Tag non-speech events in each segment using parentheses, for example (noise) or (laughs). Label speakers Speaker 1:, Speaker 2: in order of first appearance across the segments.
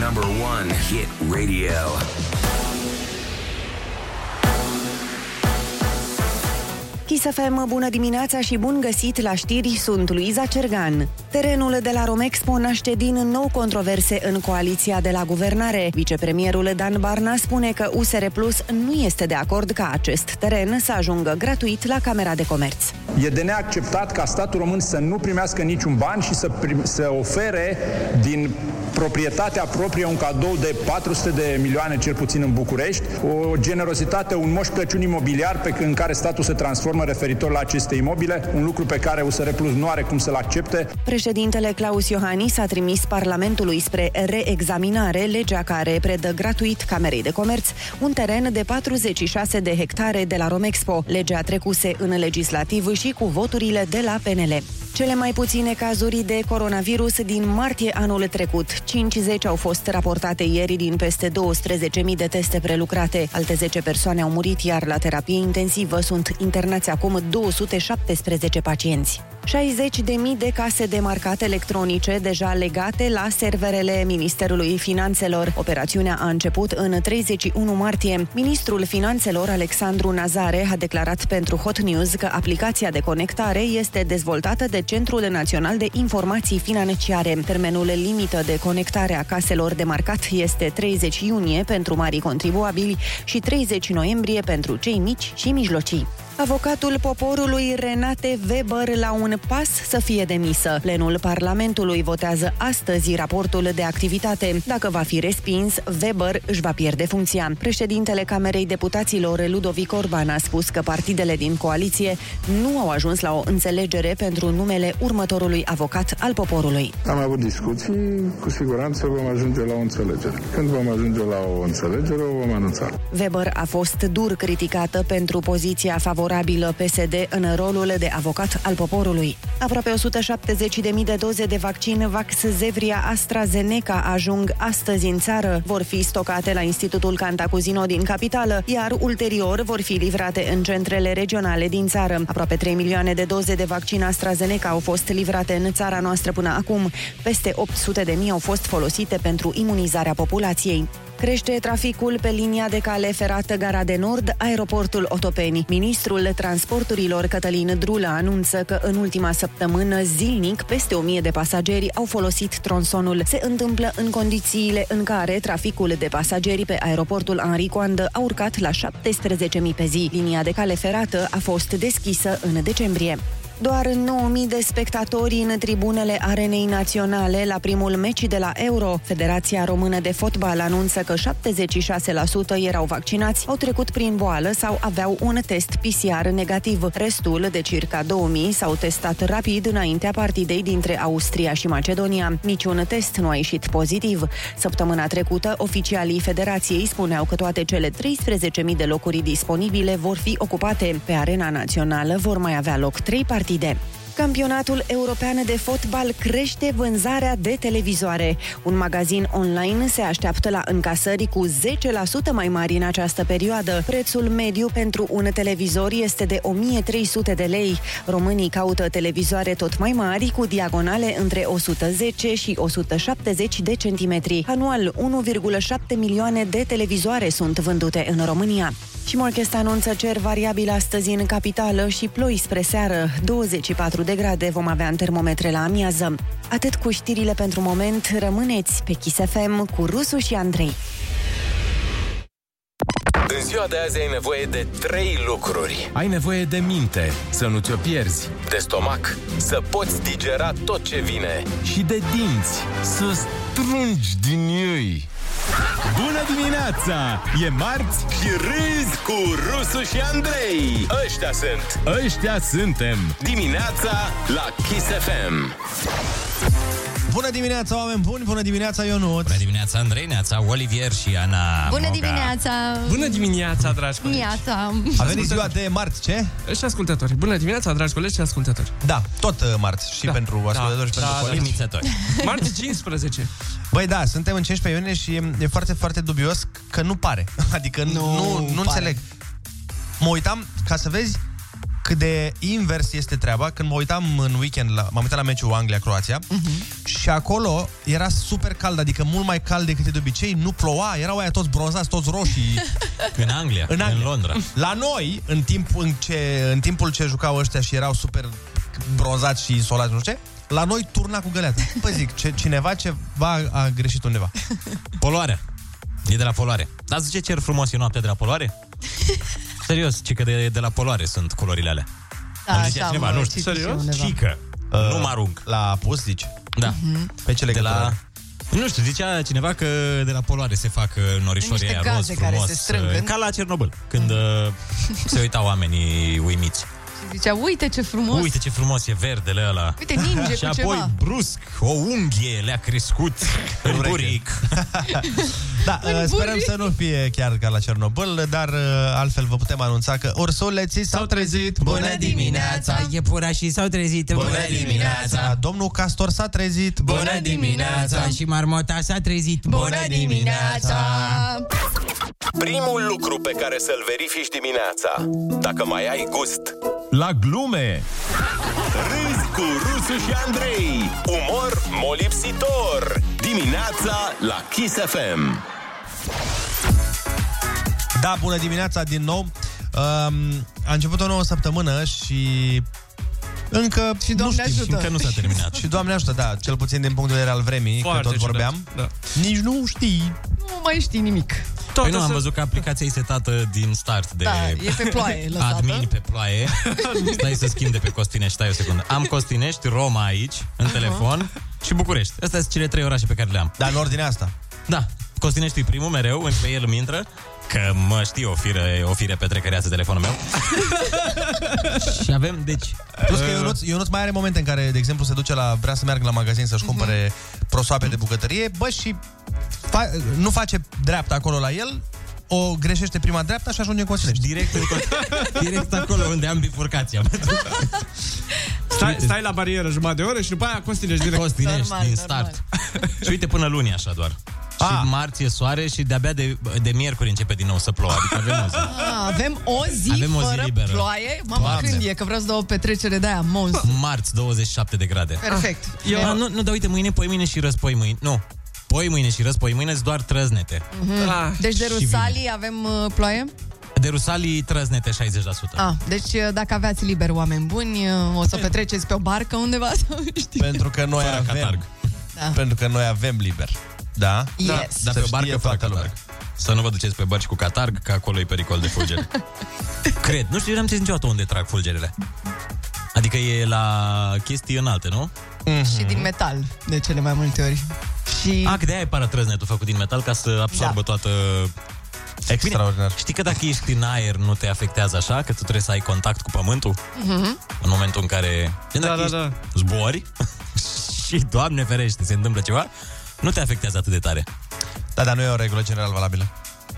Speaker 1: number one hit radio.
Speaker 2: Chisafem, bună dimineața și bun găsit la știri, sunt Luiza Cergan. Terenul de la Romexpo naște din nou controverse în coaliția de la guvernare. Vicepremierul Dan Barna spune că USR Plus nu este de acord ca acest teren să ajungă gratuit la Camera de Comerț.
Speaker 3: E de neacceptat ca statul român să nu primească niciun ban și să, prim, să ofere din proprietatea proprie un cadou de 400 de milioane cel puțin în București, o generozitate, un moș Crăciun imobiliar pe în care statul se transformă referitor la aceste imobile, un lucru pe care USR Plus nu are cum să-l accepte.
Speaker 2: Președintele Claus Iohannis a trimis Parlamentului spre reexaminare legea care predă gratuit Camerei de Comerț un teren de 46 de hectare de la Romexpo. Legea trecuse în legislativ și cu voturile de la PNL. Cele mai puține cazuri de coronavirus din martie anul trecut. 50 au fost raportate ieri din peste 12.000 de teste prelucrate. Alte 10 persoane au murit, iar la terapie intensivă sunt internați acum 217 pacienți. 60.000 de case de marcat electronice deja legate la serverele Ministerului Finanțelor. Operațiunea a început în 31 martie. Ministrul Finanțelor Alexandru Nazare a declarat pentru Hot News că aplicația de conectare este dezvoltată de Centrul Național de Informații Financiare. Termenul limită de conectare a caselor de marcat este 30 iunie pentru mari contribuabili și 30 noiembrie pentru cei mici și mijlocii. Avocatul poporului Renate Weber la un pas să fie demisă. Plenul Parlamentului votează astăzi raportul de activitate. Dacă va fi respins, Weber își va pierde funcția. Președintele Camerei Deputaților Ludovic Orban a spus că partidele din coaliție nu au ajuns la o înțelegere pentru numele următorului avocat al poporului.
Speaker 4: Am avut discuții, cu siguranță vom ajunge la o înțelegere. Când vom ajunge la o înțelegere, o vom anunța.
Speaker 2: Weber a fost dur criticată pentru poziția favorabilă PSD în rolul de avocat al poporului. Aproape 170.000 de doze de vaccin Vaxzevria AstraZeneca ajung astăzi în țară. Vor fi stocate la Institutul Cantacuzino din capitală, iar ulterior vor fi livrate în centrele regionale din țară. Aproape 3 milioane de doze de vaccin AstraZeneca au fost livrate în țara noastră până acum. Peste 800.000 au fost folosite pentru imunizarea populației. Crește traficul pe linia de cale ferată Gara de Nord, aeroportul Otopeni. Ministrul Transporturilor Cătălin Drula anunță că în ultima săptămână zilnic peste 1000 de pasageri au folosit tronsonul. Se întâmplă în condițiile în care traficul de pasageri pe aeroportul Henri Coandă a urcat la 17.000 pe zi. Linia de cale ferată a fost deschisă în decembrie. Doar 9.000 de spectatori în tribunele Arenei Naționale la primul meci de la Euro. Federația Română de Fotbal anunță că 76% erau vaccinați, au trecut prin boală sau aveau un test PCR negativ. Restul, de circa 2.000, s-au testat rapid înaintea partidei dintre Austria și Macedonia. Niciun test nu a ieșit pozitiv. Săptămâna trecută, oficialii Federației spuneau că toate cele 13.000 de locuri disponibile vor fi ocupate. Pe Arena Națională vor mai avea loc 3 partide partide. Campionatul european de fotbal crește vânzarea de televizoare. Un magazin online se așteaptă la încasări cu 10% mai mari în această perioadă. Prețul mediu pentru un televizor este de 1300 de lei. Românii caută televizoare tot mai mari cu diagonale între 110 și 170 de centimetri. Anual 1,7 milioane de televizoare sunt vândute în România. Și Morchest anunță cer variabil astăzi în capitală și ploi spre seară. 24 de grade vom avea în termometre la amiază. Atât cu știrile pentru moment, rămâneți pe Kiss FM cu Rusu și Andrei.
Speaker 1: În ziua de azi ai nevoie de trei lucruri.
Speaker 5: Ai nevoie de minte, să nu ți-o pierzi.
Speaker 1: De stomac, să poți digera tot ce vine.
Speaker 5: Și de dinți, să strungi din ei. Bună dimineața! E marți
Speaker 1: Și râzi cu Rusu și Andrei. Ăștia sunt
Speaker 5: Ăștia suntem!
Speaker 1: dimineața la Kiss FM.
Speaker 6: Bună dimineața, oameni buni! Bună dimineața, Ionuț!
Speaker 7: Bună dimineața, Andrei, Neața, Olivier și Ana
Speaker 8: Bună
Speaker 7: Moga.
Speaker 8: dimineața!
Speaker 9: Bună dimineața, dragi colegi
Speaker 8: Miața!
Speaker 6: A venit ziua de marți, ce?
Speaker 9: și ascultători. Bună dimineața, dragi colegi și ascultători.
Speaker 6: Da, tot uh, marți și
Speaker 9: Da.
Speaker 6: pentru ascultători și pentru
Speaker 7: Da,
Speaker 6: colegi.
Speaker 7: limițători.
Speaker 9: Marți 15.
Speaker 6: Băi, da, suntem în 15 iunie și e, e foarte, foarte dubios că nu pare. (laughs) Adică nu, nu, nu înțeleg. Mă uitam ca să vezi cât de invers este treaba. Când mă uitam în weekend, la, m-am uitat la meciul Anglia-Croația Și acolo era super cald, adică mult mai cald decât e de obicei, nu ploua, erau aia toți bronzați, toți roșii.
Speaker 7: În Anglia, în, Anglia. în Londra.
Speaker 6: La noi, în, timp, în, ce, în timpul ce jucau ăștia și erau super bronzați și insolați, nu știu ce, la noi turna cu găleată. Păi zic, ce, cineva ceva a
Speaker 8: (laughs)
Speaker 6: greșit undeva.
Speaker 7: Poluarea. E de la poluare. Dar zice cer frumos e noaptea de la poluare?
Speaker 8: (laughs)
Speaker 7: Serios, ci că de, de la poluare sunt culorile alea.
Speaker 8: Da,
Speaker 7: Îmi zicea
Speaker 8: da,
Speaker 7: cineva,
Speaker 8: mă,
Speaker 7: nu știu.
Speaker 8: citit și eu undeva.
Speaker 7: Cică. Uh, nu mă arunc.
Speaker 6: La pus, zici? Mm-hmm.
Speaker 7: Da.
Speaker 6: Pe ce
Speaker 7: De
Speaker 6: legătură?
Speaker 7: la... Nu știu, zicea cineva că de la poluare se fac uh, norișorii
Speaker 8: Niște
Speaker 7: aia roz,
Speaker 8: gaze care
Speaker 7: frumos,
Speaker 8: se strâng în-
Speaker 7: uh, Ca la Cernobâl,
Speaker 8: (laughs)
Speaker 7: când uh, se uitau oamenii uimiți.
Speaker 8: Și zicea, uite ce frumos.
Speaker 7: Uite ce frumos e verdele ăla.
Speaker 8: Uite, ninge
Speaker 7: (laughs) Și
Speaker 8: cu
Speaker 7: apoi,
Speaker 8: ceva.
Speaker 7: brusc, o unghie le-a crescut în
Speaker 6: Ureche. (laughs)
Speaker 7: buric.
Speaker 6: Da,
Speaker 8: În
Speaker 6: uh, sperăm
Speaker 8: buric.
Speaker 6: să nu fie chiar ca la Cernobâl, dar uh, altfel vă putem anunța că ursuleții s-au trezit.
Speaker 8: Bună dimineața,
Speaker 7: iepurașii s-au trezit.
Speaker 8: Bună dimineața!
Speaker 6: Domnul Castor s-a trezit.
Speaker 8: Bună dimineața!
Speaker 7: Și marmota s-a trezit.
Speaker 8: Bună dimineața!
Speaker 1: Primul lucru pe care să-l verifici dimineața, dacă mai ai gust.
Speaker 5: La glume!
Speaker 1: Râzi cu Rusu și Andrei. Umor molipsitor. Dimineața la Kiss FM.
Speaker 6: Da, bună dimineața din nou. Um, a început o nouă săptămână și încă și nu
Speaker 8: Doamne
Speaker 6: știm.
Speaker 8: ajută.
Speaker 7: Încă nu s-a terminat.
Speaker 6: (laughs) Și Doamne ajută, da, cel puțin din punct de vedere al vremii, că tot
Speaker 9: ciudat.
Speaker 6: vorbeam.
Speaker 9: Da.
Speaker 6: Nici nu știi.
Speaker 8: Nu mai știi nimic.
Speaker 9: Toată
Speaker 7: Păi nu, am
Speaker 9: să-
Speaker 7: văzut că aplicația e setată din start de
Speaker 8: Da, e pe ploaie lăsată.
Speaker 7: admin pe
Speaker 9: (laughs)
Speaker 7: ploaie. Stai să schimb de pe Costinești, stai o secundă. Am Costinești, Roma aici, în telefon și București. Astea sunt cele trei orașe pe care le am.
Speaker 6: Dar în ordinea asta.
Speaker 7: Da, Costinești e primul mereu, în pe el îmi intră. Că mă știu o fire, o fire petrecăreață telefonul meu. (laughs) și avem, deci...
Speaker 6: Plus că Ionuț, Ionuț mai are momente în care, de exemplu, se duce la... vrea să meargă la magazin să-și cumpere
Speaker 7: Mhm.
Speaker 6: prosoape de bucătărie, bă, și fa- nu face dreapta acolo la el, o greșește prima dreapta și ajunge în Costinești.
Speaker 7: Direct, în Cost- (laughs) direct acolo unde am bifurcația.
Speaker 9: Stai, stai la barieră jumătate de oră și după aia Costinești direct.
Speaker 7: Costinești
Speaker 8: Normal,
Speaker 7: din
Speaker 8: normal.
Speaker 7: start. Și uite până luni așa doar.
Speaker 6: Ah.
Speaker 7: Și marți e soare și de-abia de, de miercuri începe din nou să plouă. Adică avem o zi.
Speaker 8: Ah, avem o zi
Speaker 7: Avem o zi
Speaker 8: fără
Speaker 7: liberă.
Speaker 8: ploaie. Mamă,
Speaker 7: Doamne.
Speaker 8: când e? Că vreau să dau o petrecere de aia, monstru.
Speaker 7: Marți 27 de grade.
Speaker 8: Perfect.
Speaker 9: Eu-
Speaker 7: Ah, nu, nu, dar uite, mâine, poi mâine și răspoi mâine. Nu. Poi mâine și răspoi mâine sunt doar trăznete.
Speaker 9: Ah,
Speaker 8: Deci de
Speaker 7: Și
Speaker 8: Rusalii avem uh, ploaie?
Speaker 7: De rusalii trăznete 60%. Da.
Speaker 8: Ah, deci uh, dacă aveați liber oameni buni, uh, o să petreceți pe o barcă undeva (laughs) sau știu.
Speaker 6: Pentru că noi
Speaker 7: Fără catarg.
Speaker 6: avem...
Speaker 8: Da.
Speaker 6: Pentru că noi avem liber. Da?
Speaker 8: Yes.
Speaker 7: Dar
Speaker 6: Să
Speaker 7: pe o
Speaker 6: știe
Speaker 7: barcă fără
Speaker 6: toată lumea.
Speaker 7: catarg. Să nu vă duceți pe bărci cu catarg, că acolo e pericol de
Speaker 8: (laughs)
Speaker 7: fulgere. Cred. Nu știu, eu n-am zis niciodată unde trag fulgerele. Adică e la chestii înalte, nu? Mhm.
Speaker 8: Și din
Speaker 6: Mhm.
Speaker 8: metal, de cele mai multe ori. Și
Speaker 7: Ah, că de-aia e paratrăznetul făcut din metal ca să absorbă
Speaker 8: Da.
Speaker 7: toată...
Speaker 6: Extraordinar.
Speaker 7: Bine, știi că dacă ești în aer nu te afectează așa, că tu trebuie să ai contact cu pământul
Speaker 10: Mhm.
Speaker 7: în momentul în care gen,
Speaker 9: Da,
Speaker 7: dacă
Speaker 9: da,
Speaker 7: ești-
Speaker 9: da.
Speaker 7: zbori (laughs) și, Doamne ferește, se întâmplă ceva, nu te afectează atât de tare.
Speaker 6: Da, dar nu e o regulă general valabilă.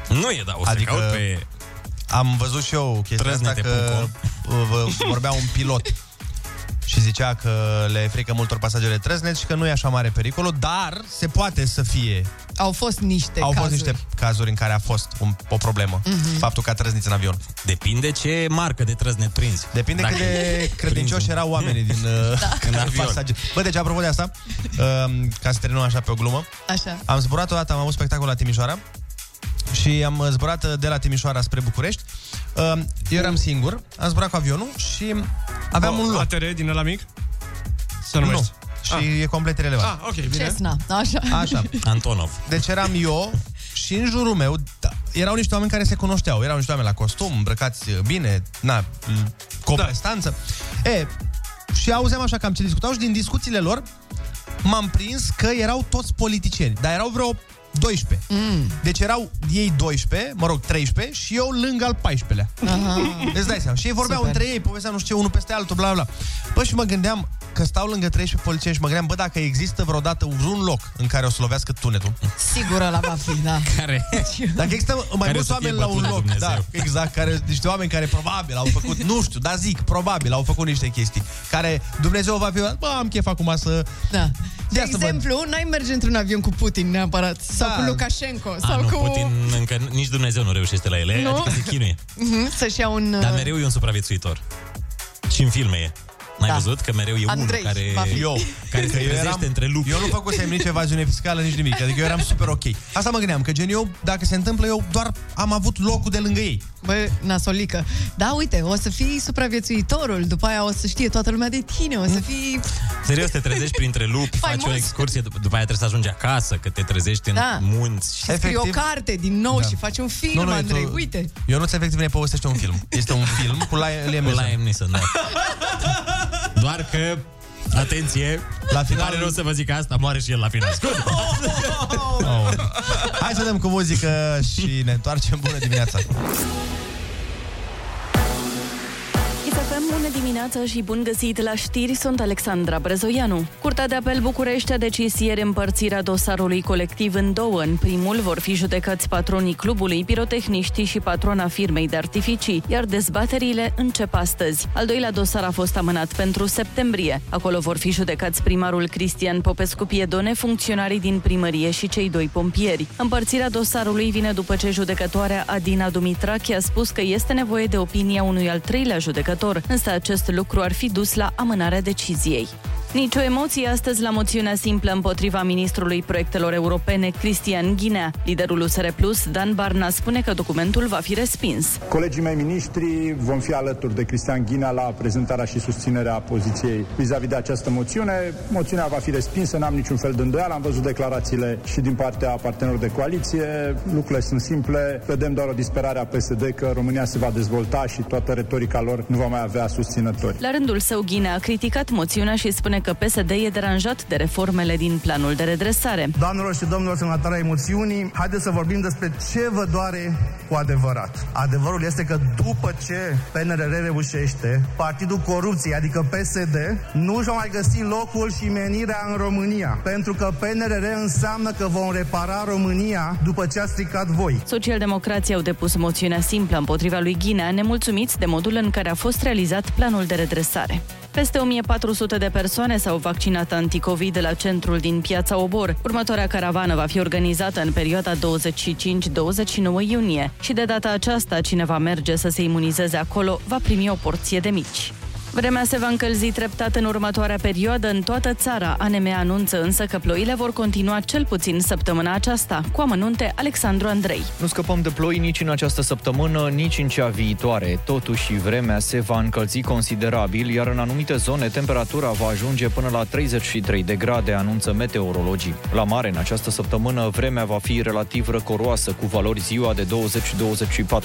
Speaker 7: Nu e, da, o să
Speaker 6: Adică-
Speaker 7: adică... caut pe...
Speaker 6: Am văzut și eu chestia asta că v- vorbea un pilot și zicea că le e frică multor pasageri trăznet și că nu e așa mare pericolul, dar se poate să fie.
Speaker 8: au fost niște
Speaker 6: Au
Speaker 8: cazuri. Mhm.
Speaker 6: fost niște cazuri în care a fost un, o problemă. Faptul că a trăznit în avion.
Speaker 7: Depinde ce marcă de trăznet prinzi.
Speaker 6: Depinde
Speaker 7: Dacă-
Speaker 6: cât
Speaker 7: (laughs)
Speaker 6: de credincioși erau oamenii din da.
Speaker 7: avion.
Speaker 6: Bă, deci apropo de asta, um, ca să terminăm așa pe o glumă,
Speaker 8: Așa.
Speaker 6: Am zburat odată, am avut spectacol la Timișoara și am uh, zburat uh, de la Timișoara spre București. Uh, Eu eram singur, am zburat cu avionul și aveam un loc.
Speaker 9: ATR din ăla mic? Să
Speaker 6: Nu.
Speaker 9: numești.
Speaker 6: Și
Speaker 9: Ah.
Speaker 6: e complet relevant.
Speaker 9: Ah, ok, bine.
Speaker 8: Cesna, așa. (laughs)
Speaker 6: Așa.
Speaker 7: Antonov.
Speaker 6: Deci eram eu și în jurul meu da, erau niște oameni care se cunoșteau. Erau niște oameni la costum, îmbrăcați uh, bine, na, mm, cu o
Speaker 9: Da.
Speaker 6: prestanță. E, și auzeam așa că am ce discutau și din discuțiile lor m-am prins că erau toți politicieni, dar erau vreo 12. Mm. Deci erau ei 12, mă rog, 13 și eu lângă al 14-lea.
Speaker 8: Aha.
Speaker 6: Îți dai seama. Și ei vorbeau
Speaker 8: Super.
Speaker 6: Super. între ei, povesteau, nu știu ce, unul peste altul, bla, bla. Bă, și mă gândeam că stau lângă 13 polițieni și mă gândeam, bă, dacă există vreodată vreun loc în care o să lovească tunetul.
Speaker 8: Sigură la va fi, da.
Speaker 7: (laughs) Care?
Speaker 6: Dacă există mai
Speaker 7: Care
Speaker 6: mulți
Speaker 7: să fie
Speaker 6: oameni la un
Speaker 7: bătut de
Speaker 6: loc,
Speaker 7: Dumnezeu.
Speaker 6: da, exact, care, niște oameni care probabil au făcut, nu știu, dar zic, probabil au făcut niște chestii, care Dumnezeu va fi, bă, am chef acum să...
Speaker 8: da. De
Speaker 6: Ia să văd.
Speaker 8: exemplu, n-ai merge într-un avion cu Putin neapărat, sau
Speaker 6: Da.
Speaker 8: cu Lukashenko,
Speaker 7: A,
Speaker 8: sau
Speaker 7: nu,
Speaker 8: cu...
Speaker 7: Putin încă nici Dumnezeu nu reușește la ele,
Speaker 8: Nu?
Speaker 7: adică se chinuie.
Speaker 8: Mhm, Să-și ia un...
Speaker 7: Dar mereu e un supraviețuitor. Și în filme e. N-ai da. văzut că mereu e
Speaker 8: Andrei,
Speaker 7: unul care,
Speaker 8: va fi.
Speaker 6: Eu.
Speaker 7: care se
Speaker 6: Eu
Speaker 7: trezește între lucruri.
Speaker 6: Eu nu făcusem nici evaziune fiscală, nici nimic. Adică eu eram super ok. Asta mă gândeam, că gen eu, dacă se întâmplă, eu doar am avut locul de lângă ei.
Speaker 8: Bă, nasolică. Da, uite, o să fii supraviețuitorul, după aia o să știe toată lumea de tine, o
Speaker 6: Mm.
Speaker 8: să fii...
Speaker 7: Serios, te trezești printre lupi, faci
Speaker 8: Faimos.
Speaker 7: o excursie, dup- după aia trebuie să ajungi acasă, că te trezești în
Speaker 8: Da.
Speaker 7: munți.
Speaker 8: Și scrii o
Speaker 6: Efectiv.
Speaker 8: carte din nou
Speaker 6: Da.
Speaker 8: și faci un film, Andrei,
Speaker 6: tu-
Speaker 8: uite.
Speaker 6: Eu nu ți efectiv ne povestește un film. Este un film cu Liam
Speaker 7: Cu
Speaker 6: Neeson.
Speaker 7: Liam Neeson, da. Doar că, atenție,
Speaker 6: La
Speaker 7: la
Speaker 6: final-
Speaker 7: final pare rău să vă zic asta, moare și el la final. Scuze.
Speaker 6: Oh. Hai să dăm cu muzică și ne întoarcem. Bună dimineața!
Speaker 11: ISFM, bună dimineața și bun găsit la știri, sunt Alexandra Brezoianu. Curtea de apel București a decis ieri împărțirea dosarului colectiv în două. În primul vor fi judecați patronii clubului, pirotehniștii și patrona firmei de artificii, iar dezbaterile încep astăzi. Al doilea dosar a fost amânat pentru septembrie. Acolo vor fi judecați primarul Cristian Popescu Piedone, funcționarii din primărie și cei doi pompieri. Împărțirea dosarului vine după ce judecătoarea Adina Dumitrache a spus că este nevoie de opinia unui al treilea judecător, însă acest lucru ar fi dus la amânarea deciziei. Nici o emoție astăzi la moțiunea simplă împotriva ministrului proiectelor europene Cristian Ghinea. Liderul USR Plus, Dan Barna, spune că documentul va fi respins.
Speaker 3: Colegii mei miniștri vom fi alături de Cristian Ghina la prezentarea și susținerea poziției vis-a-vis de această moțiune. Moțiunea va fi respinsă, n-am niciun fel de îndoială, am văzut declarațiile și din partea partenerilor de coaliție. Lucrurile sunt simple, vedem doar o disperare a PSD că România se va dezvolta și toată retorica lor nu va mai avea susținători.
Speaker 11: La rândul său, Ghinea a criticat moțiunea și spune că PSD e deranjat de reformele din planul de redresare.
Speaker 12: Doamnelor și domnilor semnatari ai moțiunii, haideți să vorbim despre ce vă doare cu adevărat. Adevărul este că după ce PNRR reușește, Partidul Corupției, adică PSD, nu și-a mai găsit locul și menirea în România. Pentru că PNRR înseamnă că vom repara România după ce a stricat voi.
Speaker 11: Socialdemocrații au depus moțiunea simplă împotriva lui Ghinea, nemulțumiți de modul în care a fost realizat planul de redresare. Peste 1400 de persoane s-au vaccinat anticovid de la centrul din Piața Obor. Următoarea caravană va fi organizată în perioada 25-29 iunie și de data aceasta cine va merge să se imunizeze acolo va primi o porție de mici. Vremea se va încălzi treptat în următoarea perioadă în toată țara. ANM anunță însă că ploile vor continua cel puțin săptămâna aceasta. Cu amănunte, Alexandru Andrei.
Speaker 13: Nu scăpăm de ploi nici în această săptămână, nici în cea viitoare. Totuși, vremea se va încălzi considerabil, iar în anumite zone temperatura va ajunge până la 33 de grade, anunță meteorologii. La mare, în această săptămână, vremea va fi relativ răcoroasă, cu valori ziua de 20-24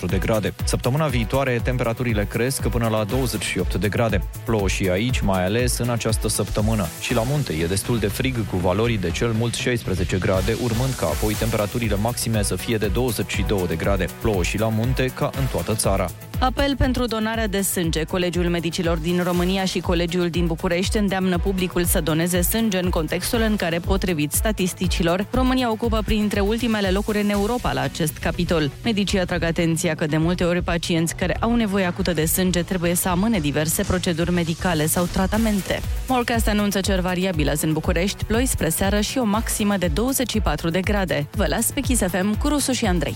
Speaker 13: de grade. Săptămâna viitoare, temperaturile cresc până la 28 de grade. Plouă și aici, mai ales în această săptămână. Și la munte e destul de frig, cu valorii de cel mult 16 grade, urmând ca apoi temperaturile maxime să fie de 22 de grade. Plouă și la munte, ca în toată țara.
Speaker 6: Oh,
Speaker 11: Apel pentru donarea de sânge. Colegiul Medicilor din România și Colegiul din București îndeamnă publicul să doneze sânge în contextul în care, potrivit statisticilor, România ocupă printre ultimele locuri în Europa la acest capitol. Medicii atrag atenția că de multe ori pacienți care au nevoie acută de sânge trebuie să amâne diverse proceduri medicale sau tratamente. Morcast anunță cer variabil azi în București, ploi spre seară și o maximă de 24 de grade. Vă las pe Kiss FM cu Rusu și Andrei.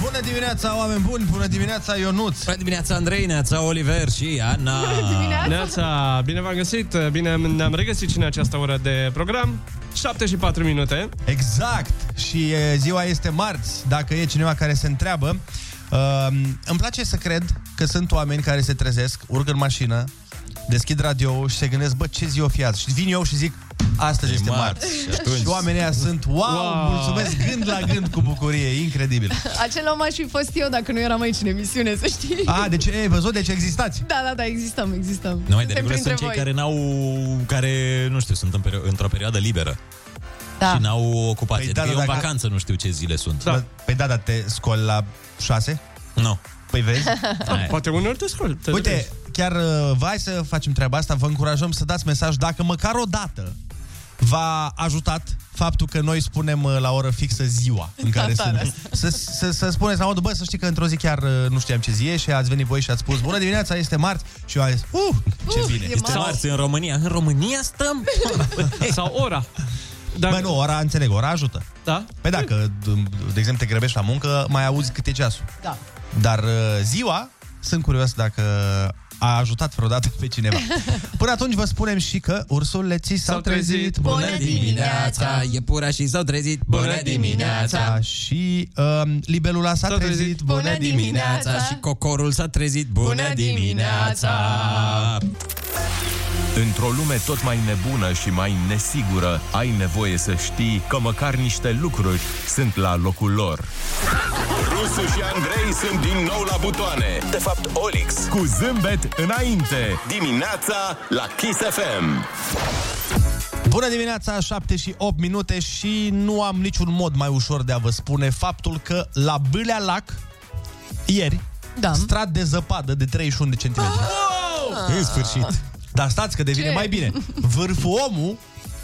Speaker 6: Bună dimineața, oameni buni! Bună dimineața, Ionuț!
Speaker 7: Bună dimineața, Andrei, neața, Oliver și Ana.
Speaker 9: Neața, bine v-am găsit, bine ne-am regăsit și în această oră de program. 7 și 4 minute.
Speaker 6: Exact! Și e, ziua este marți, dacă e cineva care se întreabă. Uh, îmi place să cred că sunt oameni care se trezesc, urcă în mașină, deschid radio și se gândesc, bă, ce zi o fi azi? Și vin eu și zic, astăzi
Speaker 7: E
Speaker 6: este
Speaker 7: marți,
Speaker 6: marți.
Speaker 7: și atunci.
Speaker 6: Și oamenii ăia sunt, wow, wow,
Speaker 9: Wow!
Speaker 6: mulțumesc gând la gând cu bucurie,
Speaker 7: (laughs)
Speaker 6: incredibil.
Speaker 8: Acela m-aș fi fost eu dacă nu eram aici în emisiune, să știi.
Speaker 6: A, deci ei, ai văzut? Deci existați.
Speaker 8: Da, da, da, existăm, existăm.
Speaker 7: Noi de
Speaker 8: Suntem
Speaker 7: regulă sunt cei
Speaker 8: voi.
Speaker 7: care n-au, care, nu știu, sunt în perio- într-o perioadă liberă
Speaker 8: Da.
Speaker 7: și n-au ocupație. Păi,
Speaker 6: Păi da,
Speaker 7: da,
Speaker 6: da,
Speaker 7: eu în
Speaker 6: dacă-
Speaker 7: vacanță nu știu ce zile sunt.
Speaker 6: Da. Păi da, dar te scoli la șase?
Speaker 7: Nu.
Speaker 6: Păi vezi?
Speaker 7: Aia.
Speaker 14: (laughs)
Speaker 9: Poate uneori te scol. Te
Speaker 6: Uite, chiar uh, vai să facem treaba asta, vă încurajăm să dați mesaj dacă măcar o dată v-a ajutat faptul că noi spunem uh, la oră fixă ziua în care
Speaker 14: Da, da,
Speaker 6: să, să, să, să spuneți la modul, bă, să știi că într-o zi chiar uh, nu știam ce zi e și ați venit voi și ați spus, bună dimineața, este marți și eu am zis, uh, ce
Speaker 7: Uh,
Speaker 6: bine.
Speaker 7: e Este marți. marți în România. În România stăm?
Speaker 6: (laughs) Sau ora. Dar... Bă, nu, ora, înțeleg, ora ajută. Da? Păi dacă, d- de exemplu, te grăbești la muncă, mai auzi cât e ceasul.
Speaker 14: Da.
Speaker 6: Dar uh, ziua, sunt curios dacă a ajutat vreodată pe (laughs) cineva. Până atunci vă spunem și că ursuleții s-au trezit.
Speaker 14: Iepurașii s-au trezit
Speaker 6: Și um, libelula s-a trezit.
Speaker 14: Bună dimineața Și cocorul s-a trezit Bună dimineața
Speaker 5: Într-o lume tot mai nebună și mai nesigură, ai nevoie să știi că măcar niște lucruri sunt la locul lor. Rusu și Andrei sunt din nou la butoane. De fapt, Olix. Cu zâmbet înainte. Dimineața la Kiss FM.
Speaker 6: Bună dimineața, 7 și 8 minute și nu am niciun mod mai ușor de a vă spune faptul că la Bâlea Lac, ieri, da. strat de zăpadă de 31 de centimetri.
Speaker 15: Ah.
Speaker 14: Oh!
Speaker 6: În sfârșit. Dar stați că devine
Speaker 8: Ce?
Speaker 6: mai bine. Vârful omul,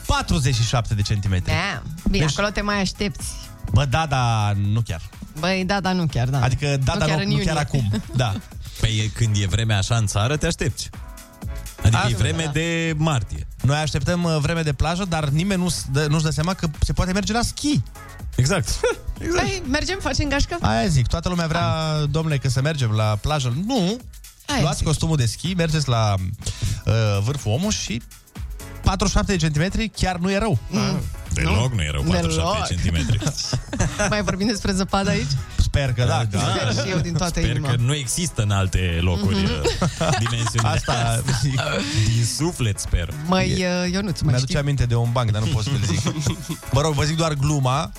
Speaker 6: 47 de centimetri.
Speaker 8: Da. Bine,
Speaker 6: Deci-
Speaker 8: deci... acolo te mai aștepți.
Speaker 6: Bă, da, da, nu
Speaker 7: (laughs)
Speaker 6: chiar.
Speaker 8: Băi, da, da, nu chiar, da.
Speaker 6: Adică, da, dar nu-
Speaker 8: în
Speaker 6: nu
Speaker 8: iunie.
Speaker 6: chiar acum. Da.
Speaker 7: Păi e- când e vremea așa în țară, te aștepți. Adică e vreme
Speaker 6: da.
Speaker 7: de martie.
Speaker 6: Noi așteptăm uh, vreme de plajă, dar nimeni nu-s dă- nu-și dă seama că se poate merge la schi.
Speaker 7: Exact.
Speaker 6: (laughs)
Speaker 8: Păi, mergem, facem gașcă?
Speaker 6: Aia zic, toată lumea vrea, domnule, că să mergem la plajă. Nu!
Speaker 8: Aia
Speaker 6: Luați costumul de schi, mergeți la uh, vârful omul și 47 de centimetri chiar nu e rău. Mm.
Speaker 7: Deloc nu erau 47
Speaker 8: Ah. Deloc.
Speaker 7: centimetri.
Speaker 8: Mai vorbim despre zăpadă aici?
Speaker 6: (laughs) Sper că da.
Speaker 7: da.
Speaker 8: Sper și eu din toată
Speaker 7: Sper
Speaker 8: inima.
Speaker 7: că nu există în alte locuri
Speaker 8: Mhm.
Speaker 7: mm-hmm. dimensiunea
Speaker 6: asta.
Speaker 7: Din suflet sper.
Speaker 8: Măi, uh, eu nu-ți mai
Speaker 6: Mi-aduce
Speaker 8: știu.
Speaker 6: aminte de un banc, dar nu pot să-l
Speaker 8: (laughs)
Speaker 6: zic. Mă rog, vă zic doar gluma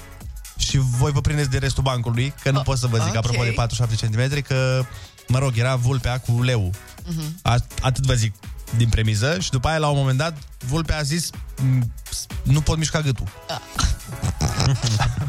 Speaker 6: și voi vă prindeți de restul bancului, că nu pot să vă zic,
Speaker 8: Ah, ok.
Speaker 6: apropo de 47 centimetri, că, mă rog, era vulpea cu leu.
Speaker 8: Mhm.
Speaker 6: A, atât vă zic din premiză și după aia, la un moment dat, vulpea a zis "M, s- nu pot mișca
Speaker 7: (laughs)
Speaker 6: gâtul.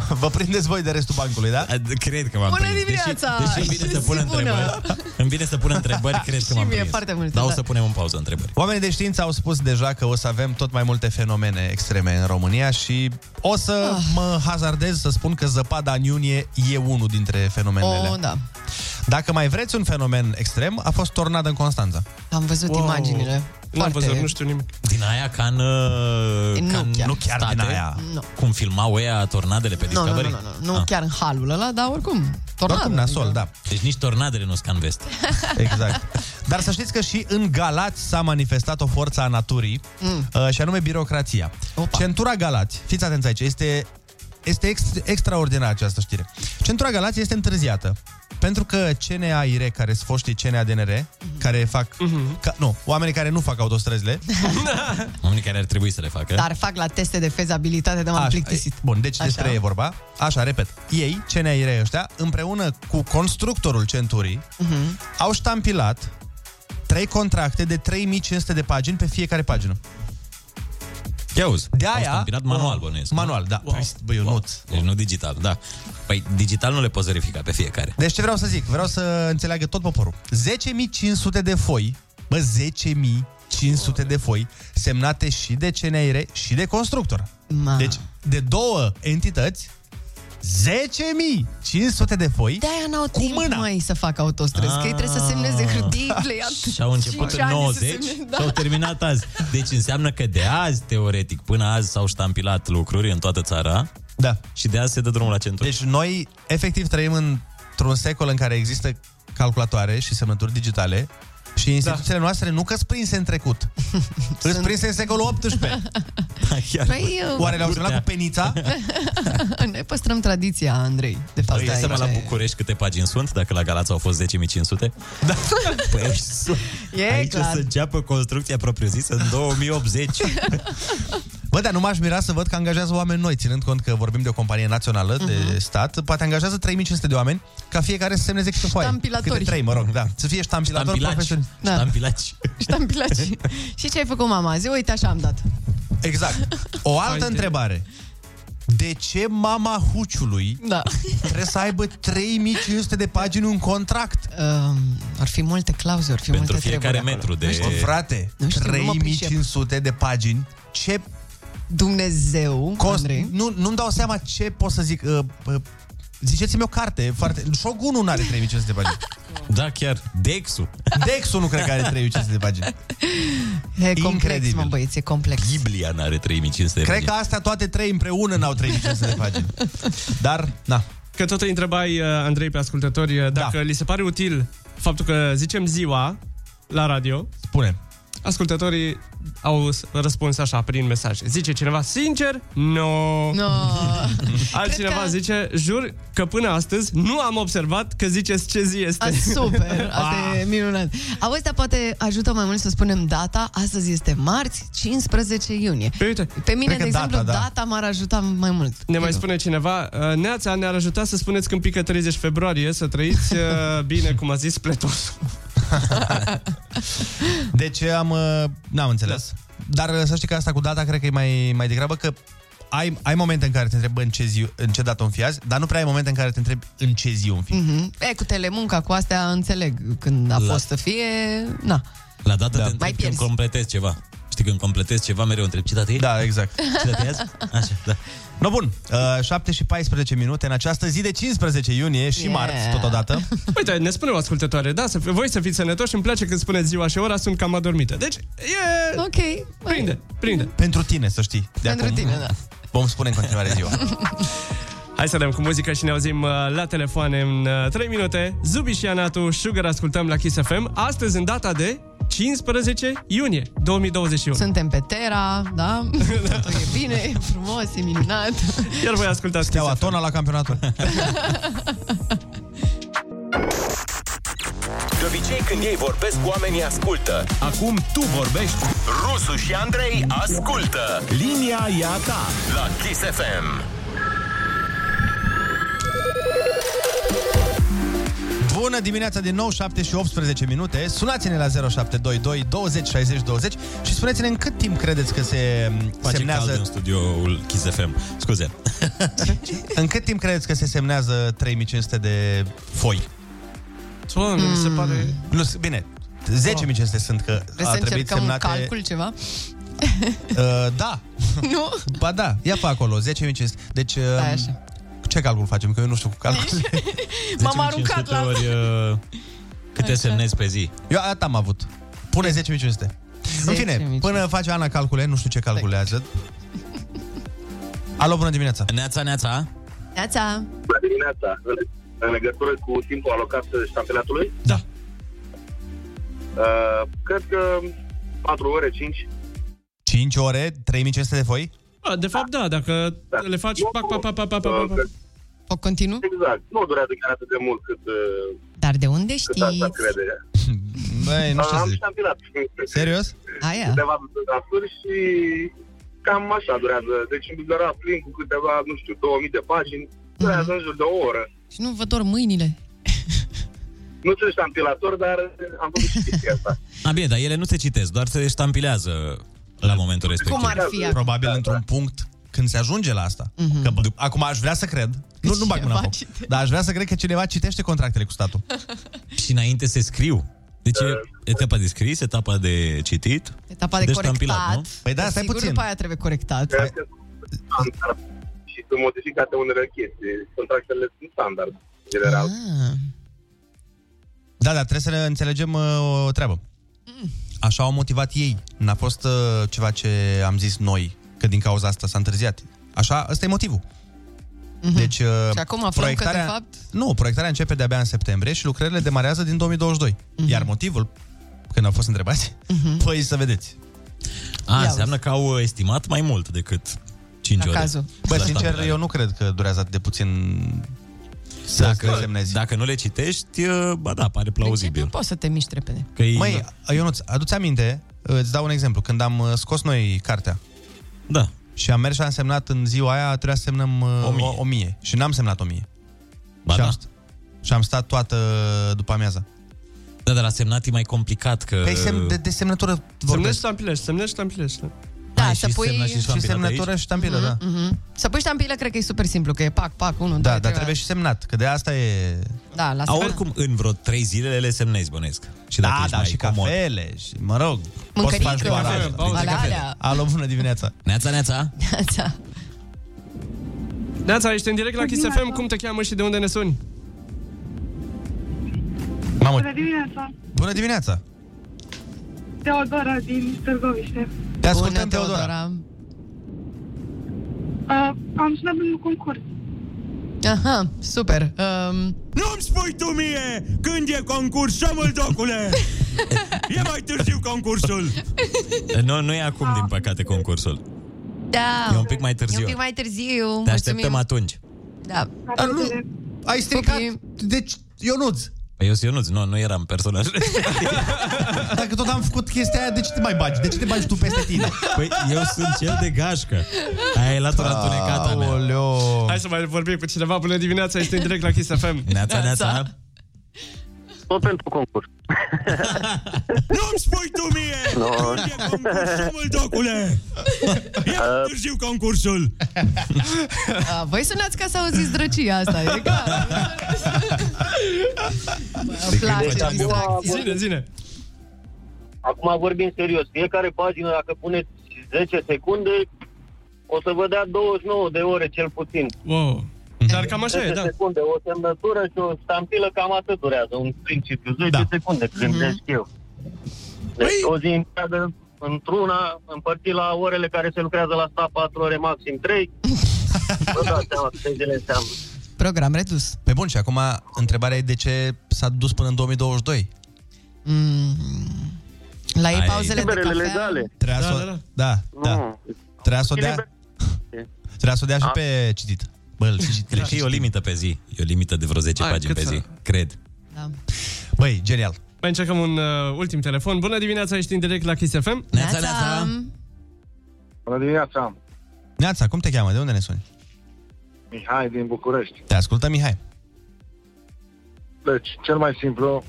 Speaker 6: vă prindeți voi de restul bancului, da?
Speaker 7: Cred că m-am
Speaker 8: Bună dimineața!
Speaker 7: Deși, deși îmi vine să pun
Speaker 8: Zi bună!
Speaker 7: întrebări. Îmi vine să pun întrebări, cred că
Speaker 8: Și
Speaker 7: m-am
Speaker 8: mie
Speaker 7: prins.
Speaker 8: foarte multe,
Speaker 7: Dar o
Speaker 8: da.
Speaker 7: să punem în pauză întrebări.
Speaker 6: Oamenii de știință au spus deja că o să avem tot mai multe fenomene extreme în România și o să
Speaker 8: Ah.
Speaker 6: mă hazardez să spun că zăpada în iunie e unul dintre
Speaker 8: O,
Speaker 6: fenomenele. alea.
Speaker 8: da.
Speaker 6: Dacă mai vreți un fenomen extrem, a fost tornada în Constanța.
Speaker 8: Am văzut wow. imaginile. Foarte...
Speaker 7: nimic. Din aia ca în, uh,
Speaker 8: Nu
Speaker 7: ca în
Speaker 8: chiar. Nu chiar
Speaker 7: state,
Speaker 8: din aia. Nu.
Speaker 7: Cum filmau ăia tornadele pe
Speaker 8: Nu, nu,
Speaker 7: Discovery?
Speaker 8: nu, nu, nu, nu ah. chiar în halul ăla, dar oricum, tornadă. (laughs)
Speaker 6: da.
Speaker 7: Deci nici tornadele nu sunt ca în vest.
Speaker 6: Exact. Dar să știți că și în Galați s-a manifestat o forță a naturii, mm. uh, și anume birocrația. Opa. Centura Galați, fiți atenți aici, este, este ex, extraordinară această știre. Centura Galați este întârziată. Pentru că CNAIR, care sunt foștii CNADNR,
Speaker 7: Mhm.
Speaker 6: mm-hmm. care fac... Mm-hmm. Ca, nu, oamenii care nu fac autostrăzile.
Speaker 7: (laughs) Oamenii care ar trebui să le facă.
Speaker 8: Dar fac la teste de fezabilitate, de m-am
Speaker 6: Așa,
Speaker 8: plictisit.
Speaker 6: Bun, deci
Speaker 8: Așa.
Speaker 6: despre ei e vorba. Așa, repet. Ei, CNAIR ăștia, împreună cu constructorul centurii,
Speaker 8: Mhm.
Speaker 6: au ștampilat trei contracte de 3500 de pagini pe fiecare pagină.
Speaker 7: Ia uzi,
Speaker 6: De
Speaker 7: au
Speaker 6: aia-
Speaker 7: stampilat manual, bănuiesc.
Speaker 6: Manual, da. Wow. Băi, eu wow.
Speaker 7: Deci nu digital, da. Păi digital nu le poți verifica pe fiecare.
Speaker 6: Deci ce vreau să zic? Vreau să înțeleagă tot poporul. 10.500 de foi, bă, 10.500 de foi, semnate și de CNR și de constructor.
Speaker 8: Ma.
Speaker 6: Deci, de două entități, 10.500 de foi. Ah.
Speaker 8: De-aia n-au timp mâna. mai să facă autostrăzi, că ei trebuie să semneze hârtii, pleiat.
Speaker 7: Ah. Și au început
Speaker 8: cinci
Speaker 7: în
Speaker 8: ani să da.
Speaker 7: 90
Speaker 8: semneze,
Speaker 7: și
Speaker 8: (laughs)
Speaker 7: au terminat azi. Deci înseamnă că de azi, teoretic, până azi s-au ștampilat lucruri în toată țara.
Speaker 6: Da.
Speaker 7: Și de azi se dă drumul la centru.
Speaker 6: Deci noi, efectiv, trăim într-un secol în care există calculatoare și semnături digitale și instituțiile da. noastre nu că sunt prinse în trecut.
Speaker 7: (laughs)
Speaker 6: Sunt prinse în secolul XVIII.
Speaker 7: Da, Chiar.
Speaker 8: Păi, eu-
Speaker 6: Oare le-au semnat cu penița?
Speaker 8: Noi păstrăm tradiția, Andrei. De fapt,
Speaker 7: Păi, dai
Speaker 8: de
Speaker 7: seama la
Speaker 8: aici.
Speaker 7: București câte pagini sunt, dacă la Galați au fost 10.500? Da. (laughs) Păi aici, sunt-
Speaker 8: E
Speaker 7: aici
Speaker 8: clar.
Speaker 7: o să (laughs) înceapă construcția propriu-zisă în 2080.
Speaker 6: (laughs) Bă, dar nu m-aș mira să văd că angajează oameni noi, ținând cont că vorbim de o companie națională de
Speaker 8: Mhm.
Speaker 6: stat, poate angajează 3500 de oameni ca fiecare să semneze câte foaie.
Speaker 8: Ștampilatori.
Speaker 6: Câte trei, mă rog, da. Să fie ștampilator
Speaker 7: Ștampilaci.
Speaker 6: profesionist.
Speaker 8: Da.
Speaker 7: Ștampilaci.
Speaker 8: Ștampilaci. și ce ai făcut, mama? Zi, uite, așa am dat.
Speaker 6: Exact. O altă întrebare. De ce mama huciului
Speaker 8: da.
Speaker 6: trebuie să aibă 3500 de pagini un contract?
Speaker 8: Um, ar fi multe clauze, ar fi
Speaker 7: Pentru
Speaker 8: multe
Speaker 7: fiecare
Speaker 8: treburi
Speaker 7: metru
Speaker 8: acolo.
Speaker 7: de-
Speaker 6: Bă, frate,
Speaker 8: Nu știu, nu mă pricep.
Speaker 6: 3500 de pagini, ce...
Speaker 8: Dumnezeu,
Speaker 6: Cost... Nu, nu-mi dau seama ce pot să zic... Uh, uh, ziceți-mi o carte foarte... Shogunul nu are 3500 de pagini.
Speaker 7: Da, chiar. Dexul.
Speaker 6: Dexul nu cred că are 3500 de pagini.
Speaker 8: E complex,
Speaker 6: Incredibil.
Speaker 8: mă băieți, e complex.
Speaker 7: Biblia n-are 3500 de
Speaker 6: Cred
Speaker 7: pagini.
Speaker 6: că astea toate trei împreună n-au 3500 de
Speaker 7: (laughs)
Speaker 6: pagini. Dar, na. Da.
Speaker 9: Că tot îi întrebai, uh, Andrei, pe ascultători, uh, dacă li se pare util faptul că zicem ziua la radio.
Speaker 6: Spune.
Speaker 9: Ascultătorii au s- răspuns așa prin mesaje. Zice cineva, sincer, no.
Speaker 8: (laughs) No.
Speaker 9: Altcineva zice, jur că până astăzi nu am observat că ziceți ce zi este.
Speaker 8: A,
Speaker 9: (laughs)
Speaker 8: super, asta
Speaker 9: Ah.
Speaker 8: e minunat. Auzi, dar poate ajută mai mult să spunem data. Astăzi este marți, 15 iunie.
Speaker 9: Pe, Păi uite,
Speaker 8: Pe mine,
Speaker 9: cred
Speaker 8: de
Speaker 9: că
Speaker 8: exemplu,
Speaker 9: data,
Speaker 8: data,
Speaker 9: da.
Speaker 8: m-ar ajuta mai mult.
Speaker 9: Ne mai spune cineva, uh, Neața ne-ar ajuta să spuneți când pică 30 februarie, să trăiți uh, bine, cum a zis Pletos.
Speaker 6: Deci am... uh, N-am înțeles.
Speaker 7: Da.
Speaker 6: Dar uh, să știi că asta cu data cred că e mai, mai degrabă că ai, ai momente în care te întrebi în ce, zi, în ce dată înfi azi, dar nu prea ai momente în care te întrebi în ce zi înfi.
Speaker 8: Mm-hmm. E, cu telemunca, cu astea înțeleg când a
Speaker 7: La-
Speaker 8: fost să fie... Na.
Speaker 7: La dată da. te
Speaker 8: Mai
Speaker 7: întreb când
Speaker 8: pierzi.
Speaker 7: completezi ceva. Știi, când completezi ceva, mereu întreb ce dată e?
Speaker 6: Da, exact.
Speaker 7: Ce dată e azi? Așa, da.
Speaker 6: No, bun. Uh, 7 și 14 minute în această zi de 15 iunie și
Speaker 9: Yeah.
Speaker 6: yeah. marți totodată.
Speaker 9: (laughs) Uite, ne spune o ascultătoare, da, să, voi să fiți sănătoși, îmi place când spuneți ziua și ora, sunt cam adormită. Deci,
Speaker 8: (laughs)
Speaker 9: e...
Speaker 8: Ok.
Speaker 9: prinde, prinde.
Speaker 6: Pentru tine, să știi. De
Speaker 8: Pentru tine, da.
Speaker 6: Vom spune în continuare ziua.
Speaker 9: (laughs) Hai să dăm cu muzica și ne auzim uh, la telefoane în uh, 3 minute. Zubi și Anatu, Sugar, ascultăm la Kiss FM, astăzi în data de 15 iunie 2021.
Speaker 8: Suntem pe Terra, da? Totul e bine, e frumos, e
Speaker 9: (laughs)
Speaker 8: minunat.
Speaker 9: Iar voi ascultați
Speaker 6: Steaua Tona la campionatul.
Speaker 7: (laughs)
Speaker 5: De obicei când ei vorbesc, oamenii ascultă. Acum tu vorbești. Rusu și Andrei ascultă. Linia e a ta la Kiss FM.
Speaker 6: Bună dimineața din nou, 7 și 18 minute. Sunați-ne la 0722 20 60 20 și spuneți-ne în cât timp credeți că se
Speaker 7: Face
Speaker 6: semnează
Speaker 7: cald în studioul Kiss FM. Scuze.
Speaker 6: (laughs) În cât timp credeți că se semnează 3500 de foi?
Speaker 9: Doamne, mi se pare...
Speaker 6: Plus, bine, 10.500 sunt că
Speaker 8: Hmm. Vrei
Speaker 6: a
Speaker 8: să
Speaker 6: trebuit
Speaker 8: încercăm
Speaker 6: semnate...
Speaker 8: un calcul, ceva?
Speaker 6: Uh, da,
Speaker 8: (laughs) nu?
Speaker 6: ba da, ia pe acolo, 10.500. Deci, uh,
Speaker 8: Stai așa.
Speaker 6: ce calcul facem? Că eu nu știu cu calcul.
Speaker 8: M-am aruncat la...
Speaker 7: Ori, uh, câte semnezi pe zi?
Speaker 6: Eu atât am avut. Pune 10.500. În fine,
Speaker 7: 10.500.
Speaker 6: până face Ana calcule, nu știu ce calculează. Alo, bună dimineața.
Speaker 7: Neața, neața.
Speaker 8: Neața.
Speaker 16: Bună dimineața! În, în legătură cu timpul alocat uh, campionatului?
Speaker 6: Da.
Speaker 16: Uh, cred că 4 ore, 5.
Speaker 6: 5 ore, 3500 de foi?
Speaker 9: A, de fapt, da, dacă le faci pac, pac, pac, pac, pac, pac, pac.
Speaker 8: O continuu?
Speaker 16: Exact. Nu durează chiar atât de mult cât, uh,
Speaker 8: Dar de unde
Speaker 16: cât asta
Speaker 8: știi?
Speaker 16: crede.
Speaker 6: (laughs) Băi, nu știu să
Speaker 16: Am
Speaker 6: zic.
Speaker 16: șampionat.
Speaker 6: Serios?
Speaker 8: Aia.
Speaker 16: Câteva dezasturi și cam așa durează. Deci îmi dura plin cu câteva, nu știu, 2000 de pagini.
Speaker 8: Mhm.
Speaker 16: Durează în jur de o oră.
Speaker 8: Și nu vă dor mâinile.
Speaker 16: Nu sunt ștampilator, dar am făcut și chestia asta.
Speaker 7: A, bine, dar ele nu se citesc, doar se ștampilează la momentul respectiv.
Speaker 6: Probabil într-un punct când se ajunge la asta.
Speaker 8: Mhm.
Speaker 6: Mm-hmm. Că, dup- acum aș vrea să cred, nu, nu bag mâna în
Speaker 7: cineva
Speaker 6: foc,
Speaker 7: citește.
Speaker 6: dar aș vrea să cred că cineva citește contractele cu statul.
Speaker 7: (laughs) Și înainte se scriu. Deci e etapa de scris, etapa de citit.
Speaker 8: Etapa de
Speaker 7: deci
Speaker 8: corectat.
Speaker 7: ștampilat, nu?
Speaker 5: Păi
Speaker 7: da,
Speaker 5: da,
Speaker 8: Sigur, după aia trebuie corectat.
Speaker 6: Păi,
Speaker 16: și sunt modificate unele chestii. Contractele sunt standard, în general.
Speaker 6: Ah. Da, dar trebuie să ne înțelegem uh, o treabă.
Speaker 8: Mm.
Speaker 6: Așa au motivat ei. N-a fost uh, ceva ce am zis noi, că din cauza asta s-a întârziat. Așa, ăsta e motivul. Deci, uh,
Speaker 8: Mhm. Și acum aflăm că,
Speaker 6: proiectarea,
Speaker 8: de fapt-
Speaker 6: Nu, proiectarea începe de-abia în septembrie și lucrările demarează din 2022.
Speaker 8: Mhm.
Speaker 6: Iar motivul, când au fost întrebați, (laughs) păi să vedeți.
Speaker 7: A, înseamnă că au uh, estimat mai mult decât 5 ore.
Speaker 6: Bă,
Speaker 7: La
Speaker 6: sincer,
Speaker 7: ștampilat.
Speaker 6: eu nu cred că durează atât de puțin să
Speaker 7: Dacă-
Speaker 6: semnezi. Dacă nu le citești, ba da, pare
Speaker 8: Nu
Speaker 7: Exact.
Speaker 8: poți să te miști repede.
Speaker 7: Că e-
Speaker 6: Măi, Ionuț, adu-ți aminte, îți dau un exemplu. Când am uh, scos noi cartea.
Speaker 7: Da.
Speaker 6: Și am mers și am semnat în ziua aia, trebuia să semnăm o mie. O, o mie. Și n-am semnat o mie.
Speaker 7: Ba
Speaker 6: și,
Speaker 7: da.
Speaker 6: am, st- și am stat toată uh, după amiaza.
Speaker 7: Da, dar la semnat e mai complicat că...
Speaker 9: Uh,
Speaker 6: Păi semn, de, de semnătură
Speaker 9: Semnești,
Speaker 6: vorbesc.
Speaker 9: ștampilești, semnești, ștampilești.
Speaker 8: Da, da, să
Speaker 6: păi-
Speaker 8: pui...
Speaker 6: și semnătură și ștampilă, da.
Speaker 8: Mhm. Să pui ștampilă, cred că e super simplu, că e pac, pac, 1,
Speaker 6: Da, dar trebuie și semnat, că de asta e...
Speaker 8: Da, la
Speaker 7: A,
Speaker 8: semnătură. (laughs)
Speaker 7: oricum, în vreo trei zile le semnezi, bănesc. Și
Speaker 6: Da, da, și cafele, și mă rog, poți să
Speaker 7: Mâncărică,
Speaker 6: faci balaje.
Speaker 7: cafea, pauze,
Speaker 6: Balaje.
Speaker 7: cafele.
Speaker 6: Alo, bună dimineața.
Speaker 7: Neața, neața.
Speaker 8: Da.
Speaker 9: Neața, ești în direct la Kiss FM, cum te cheamă și de unde ne suni?
Speaker 17: Bună dimineața!
Speaker 6: Bună dimineața.
Speaker 17: Teodora din Târgoviște.
Speaker 6: Te ascultăm, Teodora.
Speaker 17: Uh, am sunat pentru concurs.
Speaker 8: Aha, super. Um...
Speaker 14: Nu-mi spui tu mie când e concurs, șomul docule! e mai târziu concursul!
Speaker 6: da.
Speaker 7: Nu, nu e acum, din păcate, concursul.
Speaker 8: Da.
Speaker 7: Ah. E un pic mai târziu.
Speaker 8: E un pic mai târziu.
Speaker 7: Te
Speaker 8: mulțumim.
Speaker 7: așteptăm atunci.
Speaker 8: Da.
Speaker 6: Dar nu, ai stricat.
Speaker 8: (laughs)
Speaker 6: Deci, Ionuț,
Speaker 7: Păi eu sunt Ionuț, nu, nu eram (laughs) personaj.
Speaker 6: (laughs) dacă tot am făcut chestia aia, de ce te mai bagi? De ce te bagi tu peste tine?
Speaker 7: Păi eu sunt cel de gașcă. Aia e latura întunecată a mea.
Speaker 9: Hai să mai vorbim cu cineva. Bună dimineața, ești în direct la Kiss FM.
Speaker 7: (laughs) Neața, neața.
Speaker 10: Tot pentru concurs.
Speaker 14: (laughs) Nu-mi spui tu mie
Speaker 10: Nu.
Speaker 14: când e concurs, șomul docule! e mai târziu concursul!
Speaker 8: A, Da, voi sunați ca să auziți drăcia
Speaker 7: (laughs)
Speaker 8: asta, adică- e clar.
Speaker 14: De
Speaker 8: Îmi place
Speaker 14: făceam
Speaker 8: distracție.
Speaker 9: Zine, zine.
Speaker 10: Acum vorbim serios. Fiecare pagină, dacă puneți 10 secunde, o să vă dea 29 de ore cel puțin.
Speaker 9: Wow. Dar cam așa e,
Speaker 10: 10
Speaker 9: da.
Speaker 10: secunde, o semnătură și o stampilă, cam atât durează, un principiu. 10 da. secunde,
Speaker 9: Mhm.
Speaker 10: gândesc eu. Deci
Speaker 9: Păi-
Speaker 10: o zi întreagă, într-una, împărțit la orele care se lucrează la sta 4 ore, maxim
Speaker 9: (laughs)
Speaker 10: 3. Vă dați seama câte zile înseamnă.
Speaker 8: Program redus.
Speaker 6: Pe bun, și acum întrebarea e de ce s-a dus până în 2022?
Speaker 8: Mm. La ei
Speaker 6: Ai-
Speaker 8: pauzele de
Speaker 10: Liberele
Speaker 8: cafea.
Speaker 10: legale.
Speaker 6: Trebuia să o- Da, da. Trebuia să o dea... Trebuia să o dea și
Speaker 7: A.
Speaker 6: pe citit. Bă, îl și
Speaker 7: Cred că e o limită pe zi. E o limită de vreo 10
Speaker 9: Hai,
Speaker 7: pagini
Speaker 9: cât
Speaker 7: pe
Speaker 9: să-
Speaker 7: zi. Cred.
Speaker 6: Băi, genial.
Speaker 9: Mai încercăm un uh, ultim telefon. Bună dimineața, ești în direct la Kiss FM.
Speaker 7: Neața, neața.
Speaker 16: Bună dimineața,
Speaker 6: Neața, cum te cheamă? De unde ne suni?
Speaker 16: Mihai din București.
Speaker 6: Te ascultă Mihai.
Speaker 16: Deci, cel mai simplu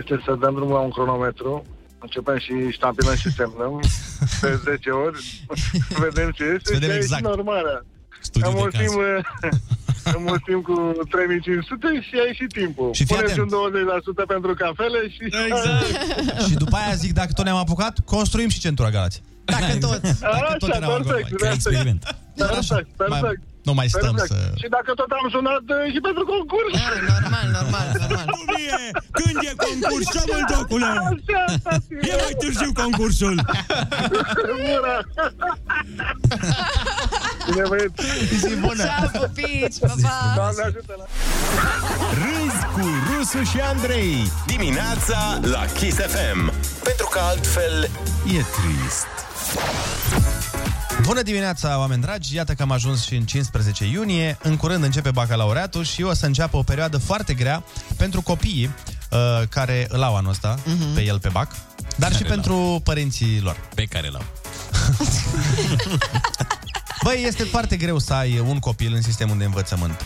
Speaker 16: este să dăm drumul la un cronometru, începem și ștampilăm și
Speaker 6: (laughs)
Speaker 16: semnăm de 10 Deci,
Speaker 14: (laughs)
Speaker 16: ori, vedem ce este
Speaker 14: vedem
Speaker 16: și
Speaker 14: exact.
Speaker 16: e și normală.
Speaker 14: Studiu de
Speaker 16: Înmulțim, (laughs) înmulțim uh, cu 3500 și ai și timpul.
Speaker 6: Și fii
Speaker 16: Punem și
Speaker 6: atent.
Speaker 16: un 20% pentru cafele și...
Speaker 6: Exact. (laughs)
Speaker 14: Exact.
Speaker 6: și după aia zic, dacă tot ne-am apucat, construim și centura Galați.
Speaker 8: Dacă tot.
Speaker 16: Așa,
Speaker 6: tot eram acolo, mai-
Speaker 16: perfect,
Speaker 6: ca experiment.
Speaker 16: Perfect, perfect.
Speaker 6: Nu mai stăm
Speaker 16: Perfect.
Speaker 6: să...
Speaker 16: Și dacă tot am sunat e, și pentru concurs.
Speaker 8: normal, normal, normal.
Speaker 14: Mie, când e concurs, șomul docule! e mai târziu concursul!
Speaker 16: Bine, băieți.
Speaker 14: Zi
Speaker 8: Ceau, pupici, pa, pa.
Speaker 16: Doamne ajută la...
Speaker 5: Râzi cu Rusu și Andrei Dimineața la Kiss FM Pentru că altfel e trist
Speaker 6: Bună dimineața, oameni dragi! Iată că am ajuns și în 15 iunie. În curând începe bacalaureatul și o să înceapă o perioadă foarte grea pentru copiii uh, care îl au anul ăsta,
Speaker 7: Mhm.
Speaker 6: pe el pe bac, dar și pentru părinții lor.
Speaker 7: Pe care l-am.
Speaker 6: (laughs) Băi, este foarte greu să ai un copil în sistemul de învățământ.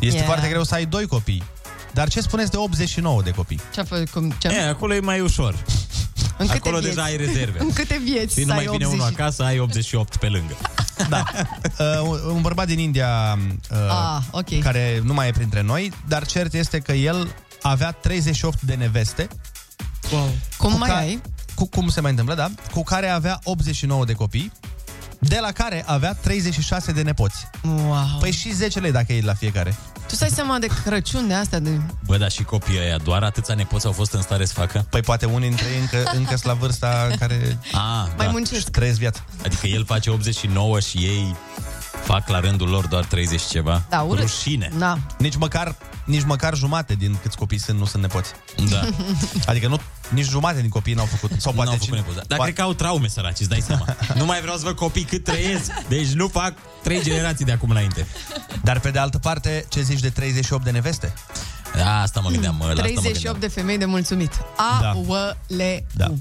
Speaker 6: Este
Speaker 8: Yeah.
Speaker 6: foarte greu să ai doi copii. Dar ce spuneți de 89 de copii?
Speaker 8: Ce-a făcut? Cum, ce
Speaker 7: E, acolo e mai ușor.
Speaker 8: În câte
Speaker 7: acolo
Speaker 8: vieți?
Speaker 7: deja ai
Speaker 8: (laughs)
Speaker 7: rezerve.
Speaker 8: În câte vieți
Speaker 7: Și nu
Speaker 8: să
Speaker 7: mai
Speaker 8: ai
Speaker 7: vine
Speaker 8: 80?
Speaker 7: unul acasă, ai 88 pe lângă.
Speaker 6: Uh, un- un bărbat din India uh,
Speaker 8: Ah, ok.
Speaker 6: care nu mai e printre noi, dar cert este că el avea 38 de neveste. Wow.
Speaker 8: Cum mai ai?
Speaker 6: Cu, cum se mai întâmplă, da? Cu care avea 89 de copii, de la care avea 36 de nepoți.
Speaker 8: Wow.
Speaker 6: Păi și 10 lei dacă e la fiecare.
Speaker 8: Tu stai seama de Crăciun de astea de...
Speaker 7: Bă, dar și copiii ăia, doar atâția nepoți au fost în stare să facă?
Speaker 6: Păi poate unii dintre ei
Speaker 8: (laughs)
Speaker 6: încă, încă sunt la vârsta în care
Speaker 7: A,
Speaker 8: Mai
Speaker 7: da.
Speaker 8: muncesc.
Speaker 6: trăiesc viața.
Speaker 7: Adică el face 89 și ei fac la rândul lor doar 30 și ceva.
Speaker 8: Da, urât.
Speaker 7: Rușine.
Speaker 8: Da.
Speaker 6: Nici măcar, nici măcar jumate din câți copii sunt, nu sunt nepoți.
Speaker 7: Da.
Speaker 8: (laughs)
Speaker 6: (laughs) Adică nu, nici jumate din copii n-au făcut. Sau poate
Speaker 7: N-au făcut
Speaker 6: cine-
Speaker 7: nepoți. Dar cred că au traume săraci, îți dai seama. nu mai vreau să văd copii cât trăiesc. Deci nu fac trei generații de acum înainte.
Speaker 6: Dar pe de altă parte, ce zici de 38 de neveste?
Speaker 7: Da, asta mă gândeam, mă, la asta mă gândeam.
Speaker 8: 38 de femei de mulțumit. A,
Speaker 6: Da.
Speaker 8: da. le
Speaker 6: Da.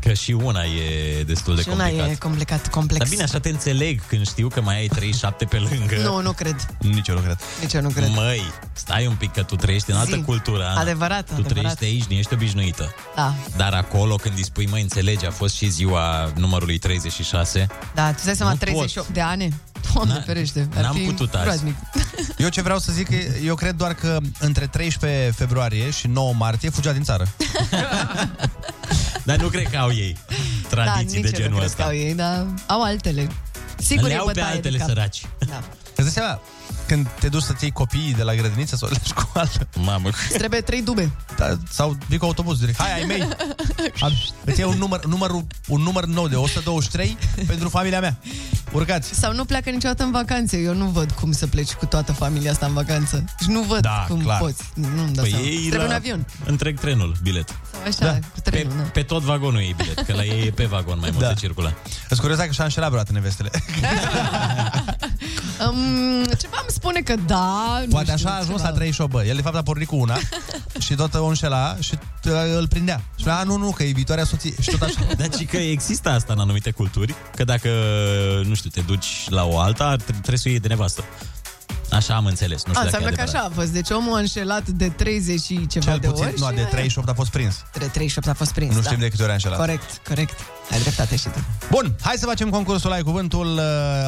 Speaker 7: Că și una e destul de
Speaker 8: Și una
Speaker 7: complicat.
Speaker 8: e complicat, complex.
Speaker 7: Dar bine, așa te înțeleg când știu că mai ai 37 pe lângă.
Speaker 8: Nu, nu cred.
Speaker 7: Nici eu nu cred.
Speaker 8: Nici eu nu cred.
Speaker 7: Măi, stai un pic că tu trăiești în altă
Speaker 8: Zi.
Speaker 7: cultură. Ana.
Speaker 8: Adevărat,
Speaker 7: Tu
Speaker 8: adevărat.
Speaker 7: trăiești aici, nu ești obișnuită.
Speaker 8: Da,
Speaker 7: Dar acolo, când îi spui, mă înțelegi, a fost și ziua numărului 36.
Speaker 8: da, tu dai seama,
Speaker 7: Nu
Speaker 8: 38 de ani? Doamne, ferește, ar
Speaker 7: n-am
Speaker 8: fi
Speaker 7: putut azi.
Speaker 8: groaznic.
Speaker 6: Eu ce vreau să zic, e- eu cred doar că între 13 februarie și 9 martie fugea din țară.
Speaker 7: (laughs) Dar nu cred că au ei tradiții
Speaker 8: da,
Speaker 7: de genul
Speaker 8: ăsta.
Speaker 7: ăsta.
Speaker 8: Au ei, dar au altele. Sigur
Speaker 7: Le
Speaker 8: e
Speaker 7: au pe
Speaker 8: bătaie de
Speaker 7: altele
Speaker 8: cap.
Speaker 7: săraci.
Speaker 8: Da.
Speaker 6: Îți dai seama, când te duci să-ți iei copiii de la grădiniță sau de la școală.
Speaker 7: Mamă.
Speaker 8: Îți trebuie trei dube.
Speaker 6: Da, sau vii cu autobuz direct. Hai, ai
Speaker 8: (laughs)
Speaker 6: mei. Am, îți iau un număr, numărul, un număr nou de 123 pentru familia mea. Urcați.
Speaker 8: Sau nu pleacă niciodată în vacanțe. Eu nu văd cum să pleci cu toată familia asta în vacanță. Deci nu văd
Speaker 7: Da,
Speaker 8: cum
Speaker 7: clar.
Speaker 8: poți. Nu, nu-mi
Speaker 6: Păi
Speaker 8: dau seama. Trebuie un avion.
Speaker 7: Păi Întreg trenul, bilet.
Speaker 8: Sau așa, da. cu trenul.
Speaker 7: Pe, pe tot vagonul e bilet, că la ei e pe vagon mai mult da. circulă.
Speaker 6: Îți curios dacă și-a înșelat vreodată nevestele.
Speaker 8: Um, ceva îmi spune că da. nu
Speaker 6: Poate
Speaker 8: știu,
Speaker 6: așa a ajuns
Speaker 8: ceva.
Speaker 6: la 38, bă. El de fapt a pornit cu una și tot o înșela și uh, îl prindea. Și spunea, "A, nu, nu, că e viitoarea soție. Și tot
Speaker 8: (laughs)
Speaker 6: așa.
Speaker 7: (laughs) Dar și că există asta în anumite culturi, că dacă, nu știu, te duci la o alta, ar tre- trebuie să o iei de nevastă. Așa am înțeles, nu
Speaker 8: a,
Speaker 7: știu dacă
Speaker 8: înseamnă
Speaker 7: e
Speaker 8: că așa
Speaker 7: adevărat.
Speaker 8: a fost. Deci omul a înșelat de 30 și ceva
Speaker 6: Cel
Speaker 8: de
Speaker 6: puțin,
Speaker 8: ori
Speaker 6: nu,
Speaker 8: și
Speaker 6: de 38 a fost prins.
Speaker 8: De 38 a fost prins,
Speaker 6: Nu
Speaker 8: da.
Speaker 6: știm de câte ori a înșelat.
Speaker 8: Corect, corect. Ai dreptate și tu.
Speaker 6: Bun, hai să facem concursul Ai Cuvântul. Uh,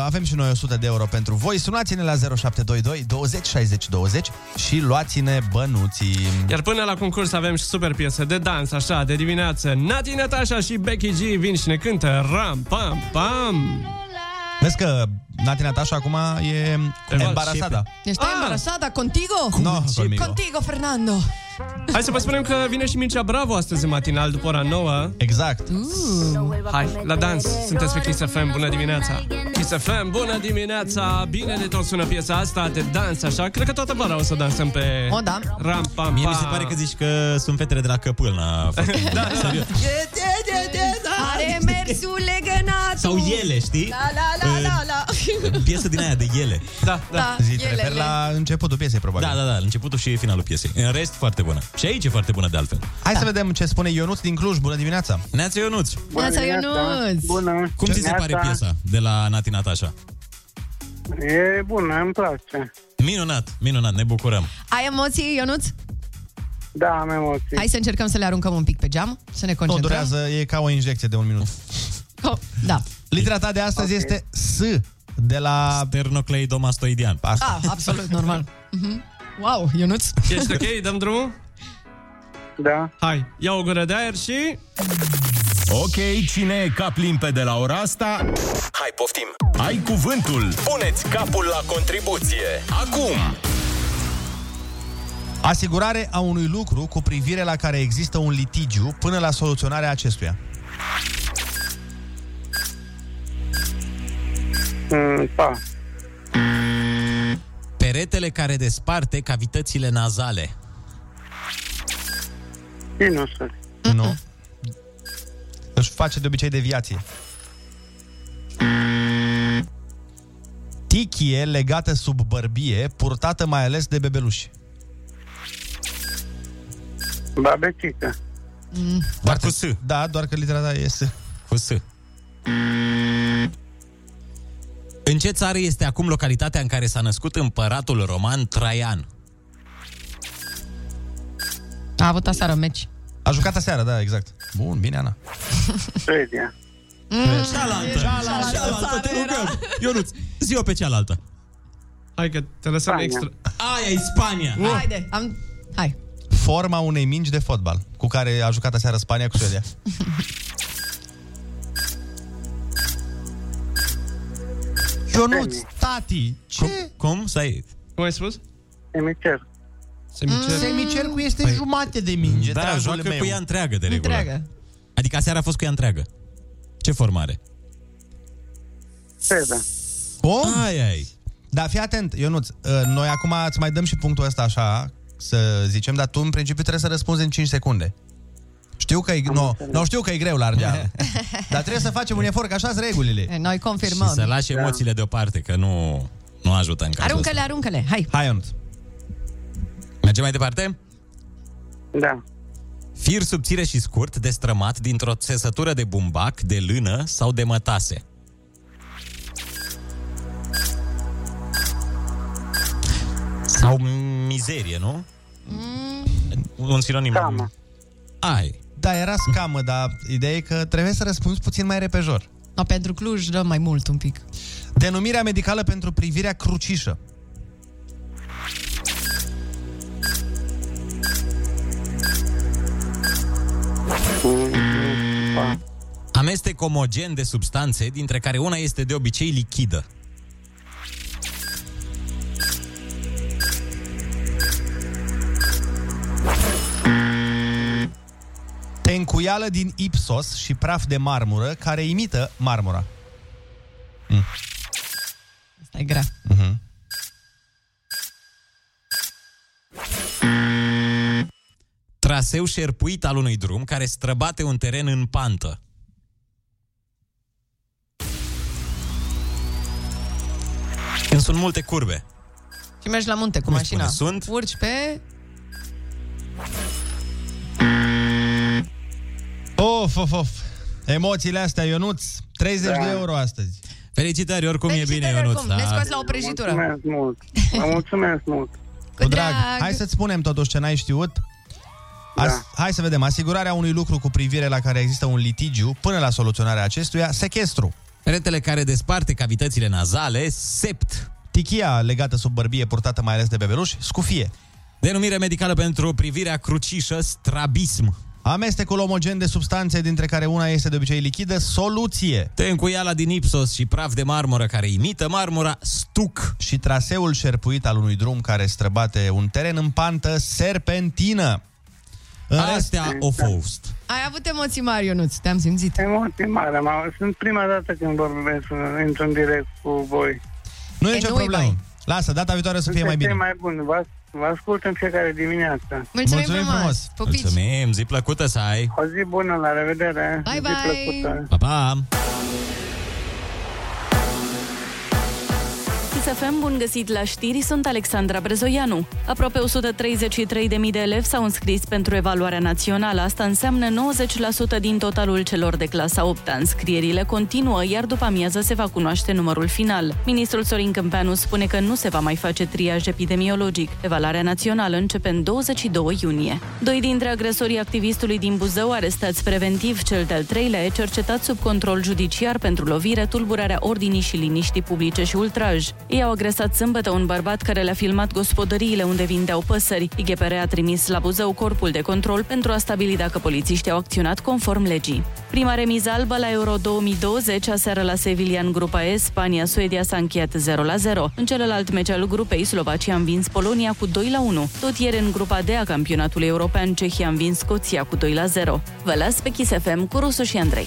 Speaker 6: Avem și noi 100 de euro pentru voi. Sunați-ne la 0722 20 60 20 și luați-ne bănuții.
Speaker 9: Iar până la concurs avem și super piese de dans, așa, de dimineață. Nati Natasha și Becky G vin și ne cântă Ram, pam, pam.
Speaker 6: Vezi că Nati Natasha acum e embarasada.
Speaker 8: Ești ah. embarasada contigo?
Speaker 6: No, conmigo.
Speaker 8: Contigo, Fernando.
Speaker 9: Hai să vă spunem că vine și Mircea Bravo astăzi în matinal, după ora 9.
Speaker 6: Exact.
Speaker 8: Mm.
Speaker 9: Hai, la dans. Sunteți pe Kiss FM, bună dimineața. Kiss FM, bună dimineața. Bine de tot sună piesa asta de dans, așa. Cred că toată vara o să dansăm pe...
Speaker 8: O, da.
Speaker 9: Ram, pam, pam.
Speaker 7: Mie mi se pare că zici că sunt fetele de la Căpâlna. da, serios.
Speaker 8: Are mersul legănat.
Speaker 7: Sau ele, știi?
Speaker 8: La, la, la, la, la.
Speaker 7: Piesă din aia de ele.
Speaker 9: Da,
Speaker 8: Da,
Speaker 6: Zi, te
Speaker 8: ele,
Speaker 6: referi
Speaker 8: ele.
Speaker 6: la începutul piesei, probabil.
Speaker 7: Da, da, da, începutul și finalul piesei. În rest, foarte bună. Și aici e foarte bună de altfel.
Speaker 6: Hai
Speaker 8: Da.
Speaker 6: să vedem ce spune Ionuț din Cluj. Bună dimineața!
Speaker 7: Neața Ionuț.
Speaker 8: Bună Neața, dimineața. Ionuț. Bună.
Speaker 7: Cum ți se
Speaker 8: Neața.
Speaker 7: pare piesa de la Nati Natasha?
Speaker 18: E bună, îmi place.
Speaker 7: Minunat, minunat, ne bucurăm.
Speaker 8: Ai emoții, Ionuț?
Speaker 18: Da, am emoții.
Speaker 8: Hai să încercăm să le aruncăm un pic pe geam, să ne
Speaker 6: Nu,
Speaker 8: concentrăm.
Speaker 6: durează, e ca o injecție de un
Speaker 8: (laughs)
Speaker 6: minut.
Speaker 8: Co- da.
Speaker 6: Litera ta de astăzi
Speaker 8: Ok.
Speaker 6: este S de la...
Speaker 7: Sternocleidomastoidian.
Speaker 8: Ah, absolut
Speaker 7: (laughs)
Speaker 8: normal. Mhm. Wow, Ionuț.
Speaker 9: Ești ok? Dăm drumul?
Speaker 18: Da.
Speaker 9: Hai, ia o gură de aer și...
Speaker 5: Ok, cine e cap limpede la ora asta?
Speaker 1: Hai, poftim!
Speaker 5: Ai cuvântul!
Speaker 1: Puneți capul la contribuție! Acum!
Speaker 6: Asigurare a unui lucru cu privire la care există un litigiu până la soluționarea acestuia.
Speaker 18: Mm, pa.
Speaker 7: Peretele care desparte cavitățile nazale.
Speaker 18: Sinusuri.
Speaker 6: Nu. Își face de obicei deviație. Tichie legată sub bărbie, purtată mai ales de bebeluși.
Speaker 18: Babecică.
Speaker 11: Mm,
Speaker 6: Doar cu S. Da, doar că litera ta e S.
Speaker 7: Cu S. În ce țară este acum localitatea în care s-a născut împăratul roman Traian?
Speaker 8: A avut aseară meci.
Speaker 6: A jucat aseară, da, exact. Bun, bine, Ana.
Speaker 18: Suedia.
Speaker 7: Cealaltă, cealaltă, cealaltă, te rugăm. Ionuț, zi-o pe cealaltă.
Speaker 9: Hai că te lăsăm extra.
Speaker 7: Aia e Spania.
Speaker 8: Haide, am... Hai.
Speaker 6: Forma unei mingi de fotbal, cu care a jucat aseară Spania cu Suedia. Ionuț, tati, ce?
Speaker 7: Cum? cum? Stai.
Speaker 9: Cum ai spus?
Speaker 18: Semicer.
Speaker 9: Semicer.
Speaker 8: Mm.
Speaker 6: Semicercul este păi, jumate de minge,
Speaker 7: Da,
Speaker 6: dragul
Speaker 7: joacă
Speaker 6: meu.
Speaker 7: cu ea întreagă de regulă.
Speaker 8: Întreagă.
Speaker 7: Adică aseară a fost cu ea întreagă. Ce formare?
Speaker 18: Seda.
Speaker 6: Cum?
Speaker 7: Ai, ai.
Speaker 6: Dar Da, fii atent, Ionuț, uh, noi acum îți mai dăm și punctul ăsta așa, să zicem, dar tu în principiu trebuie să răspunzi în 5 secunde. Știu că e, nu, nu, știu că e greu
Speaker 7: (laughs)
Speaker 6: la
Speaker 7: Da.
Speaker 6: Ardeal, dar trebuie să facem un efort, că așa sunt regulile.
Speaker 8: E, (laughs) Noi confirmăm.
Speaker 7: Și să lași emoțiile deoparte, că nu, nu ajută în cazul ăsta.
Speaker 8: Aruncă-le, aruncă-le. Hai.
Speaker 6: Hai, Ionuț.
Speaker 7: Mergem mai departe?
Speaker 18: Da.
Speaker 7: Fir subțire și scurt, destrămat dintr-o țesătură de bumbac, de lână sau de mătase. Sau mizerie, nu? Un sinonim. Scamă. Ai.
Speaker 6: Da, era scamă, dar ideea e că trebuie să răspunzi puțin mai repejor.
Speaker 8: No, pentru Cluj dă mai mult un pic.
Speaker 6: Denumirea medicală pentru privirea crucișă.
Speaker 7: Amestec omogen de substanțe, dintre care una este de obicei lichidă.
Speaker 6: Tencuială din ipsos și praf de marmură care imită marmura.
Speaker 8: Asta e grea.
Speaker 7: Traseu șerpuit al unui drum care străbate un teren în pantă. Când sunt multe curbe.
Speaker 8: Și mergi la munte cu
Speaker 7: Nu
Speaker 8: mașina.
Speaker 7: spune, sunt?
Speaker 8: Urci pe...
Speaker 6: Of, of, of. Emoțiile astea, Ionuț. 30
Speaker 7: Da.
Speaker 6: de euro astăzi. da.
Speaker 7: Felicitări, oricum
Speaker 8: Felicitări oricum, ne scoți la o prăjitură.
Speaker 18: Mulțumesc mult. Vă mulțumesc mult.
Speaker 6: Cu drag. Hai să-ți spunem totuși ce n-ai știut. As- Hai să vedem. Asigurarea unui lucru cu privire la care există un litigiu până la soluționarea acestuia, sechestru.
Speaker 7: Retele care desparte cavitățile nazale, sept.
Speaker 6: Tichia legată sub bărbie purtată mai ales de bebeluși, scufie.
Speaker 7: Denumire medicală pentru privirea crucișă, strabism.
Speaker 6: Amestecul omogen de substanțe, dintre care una este de obicei lichidă, soluție.
Speaker 7: Tencuiala din ipsos și praf de marmură care imită marmura, stuc.
Speaker 6: Și traseul șerpuit al unui drum care străbate un teren în pantă, serpentină. În
Speaker 7: Astea o fost.
Speaker 8: Ai avut emoții mari, Ionuț, te-am simțit.
Speaker 18: Emoții mari, mă. Sunt prima dată când vorbesc, intru în direct cu voi.
Speaker 6: Nu e nicio problemă. Lasă, data viitoare să fie mai bine.
Speaker 18: Sunteți cei mai buni. Vă, vă ascult în fiecare dimineață.
Speaker 7: Mulțumim, zi plăcută să ai.
Speaker 18: O zi bună, la revedere.
Speaker 8: Bye,
Speaker 18: Zi
Speaker 8: bye.
Speaker 18: plăcută.
Speaker 8: (laughs)
Speaker 7: Pa, pa!
Speaker 11: KSFM, bun găsit la știri, sunt Alexandra Brezoianu. Aproape 133.000 de elevi s-au înscris pentru evaluarea națională. Asta înseamnă 90% din totalul celor de clasa 8 Înscrierile continuă, iar după amiază se va cunoaște numărul final. Ministrul Sorin Câmpeanu spune că nu se va mai face triaj epidemiologic. Evaluarea națională începe în 22 iunie. Doi dintre agresorii activistului din Buzău arestați preventiv, cel de-al treilea e cercetat sub control judiciar pentru lovire, tulburarea ordinii și liniștii publice și ultraj. Ei au agresat sâmbătă un bărbat care le-a filmat gospodăriile unde vindeau păsări. IGPR a trimis la Buzău corpul de control pentru a stabili dacă polițiștii au acționat conform legii. Prima remiză albă la Euro 2020, aseară la Sevilla în grupa E, Spania-Suedia s-a încheiat 0 la 0. În celălalt meci al grupei, Slovacia a învins Polonia cu 2 la 1. Tot ieri în grupa D a campionatului european, Cehia a învins Scoția cu 2 la 0. Vă las pe Kiss FM cu Rusu și Andrei.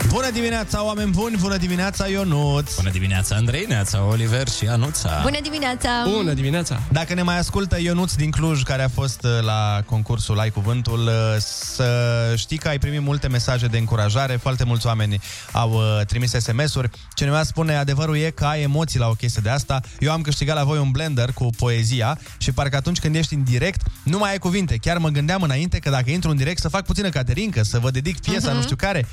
Speaker 6: Bună dimineața, oameni buni! Bună dimineața, Ionuț!
Speaker 7: Bună dimineața, Andrei, Neața, Oliver și
Speaker 6: Da.
Speaker 7: Anuța.
Speaker 19: Bună dimineața!
Speaker 6: dimineața! Dacă ne mai ascultă Ionuț din Cluj, care a fost uh, la concursul Ai Cuvântul, uh, să știi că ai primit multe mesaje de încurajare, foarte mulți oameni au uh, trimis SMS-uri. Cineva spune, adevărul e că ai emoții la o chestie de asta. Eu am câștigat la voi un blender cu poezia și parcă atunci când ești în direct, nu mai ai cuvinte. Chiar mă gândeam înainte că dacă intru în direct să fac puțină caterincă, să vă dedic piesa,
Speaker 19: Mhm.
Speaker 6: nu știu care.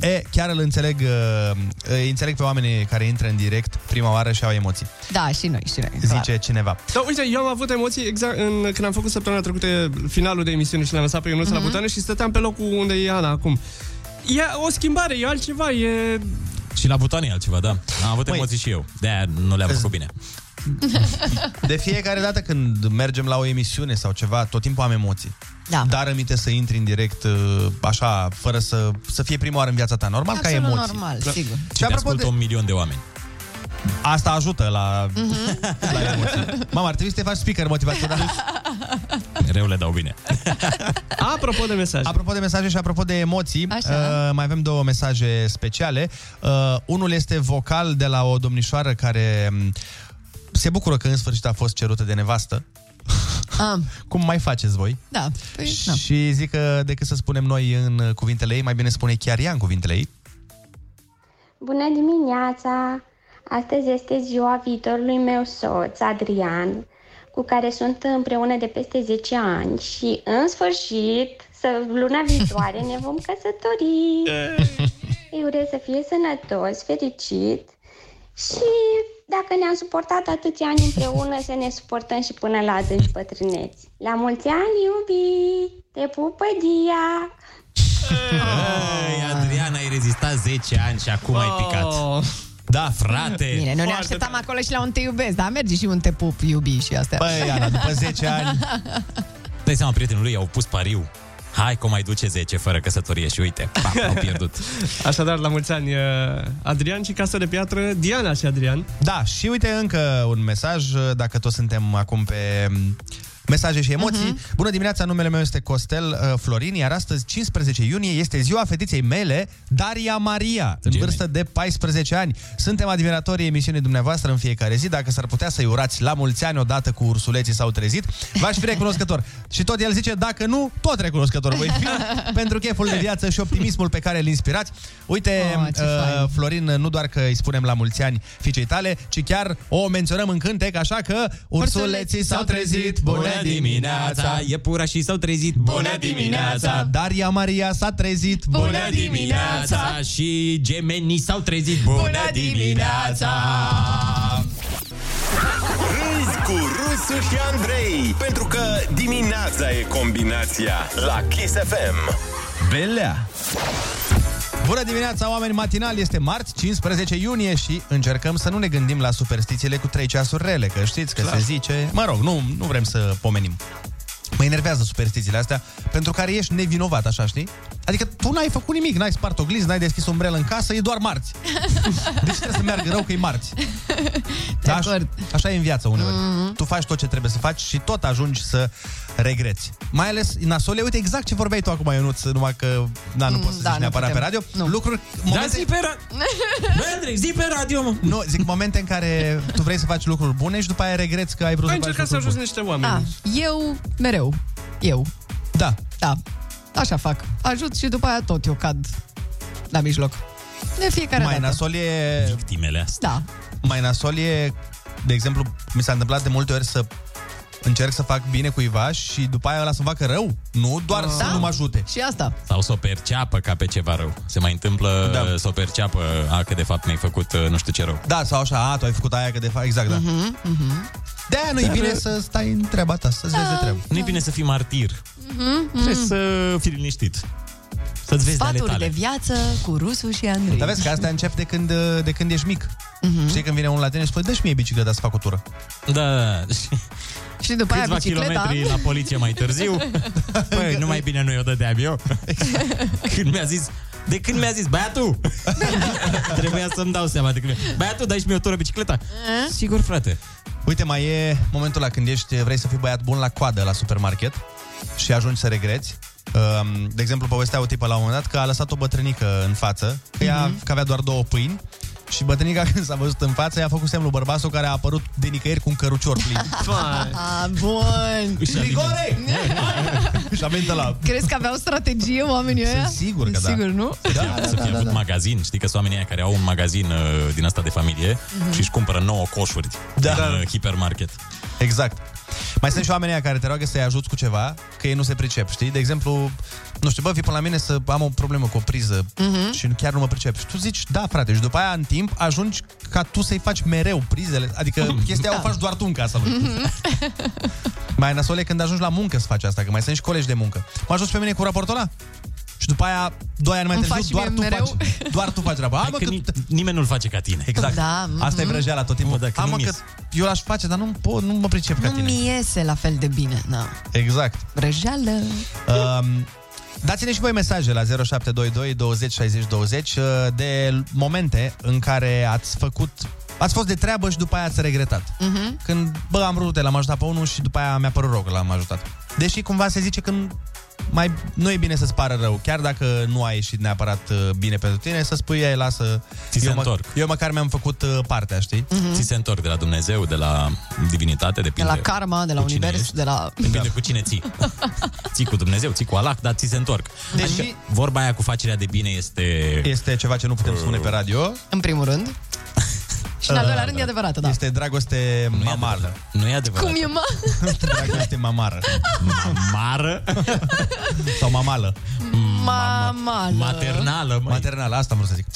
Speaker 6: E, chiar îl înțeleg, uh, îi înțeleg pe oamenii care intră în direct prima oară și au emoții.
Speaker 8: Da, și noi, și noi. clar.
Speaker 6: Zice cineva.
Speaker 9: Da, uite, eu am avut emoții exact în, când am făcut săptămâna trecută finalul de emisiune și l-am lăsat pe Ionuț mm-hmm. la butoane și stăteam pe locul unde e Ana acum. E o schimbare, e altceva,
Speaker 6: (laughs)
Speaker 9: e...
Speaker 7: Și la butoane e altceva, da. Am avut
Speaker 9: Măi.
Speaker 7: emoții și eu. De-aia nu le-am făcut bine.
Speaker 6: De fiecare dată când mergem la o emisiune sau ceva, tot timpul am emoții.
Speaker 8: Da.
Speaker 6: Dar aminte să intri în direct uh, așa, fără să, să fie prima oară în viața ta. Normal că ai
Speaker 8: Absolut
Speaker 6: emoții.
Speaker 8: normal,
Speaker 6: Da.
Speaker 8: sigur.
Speaker 6: Și apropo de...
Speaker 7: un milion de oameni.
Speaker 6: Asta ajută la...
Speaker 8: Mhm.
Speaker 6: (laughs) la emoții. Mamă, ar trebui să te faci speaker motivațional.
Speaker 7: Mereu le dau bine.
Speaker 9: Apropo de mesaje.
Speaker 6: Apropo de mesaje și apropo de emoții,
Speaker 9: Așa.
Speaker 6: uh, mai avem două mesaje speciale. Uh, unul este vocal de la o domnișoară care m, se bucură că în sfârșit a fost cerută de nevastă.
Speaker 8: (laughs) Am.
Speaker 6: Cum mai faceți voi?
Speaker 8: Da, păi, na.
Speaker 6: Și zic că decât să spunem noi în uh, cuvintele ei, mai bine spune chiar ea în cuvintele ei.
Speaker 19: Bună dimineața! Astăzi este ziua viitorului meu soț, Adrian, cu care sunt împreună de peste 10 ani și, în sfârșit, să luna viitoare ne vom căsători. Îi urez să fie sănătos, fericit și, dacă ne-am suportat atâția ani împreună, să ne suportăm și până la adânci bătrâneți. La mulți ani, iubi! Te pupă, Dia!
Speaker 7: Ei, Adrian, ai rezistat 10 ani și acum ai picat. Da, frate.
Speaker 8: Bine, noi ne așteptam acolo și la un te iubesc, dar mergi și un te pup, iubi și astea.
Speaker 7: Băi, Ana, după
Speaker 8: (laughs)
Speaker 7: 10 ani. Dai seama, prietenul lui i-au pus pariu. Hai că o mai duce 10 fără căsătorie și uite, pam, au pierdut.
Speaker 9: Așadar, la mulți ani, uh, Adrian și Casa de Piatră, Diana și Adrian.
Speaker 6: Da, și uite încă un mesaj, dacă toți suntem acum pe m, mesaje și emoții. Uh-huh.
Speaker 9: Mhm.
Speaker 6: Bună dimineața, numele meu este Costel uh, Florin, iar astăzi, 15 iunie, este ziua fetiței mele, Daria Maria, în vârstă de 14 ani. Suntem admiratorii emisiunii dumneavoastră în fiecare zi. Dacă s-ar putea să-i urați la mulți ani odată cu ursuleții s-au trezit, v-aș fi
Speaker 9: (laughs)
Speaker 6: recunoscător. și tot el zice, dacă nu, tot recunoscător voi fi pentru cheful de viață și optimismul pe care îl inspirați. Uite,
Speaker 8: Oh,
Speaker 6: oh,
Speaker 8: ce fain.
Speaker 6: uh, Florin, nu doar că îi spunem la mulți ani fiicei tale, ci chiar o menționăm în cântec, așa că ursuleții s-au trezit, bună dimineața!
Speaker 7: Iepura și s-au trezit, Da. bună dimineața!
Speaker 6: Daria Maria s-a trezit,
Speaker 7: Bună dimineața! Și gemenii s-au trezit, bună dimineața!
Speaker 5: Râzi cu Rusu și Andrei Pentru că dimineața e combinația La Kiss FM
Speaker 6: Belea! Bună dimineața, oameni matinali! Este marți, 15 iunie și încercăm să nu ne gândim la superstițiile cu trei ceasuri rele, că știți că
Speaker 9: Clar.
Speaker 6: se zice... Mă rog, nu, nu vrem să pomenim. Mă enervează superstițiile astea pentru care ești nevinovat, așa, știi? Adică tu n-ai făcut nimic, n-ai spart o gliz, n-ai deschis umbrelă în casă, e doar marți. Deci trebuie să meargă rău că e
Speaker 8: (laughs)
Speaker 6: marți. Da, așa, așa e în viață uneori.
Speaker 8: Mhm.
Speaker 6: Mm-hmm. Tu faci tot ce trebuie să faci și tot ajungi să regreți. Mai ales nasole, uite exact ce vorbeai tu acum, Ionuț, numai că na, nu
Speaker 8: Mm,
Speaker 6: poți să
Speaker 8: da,
Speaker 6: zici
Speaker 8: nu
Speaker 6: neapărat pe
Speaker 8: putem.
Speaker 6: radio.
Speaker 8: Nu.
Speaker 6: Lucruri,
Speaker 8: zi
Speaker 7: Da, pe radio.
Speaker 8: (laughs)
Speaker 7: Bă, Andrei, zi pe radio, mă.
Speaker 6: Nu, zic momente în care tu vrei să faci lucruri bune și după aia regreți că ai vrut
Speaker 9: Ai
Speaker 6: să faci
Speaker 9: încercat să
Speaker 6: lucruri
Speaker 9: ajuți
Speaker 6: bune.
Speaker 9: niște oameni.
Speaker 8: Da, eu mereu. Eu.
Speaker 6: Da.
Speaker 8: Da. Așa fac. Ajut și după aia tot eu cad la mijloc. De fiecare
Speaker 6: Mai
Speaker 8: dată.
Speaker 6: nasol e...
Speaker 7: Victimele
Speaker 8: Da.
Speaker 6: Mai nasol e, de exemplu, mi s-a întâmplat de multe ori să încerc să fac bine cuiva și după aia ăla să-mi facă rău. Nu doar da? să nu mă ajute.
Speaker 8: Ah. Și asta.
Speaker 7: Sau să o perceapă ca pe ceva rău. Se mai întâmplă da. să o perceapă, a, că de fapt mi-ai făcut uh, nu știu ce rău.
Speaker 6: Da, sau așa, a, tu ai făcut aia că de fapt, exact, da.
Speaker 8: Mm-hmm, mm-hmm.
Speaker 6: De-aia nu-i
Speaker 7: Dar-
Speaker 6: bine să stai în treaba ta, să-ți
Speaker 8: Da.
Speaker 6: vezi de treabă.
Speaker 7: Nu-i bine să fii martir.
Speaker 6: mhm.
Speaker 8: Mm-hmm.
Speaker 7: Trebuie să fii liniștit. Să-ți vezi de ale
Speaker 8: Sfaturi de
Speaker 7: tale.
Speaker 8: viață cu Rusu și Andrei.
Speaker 6: Dar vezi că astea încep de când, de când ești mic.
Speaker 8: Mhm.
Speaker 6: Mm-hmm. Știi când vine unul la tine și spune, dă și mie bicicleta să fac o tură.
Speaker 7: Da. (laughs)
Speaker 8: Și după aia
Speaker 7: Câțiva
Speaker 8: bicicleta.
Speaker 7: kilometri la poliție mai
Speaker 8: (laughs)
Speaker 7: târziu. Păi, nu mai bine nu i-o dădeam eu.
Speaker 8: Exact.
Speaker 7: Când mi-a zis, de când mi-a zis,
Speaker 8: (laughs)
Speaker 7: băiatul? Trebuia să-mi dau seama de când mi-a Băiatul, dai și mie o tură bicicleta. Sigur, frate.
Speaker 6: Uite, mai e momentul la când ești, vrei să fii băiat bun la coadă la supermarket și ajungi să regreți. Um, De exemplu, povestea o tipă la un moment dat că a lăsat o bătrânică în față, că, ea, că avea doar două pâini și bătrânica (laughs) când s-a văzut în față, i-a făcut semnul bărbatul care a apărut de nicăieri cu un cărucior plin.
Speaker 8: Ah, (laughs) bun.
Speaker 6: Își aminte. Grigore! și a venit la...
Speaker 8: Crezi că aveau strategie oamenii ăia?
Speaker 6: sigur că da.
Speaker 8: Sigur, nu?
Speaker 7: Da, să fie avut magazin. Știi că sunt oamenii aia care au un magazin uh, din asta de familie
Speaker 8: Mhm.
Speaker 7: și își cumpără 9 coșuri da. din uh, hipermarket.
Speaker 6: Exact. Mai sunt și oamenii aia care te roagă să-i ajuți cu ceva, că ei nu se pricep, știi? De exemplu, nu știu, bă, vii până la mine să am o problemă cu o priză
Speaker 8: Mhm.
Speaker 6: uh-huh. și chiar nu mă pricep. Și tu zici, da, frate, și după aia, în timp, ajungi ca tu să-i faci mereu prizele. Adică chestia
Speaker 8: Da.
Speaker 6: o faci doar tu în casa lui.
Speaker 15: Mhm.
Speaker 6: Mai nasol e când ajungi la muncă să faci asta, că mai sunt și colegi de muncă. M-a ajuns pe mine cu raportul ăla? Și după aia, doi ani mai
Speaker 8: Îmi
Speaker 6: târziu,
Speaker 8: faci
Speaker 6: doar
Speaker 8: mie
Speaker 6: tu,
Speaker 8: mereu?
Speaker 6: faci, doar tu faci treaba. Hai, mă,
Speaker 7: că
Speaker 6: că
Speaker 7: ni- nimeni nu-l face ca tine.
Speaker 6: Exact.
Speaker 8: Da, mhm.
Speaker 6: Asta e vrăjeala tot timpul.
Speaker 7: Mă, dacă
Speaker 6: Hai,
Speaker 7: nu
Speaker 6: mă,
Speaker 7: mi
Speaker 6: că
Speaker 7: ies.
Speaker 6: eu l-aș face, dar nu, pot, nu mă pricep ca
Speaker 8: Nu
Speaker 6: tine.
Speaker 8: mi iese la fel de bine, na.
Speaker 6: Exact.
Speaker 8: Vrăjeală.
Speaker 6: Um, Dați-ne și voi mesaje la 0722 20 60 20 uh, de momente în care ați făcut Ați fost de treabă și după aia ați regretat.
Speaker 8: Mhm.
Speaker 6: Când, bă, am vrut, l-am ajutat pe unul și după aia mi-a părut rău că l-am ajutat. Deși cumva se zice că nu- mai, nu e bine să-ți pară rău. Chiar dacă nu a ieșit neapărat uh, bine pentru tine, să spui, ei, lasă...
Speaker 7: Ți se
Speaker 6: eu,
Speaker 7: întorc."
Speaker 6: eu măcar mi-am făcut uh, partea, știi?
Speaker 8: Mm,
Speaker 7: Mhm. Ți se întorc de la Dumnezeu, de la
Speaker 8: De
Speaker 7: divinitate, depinde.
Speaker 8: la Da. karma, de la
Speaker 7: cu cine
Speaker 8: univers,
Speaker 7: ești.
Speaker 8: de la...
Speaker 7: Depinde cu cine
Speaker 8: (laughs)
Speaker 7: ții. ții cu Dumnezeu, ții cu Allah, dar ți se întorc. Deci adică vorba aia cu facerea de bine este... Uh.
Speaker 6: Este ceva ce nu putem spune pe radio.
Speaker 8: În primul rând. Și în al doilea rând e adevărată, da.
Speaker 6: Este dragoste mamară.
Speaker 7: Nu e adevărat.
Speaker 8: Cum e, mă?
Speaker 6: Dragoste mamară.
Speaker 8: (laughs)
Speaker 7: Mamară?
Speaker 6: (laughs) Sau mamală.
Speaker 8: Mama.
Speaker 6: Maternală, măi. Maternală, asta am vrut să zic.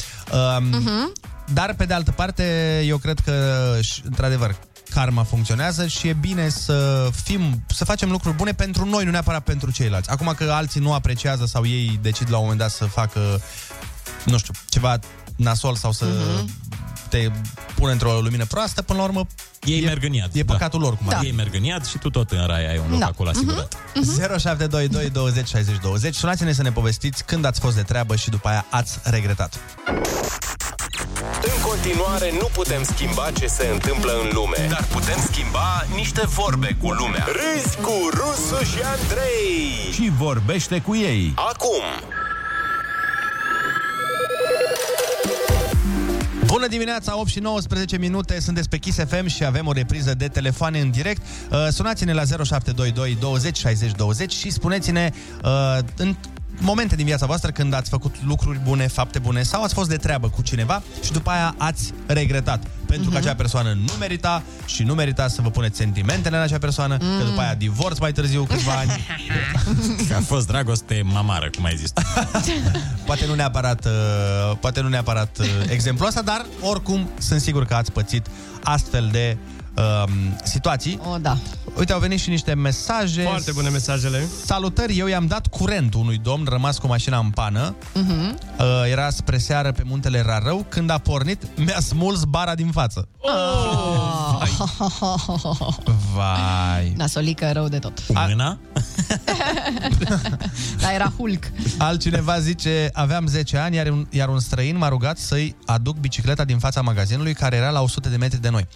Speaker 6: Um,
Speaker 8: Mhm.
Speaker 6: Dar, pe de altă parte, eu cred că, și- într-adevăr, karma funcționează și e bine să fim, să facem lucruri bune pentru noi, nu neapărat pentru ceilalți. Acum că alții nu apreciază sau ei decid la un moment dat să facă, nu știu, ceva nasol sau să te pune într-o lumină proastă, până la urmă
Speaker 7: Ei merg în iad.
Speaker 6: e păcatul adică- lor, cum ar
Speaker 7: da.
Speaker 6: fi.
Speaker 7: Ei merg în iad și tu tot în rai ai
Speaker 8: Da.
Speaker 7: un loc
Speaker 8: Mhm.
Speaker 7: acolo asigurat.
Speaker 6: 0722 20 60 20 Sunați-ne să ne povestiți când ați fost de treabă și după aia ați regretat.
Speaker 5: În continuare nu putem schimba ce se întâmplă în lume, dar putem schimba niște vorbe cu lumea.
Speaker 1: Râzi cu Rusu și Andrei.
Speaker 5: Și vorbește cu ei.
Speaker 1: Acum.
Speaker 6: Bună dimineața, 8 și 19 minute, sunteți pe Kiss FM și avem o repriză de telefoane în direct. Uh, Sunați-ne la 0722 20 60 20 și spuneți-ne uh, în momente din viața voastră când ați făcut lucruri bune, fapte bune sau ați fost de treabă cu cineva și după aia ați regretat. Pentru că
Speaker 7: Mhm.
Speaker 6: acea persoană nu merita și nu merita să vă puneți sentimentele în acea persoană, mm. că după aia divorț mai târziu
Speaker 7: (laughs)
Speaker 6: câțiva ani.
Speaker 7: Că a fost dragoste mamară, cum ai zis. tu.
Speaker 6: Poate nu neapărat, uh, poate nu neapărat
Speaker 9: (laughs)
Speaker 6: uh, exemplul ăsta, dar oricum sunt sigur că ați pățit astfel de um, situații.
Speaker 8: O, da.
Speaker 6: Uite, au venit și niște mesaje.
Speaker 9: Foarte bune mesajele.
Speaker 6: Salutări, eu i-am dat curent unui domn rămas cu mașina în pană.
Speaker 8: Mhm.
Speaker 6: Uh, era spre seară pe muntele Rarău. Când a pornit, mi-a smuls bara din față.
Speaker 8: Oh.
Speaker 6: Vai!
Speaker 8: (laughs) Nasolică rău de
Speaker 6: (laughs)
Speaker 8: tot.
Speaker 7: Cu mâna?
Speaker 8: Dar era Hulk.
Speaker 6: Altcineva zice, aveam 10 ani, iar un, iar un străin m-a rugat să-i aduc bicicleta din fața magazinului, care era la 100 de metri de noi.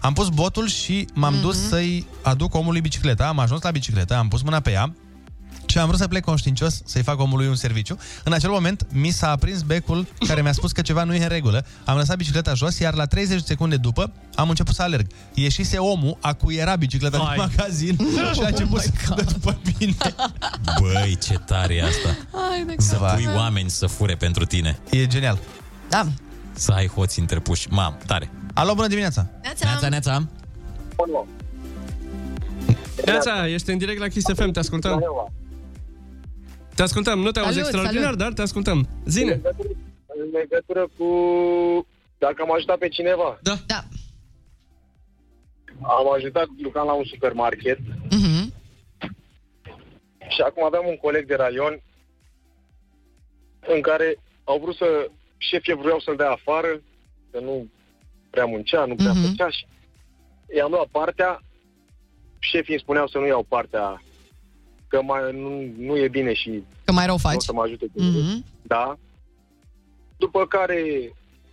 Speaker 6: Am pus botul și
Speaker 8: Mhm.
Speaker 6: m-am mm-hmm. dus să-i aduc omului bicicleta, am ajuns la bicicletă, am pus mâna pe ea și am vrut să plec conștiincios să-i fac omului un serviciu. În acel moment mi s-a aprins becul care mi-a spus că ceva nu e în regulă. Am lăsat bicicleta jos, iar la 30 de secunde după am început să alerg. Ieșise omul, acuiera bicicleta
Speaker 7: Ai.
Speaker 6: din magazin și a început să (laughs) cadă după mine.
Speaker 7: Băi, ce tare e asta.
Speaker 8: Ai, de
Speaker 7: Să
Speaker 8: capul
Speaker 7: pui
Speaker 8: meu.
Speaker 7: oameni să fure pentru tine.
Speaker 6: E genial.
Speaker 8: Da.
Speaker 7: Să ai hoți întrepuși. Mam, tare.
Speaker 6: Alo, bună dimineața!
Speaker 8: Neața, neața.
Speaker 7: neața.
Speaker 9: Neața, ești în direct la Kiss FM, te ascultăm. Te ascultăm, nu te auzi
Speaker 20: Salut,
Speaker 9: extraordinar,
Speaker 20: salut.
Speaker 9: dar te ascultăm. Zine!
Speaker 20: În legătură cu... Dacă am ajutat pe cineva.
Speaker 9: Da.
Speaker 8: da.
Speaker 20: Am ajutat, lucram la un supermarket.
Speaker 8: Mhm.
Speaker 20: Și acum aveam un coleg de raion în care au vrut să... Șefii vreau să-l dea afară, că nu prea muncea, nu prea
Speaker 21: Mhm.
Speaker 20: mm-hmm. făcea și... I-am luat partea, șefii îmi spuneau să nu iau partea, că mai, nu, nu e bine și
Speaker 8: Că mai rău
Speaker 20: nu o
Speaker 8: faci.
Speaker 20: să mă ajute cu
Speaker 8: Mhm.
Speaker 20: Da. După care,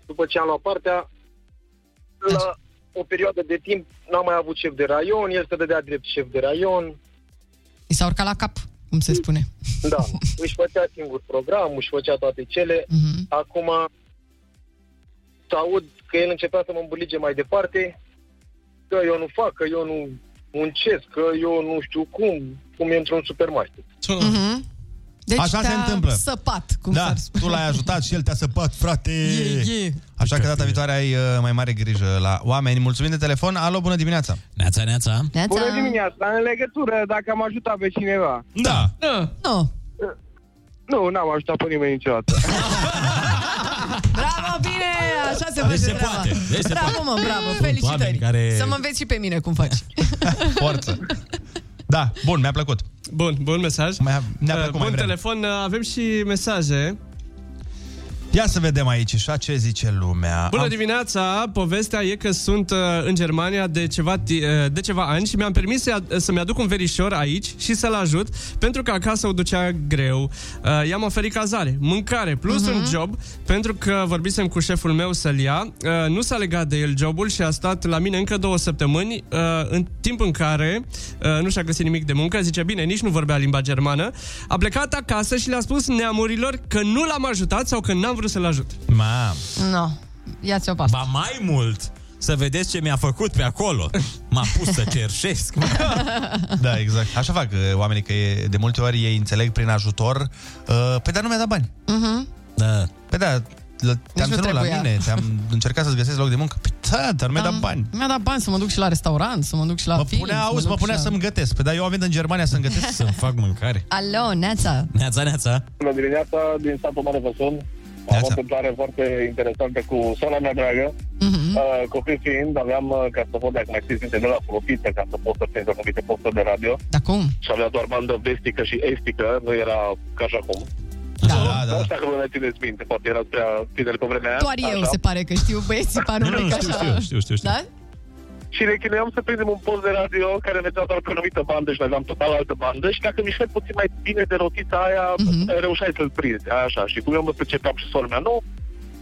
Speaker 20: după ce am luat partea, la o perioadă de timp n-am mai avut șef de raion, el se dădea drept șef de raion,
Speaker 8: I s-a urcat la cap, cum se spune.
Speaker 20: da, își făcea singur program, își făcea toate cele.
Speaker 8: Mhm.
Speaker 20: Acum să aud că el începea să mă îmbulige mai departe, că eu nu fac, că eu nu muncesc, că eu nu știu cum, cum intru în supermarket.
Speaker 8: Mhm. Deci
Speaker 6: Așa se
Speaker 8: te-a
Speaker 6: întâmplă.
Speaker 8: săpat, cum
Speaker 6: da,
Speaker 8: s-ar spune.
Speaker 6: tu l-ai ajutat și el te-a săpat, frate.
Speaker 8: E, e.
Speaker 6: Așa că
Speaker 7: Exact.
Speaker 6: data viitoare ai uh, mai mare grijă la oameni. Mulțumim de telefon. Alo, bună dimineața.
Speaker 7: Neața, neața.
Speaker 21: Bună dimineața, în legătură dacă am ajutat pe cineva.
Speaker 7: Da.
Speaker 8: Nu.
Speaker 21: Nu, n-am ajutat pe nimeni niciodată.
Speaker 8: Bravo, bine! Așa se
Speaker 21: Deci
Speaker 8: face
Speaker 21: se
Speaker 8: treaba.
Speaker 21: poate, deci se
Speaker 8: bravo,
Speaker 21: poate.
Speaker 8: mă, bravo,
Speaker 6: Sunt
Speaker 8: felicitări.
Speaker 6: oameni care-
Speaker 8: Să mă înveți și pe mine cum faci.
Speaker 6: Forță. Da, bun, mi-a plăcut.
Speaker 9: Bun, bun mesaj. Uh,
Speaker 6: Mai, ne-a plăcut
Speaker 9: Bun
Speaker 6: mai vreme.
Speaker 9: telefon, uh, avem și mesaje.
Speaker 6: Ia să vedem aici, așa ce zice lumea.
Speaker 9: Bună
Speaker 6: Am-
Speaker 9: dimineața! Povestea e că sunt uh, în Germania de ceva, ti- uh, de ceva ani și mi-am permis să- să-mi aduc un verișor aici și să-l ajut, pentru că acasă o ducea greu. Uh, I-am oferit cazare, mâncare, plus un job, pentru că vorbisem cu șeful meu să-l ia. Uh, Nu s-a legat de el jobul și a stat la mine încă două săptămâni, uh, în timp în care uh, nu și-a găsit nimic de muncă. Zice, bine, nici nu vorbea limba germană. A plecat acasă și le-a spus neamurilor că nu l-am ajutat sau că n-am vrut să-l ajut.
Speaker 6: Mam.
Speaker 8: (laughs) No, ia-ți-o pe asta.
Speaker 7: Ba mai mult! Să vedeți ce mi-a făcut pe acolo. M-a pus să cerșesc.
Speaker 6: Da, exact. Așa fac uh, oamenii, că e, de multe ori ei înțeleg prin ajutor. Uh, păi dar nu mi-a dat bani.
Speaker 8: Mhm.
Speaker 6: Da. Păi da, l- te-am
Speaker 8: nu
Speaker 6: ținut la
Speaker 8: trebuia.
Speaker 6: mine,
Speaker 8: (laughs)
Speaker 6: te-am încercat să-ți găsesc loc de muncă. Păi da, dar nu mi-a dat bani.
Speaker 8: Mi-a dat bani să mă duc și la restaurant, să mă duc și la
Speaker 6: Mă
Speaker 8: film.
Speaker 6: punea,
Speaker 8: să
Speaker 6: auzi, mă
Speaker 8: duc
Speaker 6: punea
Speaker 8: și la-
Speaker 6: să-mi gătesc. Păi da, eu am venit în Germania să-mi gătesc. să-mi fac mâncare.
Speaker 8: Alo, Neața.
Speaker 7: Neața, neața.
Speaker 15: Bună dimineața, din satul Mare Văsun. Am o întâmplare foarte interesantă cu sora mea dragă.
Speaker 8: Mhm.
Speaker 15: Uh, Copil fiind, aveam, uh, ca să pot, dacă mai știți, minte, de la folopită, ca să pot să prind anumite posturi de radio.
Speaker 8: Da, cum?
Speaker 15: Și avea doar bandă vestică și estică, nu era ca și acum.
Speaker 8: Da,
Speaker 15: da, da. Așa că vă mai țineți minte, poate erați prea tineri pe vremea aia.
Speaker 8: Doar eu
Speaker 15: Așa.
Speaker 8: se pare că știu băieții parului că așa.
Speaker 15: știu,
Speaker 8: Da?
Speaker 15: Și ne chinuiam să prindem un post de radio care mergea doar pe o anumită bandă și noi aveam total altă bandă și dacă mișcai puțin mai bine de rotița aia,
Speaker 8: Mhm.
Speaker 15: uh-huh. reușeai să-l prinzi, așa. Și cum eu mă pricepeam și sora mea nu,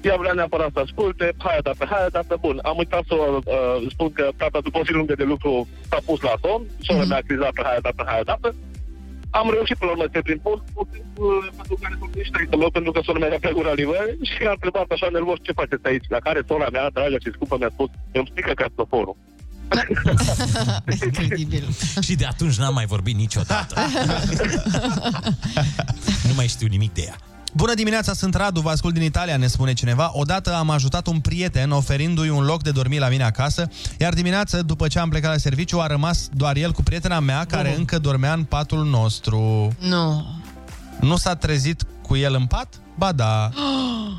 Speaker 15: ea vrea neapărat să asculte, haia dată, haia dată, bun. Am uitat să uh, spun că tata după o zi lungă de lucru s-a pus la somn,
Speaker 8: Mhm.
Speaker 15: sora mea a crizat pe haia dată, haia dată. Am reușit până la urmă să te prin post, cu timpul uh, pentru care s-a prins taică meu, pentru că sora mea era pe gura lui meu, (laughs) și a întrebat așa nervos ce faceți aici, la care sora mea, dragă și scumpă, mi-a spus, îmi strică castoforul.
Speaker 8: Incredibil.
Speaker 7: și de atunci n-am mai vorbit niciodată. nu mai știu nimic de ea.
Speaker 6: Bună dimineața, sunt Radu, vă ascult din Italia, ne spune cineva. Odată am ajutat un prieten oferindu-i un loc de dormit la mine acasă, iar dimineață, după ce am plecat la serviciu, a rămas doar el cu prietena mea, care încă dormea în patul nostru.
Speaker 8: Nu. (gasps)
Speaker 6: Nu s-a trezit cu el în pat? Ba da,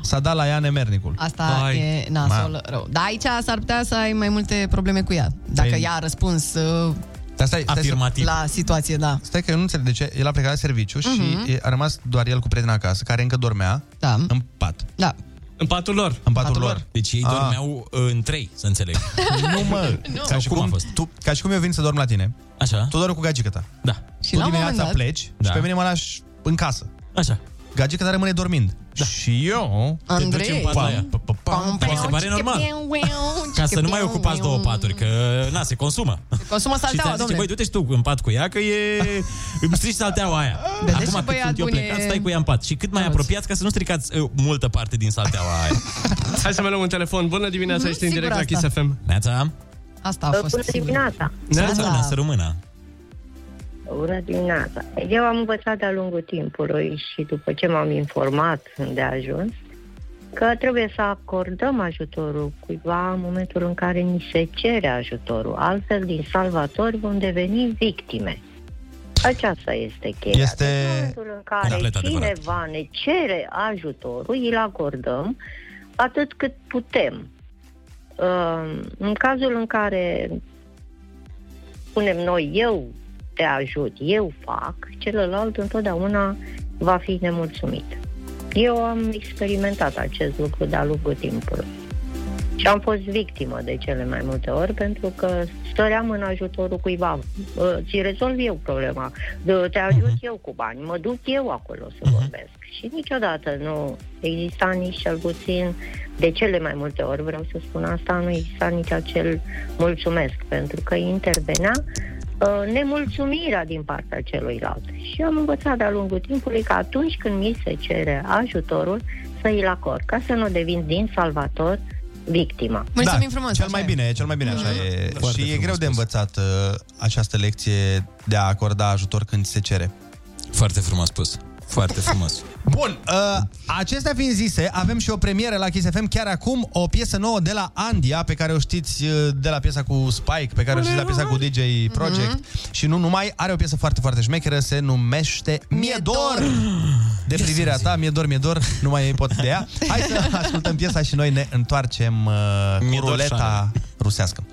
Speaker 6: s-a dat la ea nemernicul.
Speaker 8: Asta e nasol rău. Dar aici s-ar putea să ai mai multe probleme cu ea. Dacă
Speaker 6: Păi-
Speaker 8: ea a răspuns uh,
Speaker 6: Dar stai, stai
Speaker 8: Afirmativ. la situație, da.
Speaker 6: Stai că eu nu înțeleg de ce. El a plecat la serviciu
Speaker 8: Mhm.
Speaker 6: și e- a rămas doar el cu prietena acasă, care încă dormea
Speaker 8: da.
Speaker 6: în pat.
Speaker 8: Da.
Speaker 9: În patul lor.
Speaker 6: În patul, lor.
Speaker 7: Deci ei
Speaker 6: Ah.
Speaker 7: dormeau uh, în trei, să înțeleg.
Speaker 6: (laughs) Nu, mă.
Speaker 7: Nu.
Speaker 6: Ca, și
Speaker 7: Cum a
Speaker 6: cum,
Speaker 7: fost?
Speaker 6: tu, ca și cum eu vin să dorm la tine.
Speaker 7: Așa.
Speaker 6: Tu dormi cu gagica ta.
Speaker 7: Da.
Speaker 6: Și
Speaker 7: Și
Speaker 6: tu
Speaker 7: la un
Speaker 6: dimineața
Speaker 7: moment dat-
Speaker 6: pleci
Speaker 7: Da.
Speaker 6: și pe mine mă lași în casă.
Speaker 7: Așa.
Speaker 6: Gagica ta rămâne dormind. Da. Și eu...
Speaker 7: Andrei. Te duci în patul aia. Mi se pare normal. Ca să nu mai ocupați două paturi, că na, se consumă.
Speaker 8: Se consumă
Speaker 7: și
Speaker 8: salteaua,
Speaker 7: ți-ar zice,
Speaker 8: domnule.
Speaker 7: băi, du-te și tu în pat cu ea, că e... îmi strici salteaua aia.
Speaker 8: Vedeți
Speaker 7: Acum
Speaker 8: și
Speaker 7: cât
Speaker 8: băiatul
Speaker 7: sunt eu
Speaker 8: e-
Speaker 7: plecat, stai cu ea în pat. Și cât mai apropiați ca să nu stricați uh, multă parte din salteaua aia.
Speaker 9: Hai să mai luăm un telefon. Bună dimineața,
Speaker 8: Mhm,
Speaker 9: ești în
Speaker 8: sigur
Speaker 9: direct la
Speaker 8: asta.
Speaker 9: Kiss FM.
Speaker 7: Neața.
Speaker 8: Asta a fost.
Speaker 22: Bună dimineața!
Speaker 7: Neața. Să rămână.
Speaker 22: Bună dimineața! Eu am învățat de-a lungul timpului și după ce m-am informat de ajuns, că trebuie să acordăm ajutorul cuiva în momentul în care ni se cere ajutorul. Altfel, din salvatori vom deveni victime. Aceasta este cheia.
Speaker 6: Este-
Speaker 22: Deci, în momentul în care
Speaker 6: Complet adevărat.
Speaker 22: cineva ne cere ajutorul, îl acordăm atât cât putem. Uh, În cazul în care spunem noi, eu te ajut, eu fac, celălalt întotdeauna va fi nemulțumit. Eu am experimentat acest lucru de-a lungul timpului. Și am fost victimă de cele mai multe ori pentru că stăream în ajutorul cuiva. Uh, Ți rezolv eu problema, Uh, te ajut eu cu bani, mă duc eu acolo să vorbesc. Și niciodată nu exista nici cel puțin, de cele mai multe ori vreau să spun asta, nu exista nici acel mulțumesc, pentru că intervenea uh, nemulțumirea din partea celuilalt. Și am învățat de-a lungul timpului că atunci când mi se cere ajutorul, să îl acord, ca să nu devin din salvator victima.
Speaker 6: da, Cel mai bine, e, cel mai bine
Speaker 7: Mhm.
Speaker 6: așa e. și e greu de învățat uh, această lecție de a acorda ajutor când ți se cere.
Speaker 7: Foarte frumos spus. Foarte frumos.
Speaker 6: Bun, uh, acestea fiind zise, avem și o premieră la Kiss FM chiar acum, o piesă nouă de la Andia, pe care o știți uh, de la piesa cu Spike, pe care o știți de la piesa cu DJ Project și nu numai, are o piesă foarte, foarte șmecheră, se numește Mie dor! De privirea ta, mie dor, mie dor, nu mai pot de (laughs) ea. Hai să ascultăm piesa și noi ne întoarcem uh,
Speaker 7: Mie
Speaker 6: cu
Speaker 7: dor,
Speaker 6: ruleta
Speaker 7: Șane.
Speaker 6: rusească.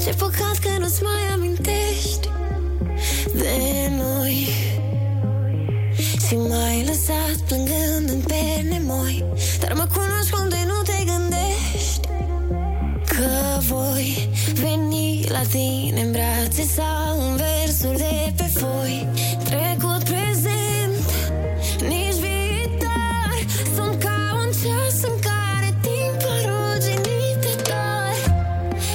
Speaker 23: Ce păcat că nu-ți mai amintești de noi Și m-ai lăsat plângând în perne moi Dar mă cunoști cum de nu te gândești Că voi veni la tine în brațe Sau în versuri de pe foi Trecut, prezent, nici viitor Sunt ca un ceas în care timpul ruginite doar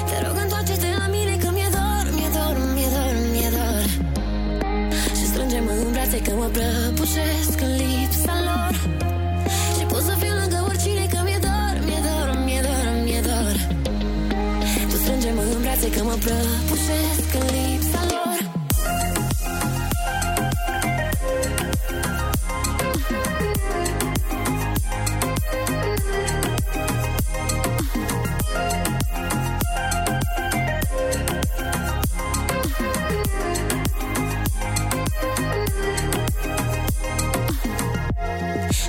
Speaker 23: te rog, întoarce-te la mine că mi-e dor, mi-e dor, mi-e dor, mi-e dor Și strângem în brațe că mă prăbușesc în lipsa lor Și pot să fiu lângă oricine că mi-e dor, mi-e dor, mi-e dor, mi-e dor Tu strângem în brațe că mă prăbușesc în lipsa lor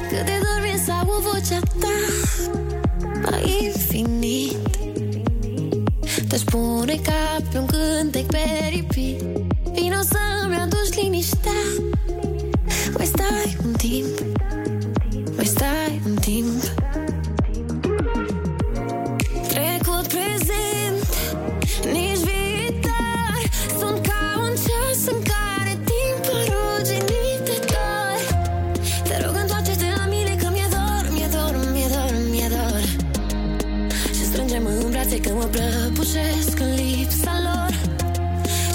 Speaker 23: Cât de dor mi-e să aud vocea ta La infinit Te-aș pune ca pe un cântec pe repeat Vino să-mi aduci liniștea Mai stai un timp Mai stai un timp Trecut, prezent Nici viitor Sunt ca un ceas în care Timpul ruginite doar te rog, întoarce-te la mine că mi-e dor, mi-e dor, mi-e dor, mi-e dor Și strângem în brațe că mă prăbușesc în lipsa lor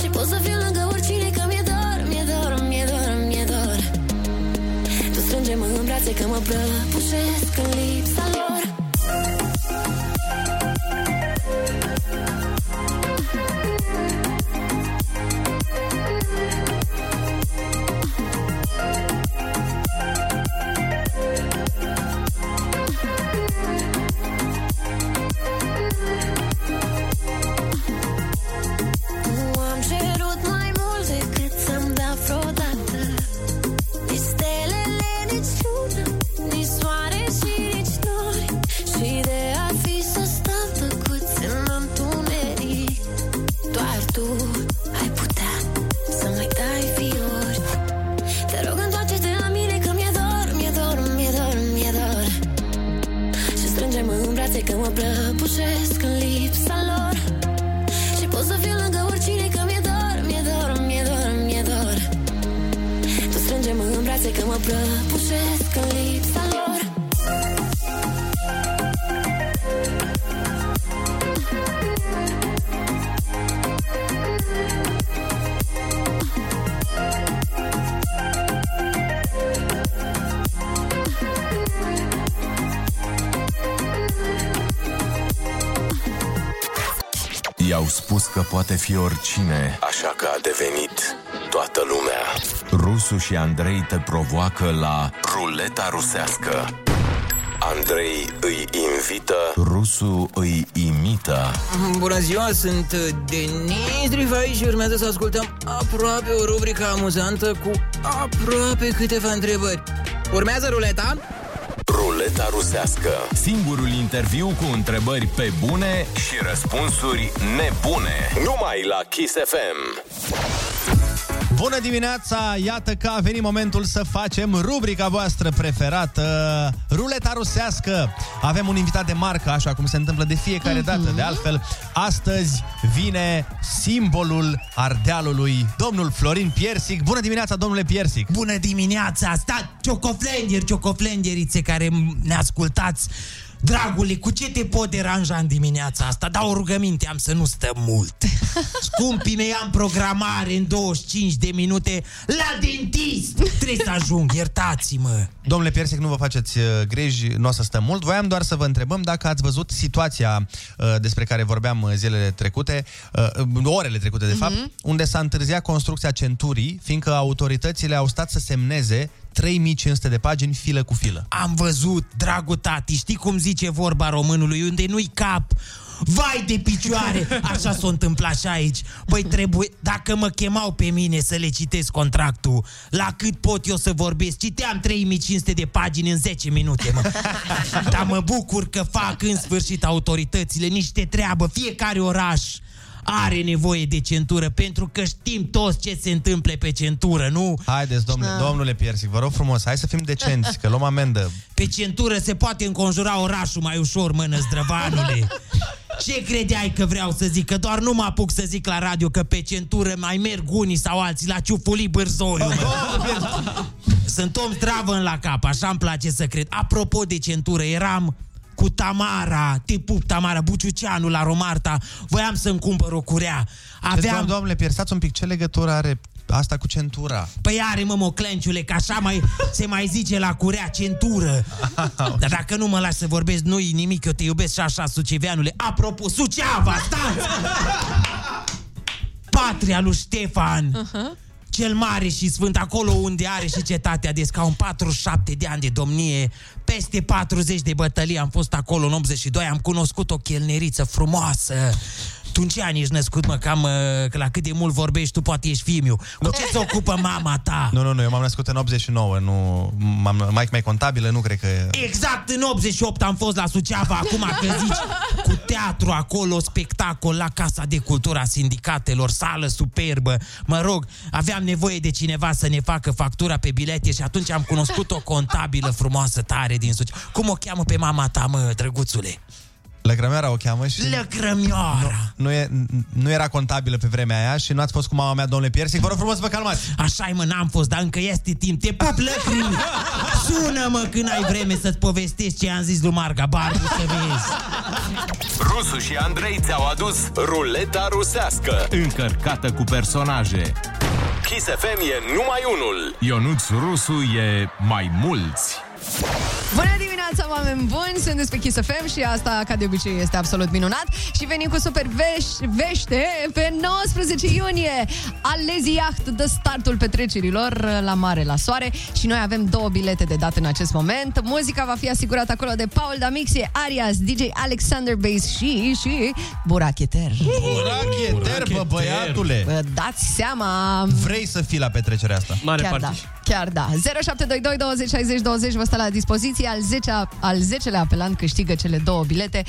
Speaker 23: Și pot să fiu lângă oricine că mi-e dor, mi-e dor, mi-e dor, mi-e dor Tu strângem în brațe că mă prăbușesc în lipsa lor Nu am cerut mai mult decât să-mi dea vreodată Nici stelele, nici luna, nici soare și nici nori Și de a fi să stau tăcuți în întuneric Doar tu ai putea să mai dai fiori Te rog, întoarce-te la mine că mi-e dor, mi-e dor, mi-e dor, mi-e dor Și strângem în brațe că mă prăbușesc în lipsa lor și pot să fiu lângă oricine că mi-e dor, mi-e dor, mi-e dor, mi-e dor Tu strângem în brațe că mă prăbușesc în lipsa lor
Speaker 5: I-au spus că poate fi oricine, așa că a devenit toată lumea. Rusu și Andrei te provoacă la ruleta rusească. Andrei îi invită, Rusu îi imită.
Speaker 24: Bună ziua, sunt uh, Denis Rifai și urmează să ascultăm aproape o rubrică amuzantă cu aproape câteva întrebări. Urmează ruleta?
Speaker 5: Ruleta rusească. Singurul interviu cu întrebări pe bune și răspunsuri nebune. Numai la Kiss FM.
Speaker 6: Bună dimineața! Iată că a venit momentul să facem rubrica voastră preferată, ruleta rusească. Avem un invitat de marcă, așa cum se întâmplă de fiecare dată. De altfel, astăzi vine simbolul Ardealului, domnul Florin Piersic. Bună dimineața, domnule Piersic!
Speaker 25: Bună dimineața, stat ciocoflenderi, ciocoflenderițe care ne ascultați. Dragule, cu ce te pot deranja în dimineața asta? Dau o rugăminte, am să nu stăm mult. Scumpii mei, am programare în 25 de minute la dentist. Trebuie să ajung, iertați-mă.
Speaker 6: Domnule Piersic, nu vă faceți uh, griji, nu o să stăm mult. Voiam doar să vă întrebăm dacă ați văzut situația uh, despre care vorbeam uh, zilele trecute, uh, orele trecute, de fapt,
Speaker 8: Mhm.
Speaker 6: unde s-a întârziat construcția centurii, fiindcă autoritățile au stat să semneze 3500 de pagini filă cu filă. Deci,
Speaker 25: Am văzut, dragul tati, știi cum zice vorba românului, unde nu-i cap, vai de picioare, așa s-a întâmplat și aici. Păi trebuie, dacă mă chemau pe mine să le citesc contractul, la cât pot eu să vorbesc? Citeam 3500 de pagini în 10 minute, mă. Dar mă bucur că fac în sfârșit autoritățile niște treabă, fiecare oraș are nevoie de centură, pentru că știm toți ce se întâmplă pe centură, nu?
Speaker 6: Haideți, domnule,
Speaker 25: Da.
Speaker 6: domnule Piersic, vă rog frumos, hai să fim decenți, că luăm amendă.
Speaker 25: Pe centură se poate înconjura orașul mai ușor, mână zdrăvanule. Ce credeai că vreau să zic? Că doar nu mă apuc să zic la radio că pe centură mai merg unii sau alții la ciufuli bârzoliu. mă. Sunt om travă în la cap, așa îmi place să cred. Apropo de centură, eram cu Tamara, te pup Tamara, Buciuceanu la Romarta, voiam să-mi cumpăr o curea.
Speaker 6: Aveam...
Speaker 25: Aveam
Speaker 6: Deci, Doamne, piersați un pic, ce legătură are asta cu centura?
Speaker 25: Păi are, mă, moclenciule, că așa mai, se mai zice la curea centură. Dar dacă nu mă lași să vorbesc, nu-i nimic, eu te iubesc și așa, Suceveanule. Apropo, Suceava, stați! Patria lui Ștefan! Cel mare și sfânt, acolo unde are și cetatea de scaun, 47 de ani de domnie, peste 40 de bătălii, am fost acolo în 82, am cunoscut o chelneriță frumoasă. Tu în ce ani ești născut, mă, cam uh, că la cât de mult vorbești, tu poate ești fimiu. Cu ce se ocupă mama ta?
Speaker 6: Nu, nu, nu, eu m-am născut în 89, nu, m-am, mai, mai contabilă, nu cred că...
Speaker 25: Exact în 88 am fost la Suceava, acum că zici, cu teatru acolo, spectacol la Casa de Cultura Sindicatelor, sală superbă. Mă rog, aveam nevoie de cineva să ne facă factura pe bilete și atunci am cunoscut o contabilă frumoasă tare din Suceava. Cum o cheamă pe mama ta, mă, drăguțule?
Speaker 6: Lăgrămeara o cheamă și...
Speaker 25: Lăcrămioara!
Speaker 6: Nu, e, nu era contabilă pe vremea aia și nu ați fost cu mama mea, domnule Piersic. Vă rog frumos să vă calmați. Ah!
Speaker 25: Așa-i, mă, n-am fost, dar încă este timp. Te pup, lăcrimi! Sună-mă când ai vreme să-ți povestesc ce am zis lui Marga Barbu să vezi.
Speaker 5: Rusu și Andrei ți-au adus ruleta rusească încărcată cu personaje.
Speaker 1: Kiss FM e numai unul.
Speaker 5: Ionuț Rusu e mai mulți.
Speaker 8: Bună dimineața, oameni buni! Sunt despre Kiss FM și asta, ca de obicei, este absolut minunat. Și venim cu super vești, vește pe 19 iunie. Alezi Yacht dă startul petrecerilor la mare, la soare și noi avem două bilete de dat în acest moment. Muzica va fi asigurată acolo de Paul Damixie, Arias, DJ Alexander Bass și, și Buracheter.
Speaker 6: Buracheter, bă, băiatule!
Speaker 8: Vă dați seama!
Speaker 6: Vrei să fii la petrecerea asta?
Speaker 8: Chiar da, chiar da. 0722 20 60 20 vă stă la dispoziție. Al 10 al 10-lea apelant câștigă cele două bilete.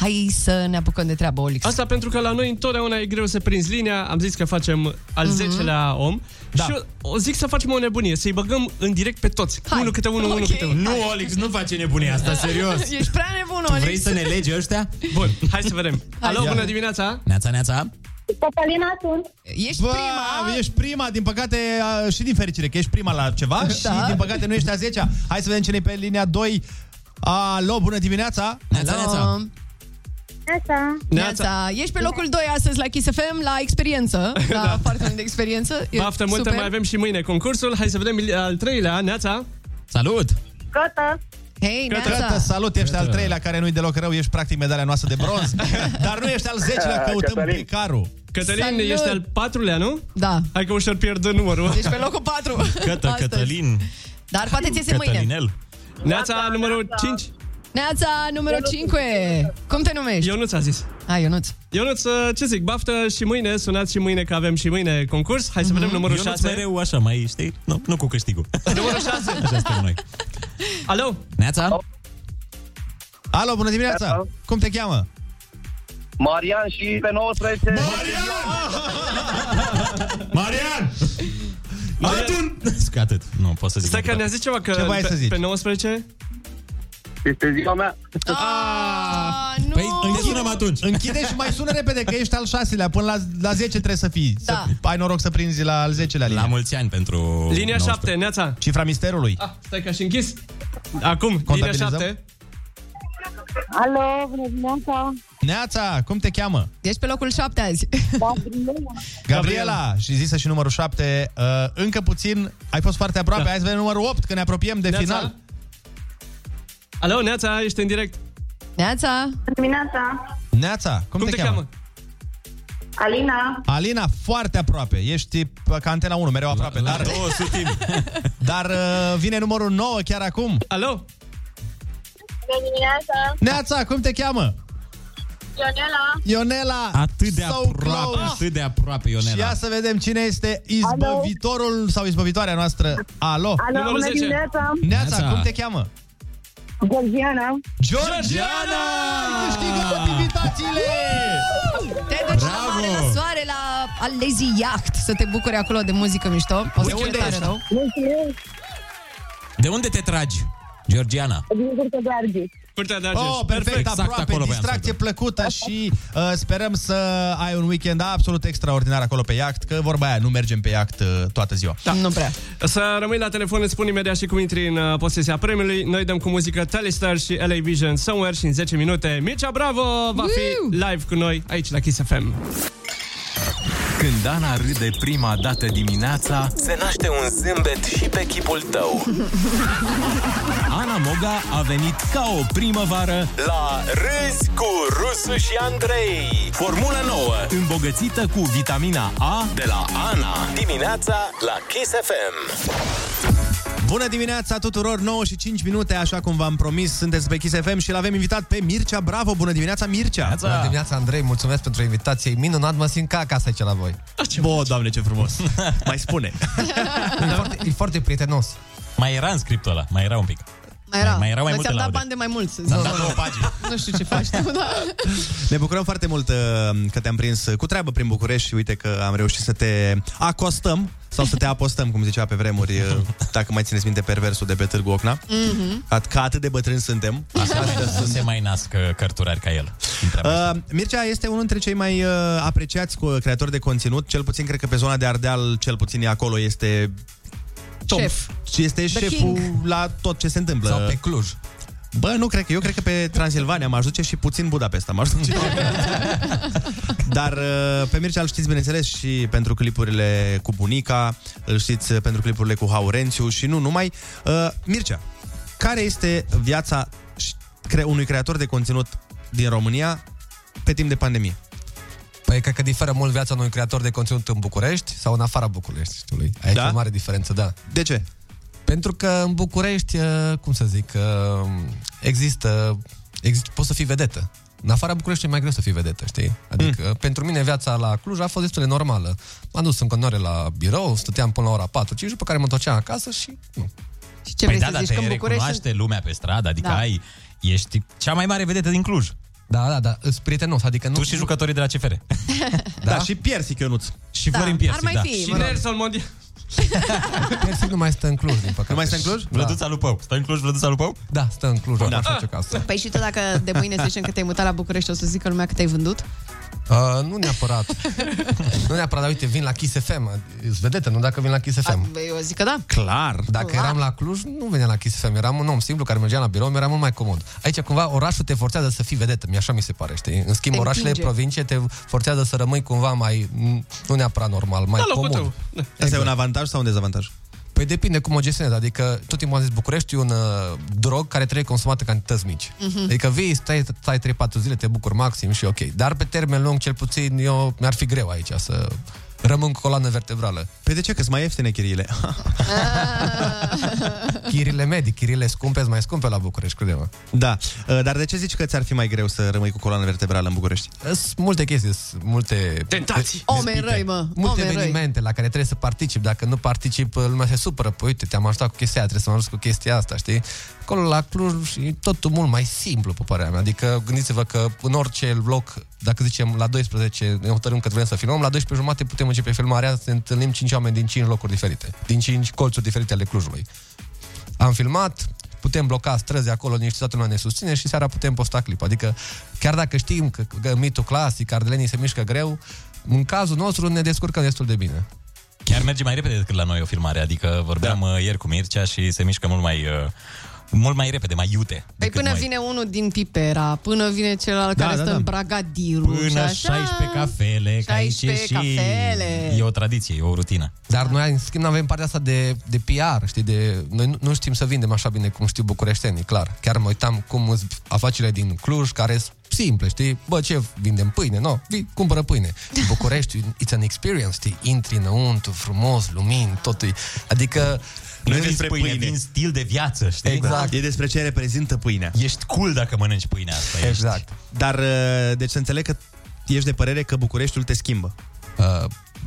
Speaker 8: Hai să ne apucăm de treabă, Olix.
Speaker 9: Asta pentru că la noi întotdeauna e greu să prinzi linia. Am zis că facem al
Speaker 8: Mhm.
Speaker 9: 10-lea om. Da. Și eu, o zic să facem o nebunie, să-i băgăm în direct pe toți. Hai. Unul câte unul, unul
Speaker 8: Ok,
Speaker 9: câte unul.
Speaker 8: Nu,
Speaker 7: Olix, nu face
Speaker 8: (laughs)
Speaker 7: nebunia asta, serios.
Speaker 8: Ești prea nebun,
Speaker 7: Tu
Speaker 8: Olix.
Speaker 7: vrei să ne legi ăștia?
Speaker 9: Bun, hai să vedem.
Speaker 7: Hai.
Speaker 9: Alo,
Speaker 7: Ia.
Speaker 9: bună dimineața!
Speaker 7: Neața, neața.
Speaker 6: Catalina, sunt.
Speaker 8: Ești
Speaker 6: Bă, prima. Ești prima, din păcate, a, și din fericire, că ești prima la ceva da. și, din păcate, nu ești a 10 Hai să vedem cine e pe linia 2. Alo, bună dimineața!
Speaker 8: Alo.
Speaker 19: Neața.
Speaker 8: Neața. Ești pe locul 2 astăzi la Kiss FM, la experiență, la da. partea de experiență. E
Speaker 9: Baftă multe,
Speaker 8: super.
Speaker 9: mai avem și mâine concursul. Hai să vedem il- al treilea, Neața.
Speaker 7: Salut!
Speaker 19: Gata.
Speaker 8: Hei,
Speaker 6: Cătă,
Speaker 8: Neața.
Speaker 6: Cătă, salut, ești al treilea care nu-i deloc rău, ești practic medalia noastră de
Speaker 8: (laughs)
Speaker 6: bronz, dar nu ești al zecelea, căutăm
Speaker 9: Cătălin.
Speaker 6: plicarul.
Speaker 9: Cătălin,
Speaker 8: Salut!
Speaker 9: ești al patrulea, nu?
Speaker 8: Da.
Speaker 9: Hai că ușor pierd numărul.
Speaker 8: Ești Deci pe locul 4. (laughs) Dar poate ți iese mâine.
Speaker 9: Neața, numărul 5.
Speaker 8: Neața, numărul 5. Cum te numești?
Speaker 9: Ionuț a zis.
Speaker 8: Hai, Ionuț.
Speaker 9: Ionuț, uh, ce zic, baftă și mâine, sunați și mâine că avem și mâine concurs. Hai să vedem numărul
Speaker 7: Mhm. Ionuț
Speaker 9: 6.
Speaker 7: mereu așa, mai știi? Nu, nu cu câștigul.
Speaker 9: Numărul 6.
Speaker 7: Așa suntem noi.
Speaker 9: Alo?
Speaker 7: Neața?
Speaker 6: Alo, bună dimineața!
Speaker 7: Alo.
Speaker 6: Cum te cheamă?
Speaker 10: Marian și pe 19...
Speaker 7: (laughs) Marian! Marian! Că atât, nu pot să zic.
Speaker 9: Stai că ne-a zis ceva că
Speaker 7: Ce voiai
Speaker 9: pe,
Speaker 7: să zici?
Speaker 9: pe 19?
Speaker 10: Este ziua mea.
Speaker 7: Păi închinem atunci.
Speaker 6: Închide și mai sună repede că ești al șaselea, până la, la 10 trebuie să fii.
Speaker 8: Da.
Speaker 6: Să ai noroc să prinzi la al 10-lea linia.
Speaker 7: La mulți ani pentru...
Speaker 9: Linia 7, Neața.
Speaker 6: Cifra misterului.
Speaker 9: Ah, stai că aș închis. Acum, linia
Speaker 6: Contabilizăm?
Speaker 9: 7.
Speaker 19: Alo, bună dimineața.
Speaker 6: Neața, cum te cheamă?
Speaker 8: Ești pe locul 7 azi.
Speaker 19: Da,
Speaker 6: Gabriela, și zisă și numărul 7, uh, încă puțin, ai fost foarte aproape,
Speaker 9: Da.
Speaker 6: hai să vedem numărul 8, că ne apropiem de
Speaker 9: Neața?
Speaker 6: final.
Speaker 9: Alo, Neața, ești în direct.
Speaker 8: Neața.
Speaker 19: Dimineața.
Speaker 6: Neața, cum,
Speaker 9: Cum te cheamă?
Speaker 19: Alina.
Speaker 6: Alina, foarte aproape. Ești pe- ca antena 1, mereu aproape.
Speaker 7: la
Speaker 6: dar,
Speaker 7: două sutimi.
Speaker 6: (laughs) dar uh, vine numărul 9 chiar acum.
Speaker 9: Alo?
Speaker 19: Bună dimineața.
Speaker 6: Neața, cum te cheamă?
Speaker 19: Ionela.
Speaker 6: Ionela!
Speaker 7: Atât de
Speaker 6: so
Speaker 7: aproape,
Speaker 6: close.
Speaker 7: atât de aproape,
Speaker 6: Și
Speaker 7: Ionela.
Speaker 6: ia să vedem cine este izbăvitorul sau izbăvitoarea noastră. Alo!
Speaker 19: Alo,
Speaker 6: Numărul
Speaker 19: bună
Speaker 6: 10.
Speaker 19: dimineața.
Speaker 6: Neața,
Speaker 7: Neața.
Speaker 6: cum te cheamă?
Speaker 19: Georgiana.
Speaker 6: Georgiana! Câștigă motivitatea Felicitațiile!
Speaker 8: Te duci la mare, la soare, la Alezi Yacht Să te bucuri acolo de muzică mișto O să fie tare rău
Speaker 7: De unde te tragi, Georgiana?
Speaker 3: Din Curtea de Argeș.
Speaker 9: Curtea de
Speaker 7: Argeș.
Speaker 6: Oh, perfect,
Speaker 7: Perfect, exact
Speaker 6: aproape,
Speaker 7: acolo voiam să
Speaker 6: distracție plăcută și uh, sperăm să ai un weekend absolut extraordinar acolo pe iaht, că vorba aia, nu mergem pe iaht uh, toată ziua.
Speaker 8: Da. Nu prea.
Speaker 9: Să rămâi la telefon, îți spun imediat și cum intri în uh, posesia premiului. Noi dăm cu muzică Telstar și LA Vision Somewhere și în 10 minute Mircea Bravo va fi live cu noi aici la Kiss FM.
Speaker 5: Când Ana râde prima dată dimineața, se naște un zâmbet și pe chipul tău. (laughs) Ana Moga a venit ca o primăvară la Râzi cu Rusu și Andrei. Formula nouă, îmbogățită cu vitamina A de la Ana. Dimineața la Kiss FM.
Speaker 6: Bună dimineața tuturor, 9 și 5 minute, așa cum v-am promis, sunteți pe Kiss FM și l-avem invitat pe Mircea Bravo. Bună dimineața, Mircea! Da.
Speaker 12: Bună dimineața, Andrei, mulțumesc pentru invitație. E minunat, mă simt ca acasă aici la voi.
Speaker 6: Bă, doamne, Da, ce frumos! (laughs) Mai spune!
Speaker 12: (laughs) e, foarte, e foarte prietenos.
Speaker 7: Mai era în scriptul ăla, mai era un pic.
Speaker 8: Mai era.
Speaker 7: Mai erau mai
Speaker 8: Mă,
Speaker 7: multe
Speaker 8: ți-am
Speaker 7: Da,
Speaker 8: dat
Speaker 7: laude.
Speaker 8: bani de mai mulți.
Speaker 7: Ți-am dat două pagini.
Speaker 8: Nu știu ce faci tu, da.
Speaker 6: Ne bucurăm foarte mult uh, că te-am prins uh, cu treabă prin București și uite că am reușit să te acostăm sau să te apostăm, cum zicea pe vremuri, uh, dacă mai țineți minte perversul de pe Târgu Ocna.
Speaker 3: Mhm.
Speaker 6: At- Că atât de bătrâni suntem.
Speaker 7: Să se mai nască cărturari ca el.
Speaker 6: Uh, Mircea este unul dintre cei mai uh, apreciați cu creatori de conținut, cel puțin cred că pe zona de Ardeal, cel puțin e acolo, este top.
Speaker 3: Șef.
Speaker 6: Și este
Speaker 3: The
Speaker 6: șeful
Speaker 3: king.
Speaker 6: la tot ce se întâmplă.
Speaker 3: Sau pe
Speaker 6: Cluj. Bă, nu cred că, eu cred că pe Transilvania m-aș duce și puțin Budapesta m-aș
Speaker 3: (laughs)
Speaker 6: duce. Dar uh, pe Mircea îl știți, bineînțeles, și pentru clipurile cu bunica, îl știți uh, pentru clipurile cu Haurențiu și nu numai. Uh, Mircea, care este viața și- cre- unui creator de conținut din România pe timp de pandemie?
Speaker 12: Păi cred că diferă mult viața unui creator de conținut în București sau în afara Bucureștiului. Aici da? e o mare diferență, da.
Speaker 6: De ce?
Speaker 12: Pentru că în București, uh, cum să zic, uh, există, există poți să fii vedetă. În afara București e mai greu să fii vedetă, știi? Adică, mm. pentru mine viața la Cluj a fost destul de normală. M-am dus în continuare la birou, stăteam până la ora 4-5, după care mă întorceam acasă (laughs) și nu.
Speaker 8: Și
Speaker 7: păi da, dar te recunoaște lumea pe stradă, adică
Speaker 12: Da.
Speaker 7: ai, ești cea mai mare vedetă din Cluj.
Speaker 12: Da, da, da, îți prietenos, adică nu...
Speaker 7: Tu și jucătorii de la CFR.
Speaker 6: da? da, și Piersic Ionuț.
Speaker 7: Și
Speaker 12: Da,
Speaker 7: Florin Piersic,
Speaker 12: ar mai
Speaker 7: da.
Speaker 12: fi,
Speaker 7: și
Speaker 12: mă rog.
Speaker 9: Nelson Mondial.
Speaker 12: Piersic nu mai stă în Cluj, din păcate. Nu mai stă în Cluj?
Speaker 7: Vlăduța Lupău. Stă în Cluj Vlăduța Lupău?
Speaker 12: Da, stă în Cluj, da. face casă.
Speaker 8: Păi și tu dacă de mâine să zicem că te-ai mutat la București, o să zică lumea că te-ai vândut?
Speaker 12: Uh, nu neapărat. nu neapărat, dar uite, vin la Kiss FM. Îți vedetă, nu dacă vin la Kiss FM.
Speaker 8: Băi, Eu zic că da.
Speaker 6: Clar.
Speaker 12: Dacă
Speaker 8: Clar.
Speaker 12: eram la Cluj, nu veneam la Kiss FM. Eram un om simplu care mergea la birou, mi era mult mai comod. Aici, cumva, orașul te forțează să fii vedetă, mi așa mi se pare, știi? În schimb,
Speaker 3: Te
Speaker 12: orașele,
Speaker 3: împinge.
Speaker 12: provincie, te forțează să rămâi cumva mai, m, nu neapărat normal, mai
Speaker 6: La locul
Speaker 12: comod. Da. Exact.
Speaker 6: tău. Asta e un avantaj sau un dezavantaj?
Speaker 12: Păi depinde cum o gestionezi, adică tot timpul am zis București e un uh, drog care trebuie consumat în cantități mici.
Speaker 3: Mhm.
Speaker 12: Uh-huh. Adică vii, stai, stai 3-4 zile, te bucuri maxim și ok. Dar pe termen lung, cel puțin, eu mi-ar fi greu aici să rămân cu coloană vertebrală.
Speaker 6: Păi de ce? Că-s mai
Speaker 12: (laughs)
Speaker 6: ieftine chiriile.
Speaker 12: chirile medii, chirile scumpe, sunt mai scumpe la București, crede-mă.
Speaker 6: Da. Uh, Dar de ce zici că ți-ar fi mai greu să rămâi cu coloană vertebrală în București?
Speaker 12: Sunt multe chestii, sunt multe...
Speaker 9: Tentații!
Speaker 8: Oameni răi, mă.
Speaker 12: Multe
Speaker 8: Oameni răi.
Speaker 12: evenimente la care trebuie să particip. Dacă nu particip, lumea se supără. Păi uite, te-am ajutat cu chestia aia, trebuie să mă ajut cu chestia asta, știi? Acolo la Cluj e totul mult mai simplu, pe părerea mea. Adică gândiți-vă că în orice loc, dacă zicem la 12 ne hotărâm că vrem să filmăm, la 12 jumate putem începe filmarea, să ne întâlnim 5 oameni din 5 locuri diferite, din 5 colțuri diferite ale Clujului. Am filmat, putem bloca străzi acolo, nici toată lumea ne susține și seara putem posta clip. Adică, chiar dacă știm că, că mitul clasic, ardelenii se mișcă greu, în cazul nostru ne descurcăm destul de bine.
Speaker 7: Chiar merge mai repede decât la noi o filmare, adică vorbeam da. ieri cu Mircea și se mișcă mult mai... uh, mult mai repede, mai iute.
Speaker 8: Păi
Speaker 7: decât
Speaker 8: până
Speaker 7: noi.
Speaker 8: vine unul din Pipera, până vine celălalt
Speaker 7: Da,
Speaker 8: care
Speaker 7: da,
Speaker 8: stă
Speaker 7: da.
Speaker 8: în Bragadiru și
Speaker 7: Până
Speaker 8: așa.
Speaker 7: 16 cafele, că aici e
Speaker 8: 16
Speaker 7: și...
Speaker 8: cafele.
Speaker 7: E o tradiție, e o rutină.
Speaker 12: Dar noi, în schimb, nu avem partea asta de, de PR, știi, de, noi nu, nu știm să vindem așa bine cum știu bucureștenii, clar. Chiar mă uitam cum sunt afacerile din Cluj, care sunt simple, știi? Bă, ce vindem? Pâine, no? Vii, cumpără pâine. În București, (laughs) it's an experience, știi? Intri înăuntru, frumos, lumini, totul. e- Adică...
Speaker 7: Nu e despre pâine, pâine. din stil de viață, știi?
Speaker 12: Exact.
Speaker 6: E despre ce reprezintă pâinea.
Speaker 7: Ești cool dacă mănânci pâinea asta. Ești.
Speaker 12: Exact.
Speaker 6: (laughs) Dar, uh, deci să înțeleg că ești de părere că Bucureștiul te schimbă.
Speaker 12: Uh,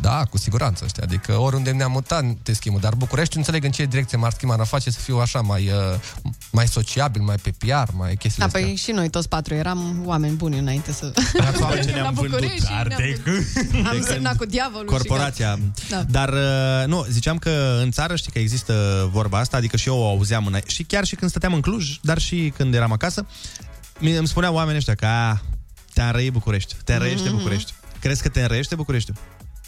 Speaker 12: Da, cu siguranță, știi, adică oriunde ne-am mutat te schimbă, dar București înțeleg în ce direcție m-ar schimba, ar face să fiu așa mai, uh, mai sociabil, mai pe PR, mai chestiile
Speaker 8: Da,
Speaker 12: astea.
Speaker 8: păi și noi toți patru eram oameni buni înainte să... (laughs)
Speaker 12: ce
Speaker 8: La
Speaker 12: ne-am
Speaker 8: București
Speaker 12: vândut,
Speaker 8: și
Speaker 12: dar
Speaker 8: ne-am-
Speaker 12: de
Speaker 6: când-
Speaker 8: Am
Speaker 6: de
Speaker 8: semnat
Speaker 6: când
Speaker 8: cu diavolul
Speaker 6: Deci Corporația.
Speaker 8: Și gata. da.
Speaker 6: Dar, uh, nu, ziceam că în țară știi că există vorba asta, adică și eu o auzeam în, și chiar și când stăteam în Cluj, dar și când eram acasă, mi- îmi spuneau oamenii ăștia că "A, te înrăie București, te înrăiește
Speaker 12: Mhm.
Speaker 6: București. Crezi că te înrăiește București?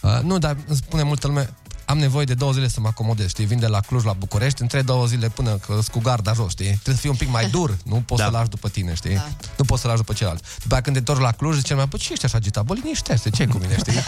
Speaker 12: Uh, nu, dar îmi spune multă lume, am nevoie de două zile să mă acomodez, știi? Vin de la Cluj la București, între două zile până că sunt cu garda jos, știi? Trebuie să fii un pic mai dur, nu poți da. să lași după tine, știi? Da. Nu poți să lași după celălalt. După aia când te întorci la Cluj, zice mai, bă, ce ești așa agitat? Bă, liniștește, ce cu mine, știi?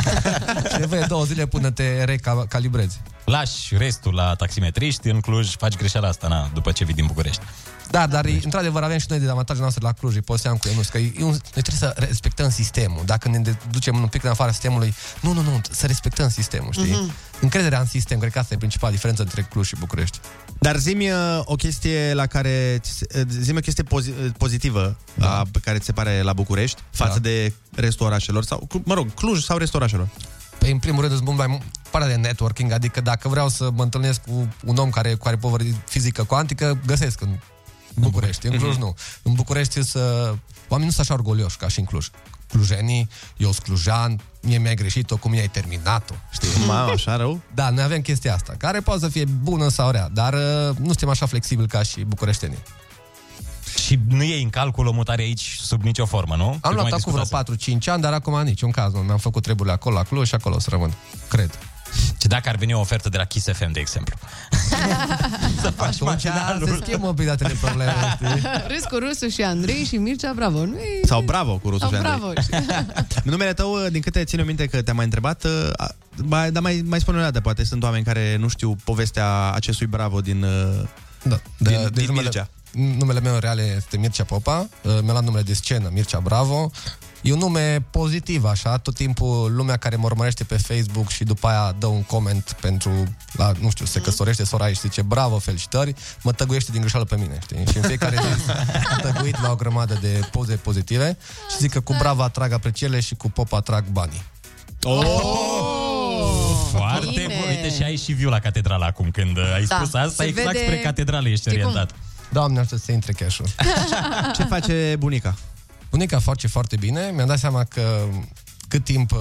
Speaker 12: Și nevoie două zile până te recalibrezi.
Speaker 7: Lași restul la taximetriști în Cluj, faci greșeala asta, na, după ce vii din București.
Speaker 12: Da, dar e, într-adevăr avem și noi de avantajul noastre la Cluj, îi posteam cu Ionuț, că e un, noi trebuie să respectăm sistemul. Dacă ne de- ducem un pic în afara sistemului, nu, nu, nu, să respectăm sistemul, știi?
Speaker 6: Mhm.
Speaker 12: Mm-hmm. Încrederea în sistem, cred că asta e principala diferență între Cluj și București.
Speaker 6: Dar zi-mi uh, o chestie la care ți se- uh, zi-mi o chestie pozi- uh, pozitivă da. a, pe care ți se pare la București față de restul orașelor sau cl- mă rog, Cluj sau restul orașelor.
Speaker 8: Mm.
Speaker 12: Păi, în primul rând, îți spun mai partea de networking, adică dacă vreau să mă întâlnesc cu un om care, cu care poveri fizică cuantică, găsesc în București. În Cluj
Speaker 5: Mhm.
Speaker 12: nu. În București să... Oamenii nu sunt așa orgolioși ca și în Cluj. Clujenii, eu sunt clujan, mie mi-ai greșit-o, cum mi-ai terminat-o. Știi?
Speaker 6: Mamă, așa rău?
Speaker 12: Da, noi avem chestia asta, care poate să fie bună sau rea, dar uh, nu suntem așa flexibili ca și bucureștenii.
Speaker 7: Și nu iei în calcul o mutare aici sub nicio formă, nu?
Speaker 12: Am luat acum vreo 4-5 ani, dar acum nici un caz nu. Mi-am făcut treburile acolo, la Cluj și acolo o să rămân. Cred.
Speaker 7: Și dacă ar veni o ofertă de la Kiss FM, de exemplu. să faci matinalul.
Speaker 12: da, Se schimbă un pic de de probleme.
Speaker 8: (laughs) Râs cu Rusu și Andrei și Mircea, bravo. Nu e...
Speaker 6: Sau bravo cu Rusu
Speaker 8: Sau
Speaker 6: și Andrei.
Speaker 8: bravo.
Speaker 6: (laughs) Numele tău, din câte țin eu minte că te-am mai întrebat, uh, a- mai, dar mai, mai spune o dată, poate sunt oameni care nu știu povestea acestui bravo din, uh,
Speaker 12: da,
Speaker 6: din, din,
Speaker 12: deci numele-
Speaker 6: Mircea.
Speaker 12: Numele meu real este Mircea Popa, uh, mi-a luat numele de scenă Mircea Bravo. E un nume pozitiv, așa, tot timpul lumea care mă urmărește pe Facebook și după aia dă un coment pentru, la, nu știu, se căsătorește sora ei și zice bravo, felicitări, mă tăguiește din greșeală pe mine, știi? Și în fiecare zi sunt tăguit la o grămadă de poze pozitive și zic că cu bravo atrag aprecierile și cu popa atrag banii.
Speaker 7: Oh!
Speaker 6: Oh!
Speaker 7: Foarte
Speaker 8: Bine.
Speaker 7: bun. Uite și ai și viu la catedrală acum când uh, ai
Speaker 8: Da,
Speaker 7: spus asta,
Speaker 8: se
Speaker 7: exact
Speaker 8: vede-
Speaker 7: spre catedrală ești
Speaker 12: Știi cum?
Speaker 7: orientat.
Speaker 12: Doamne, ajută să intre cash-ul.
Speaker 6: Ce face bunica?
Speaker 12: Bunica face foarte bine. Mi-am dat seama că cât timp uh,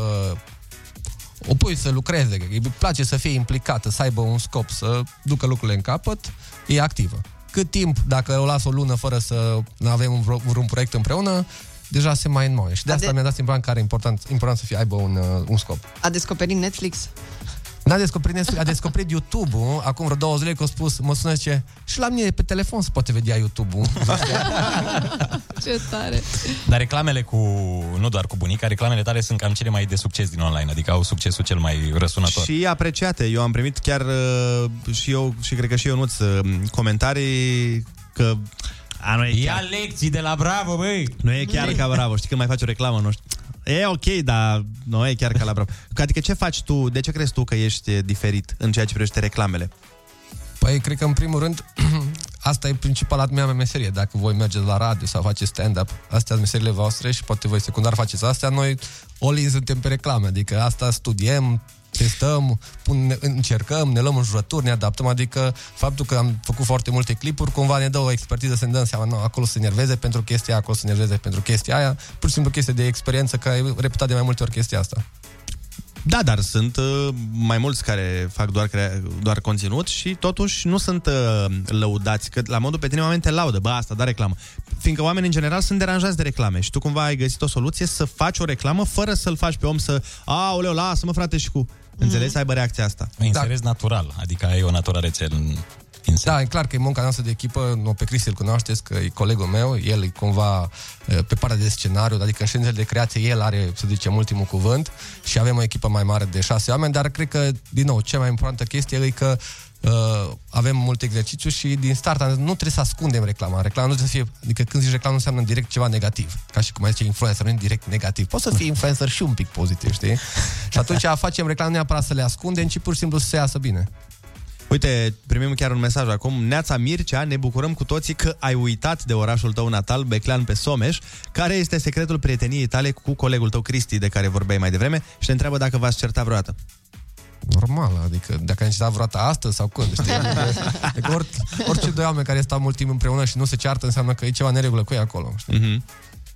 Speaker 12: o pui să lucreze, că îi place să fie implicată, să aibă un scop, să ducă lucrurile în capăt, e activă. Cât timp, dacă o las o lună fără să nu avem un, vreo- vreun proiect împreună, deja se mai înmoaie. Și de asta mi-am dat seama că are important, important să fie, aibă un, uh, un scop.
Speaker 8: A descoperit Netflix.
Speaker 12: N-a descoperit, Netflix, a descoperit YouTube-ul acum vreo două zile că a spus, mă sună și zice, și la mine pe telefon se poate vedea YouTube-ul.
Speaker 8: Ce tare.
Speaker 7: Dar reclamele cu, nu doar cu bunica, reclamele tale sunt cam cele mai de succes din online, adică au succesul cel mai răsunător.
Speaker 6: Și apreciate. Eu am primit chiar uh, și eu, și cred că și eu nu comentarii că a, nu e
Speaker 7: Ia
Speaker 6: chiar,
Speaker 7: lecții de la Bravo, băi!
Speaker 6: nu e chiar ca bravo, știi când mai faci o reclamă, nu știu. E ok, dar nu e chiar ca la bravo. Adică ce faci tu, de ce crezi tu că ești eh, diferit în ceea ce privește reclamele?
Speaker 12: Păi, cred că în primul rând, (clears throat) asta e principala mea meserie. Dacă voi mergeți la radio sau faceți stand-up, astea sunt meserile voastre și poate voi secundar faceți astea. Noi, Oli, suntem pe reclame, adică asta studiem, testăm, pun, ne- încercăm, ne luăm în jurături, ne adaptăm, adică faptul că am făcut foarte multe clipuri, cumva ne dă o expertiză să ne dăm seama, nu, acolo se nerveze pentru chestia aia, acolo se nerveze pentru chestia aia, pur și simplu chestie de experiență, că ai repetat de mai multe ori chestia asta.
Speaker 6: Da, dar sunt uh, mai mulți care fac doar, crea- doar conținut și totuși nu sunt uh, lăudați, că la modul pe tine oamenii te laudă, bă, asta, da reclamă. Fiindcă oamenii în general sunt deranjați de reclame și tu cumva ai găsit o soluție să faci o reclamă fără să-l faci pe om să, aoleu, lasă-mă frate și cu... Înțelegi? Să aibă reacția asta.
Speaker 7: Interes natural, adică ai o naturalețe în...
Speaker 12: Da, e clar că e munca noastră de echipă, nu pe Cristi îl cunoașteți, că e colegul meu, el e cumva e, pe partea de scenariu, adică în ședințele de creație el are, să zicem, ultimul cuvânt și avem o echipă mai mare de șase oameni, dar cred că, din nou, cea mai importantă chestie e că Uh, avem mult exercițiu și din start am zis, nu trebuie să ascundem reclama. Reclama nu trebuie să fie, adică când zici reclamă nu înseamnă direct ceva negativ. Ca și cum ai zice influencer, nu e direct negativ. Poți să fii influencer și un pic pozitiv, știi? Și atunci facem reclame nu neapărat să le ascundem, ci pur și simplu să se iasă bine.
Speaker 6: Uite, primim chiar un mesaj acum. Neața Mircea, ne bucurăm cu toții că ai uitat de orașul tău natal, Beclean pe Someș, care este secretul prieteniei tale cu colegul tău Cristi, de care vorbeai mai devreme, și te întreabă dacă v-ați certat vreodată.
Speaker 12: normal, adică dacă am citat vreodată astăzi sau când, știi? Adică, adică or, orice doi oameni care stau mult timp împreună și nu se ceartă înseamnă că e ceva neregulă cu ei acolo, știi?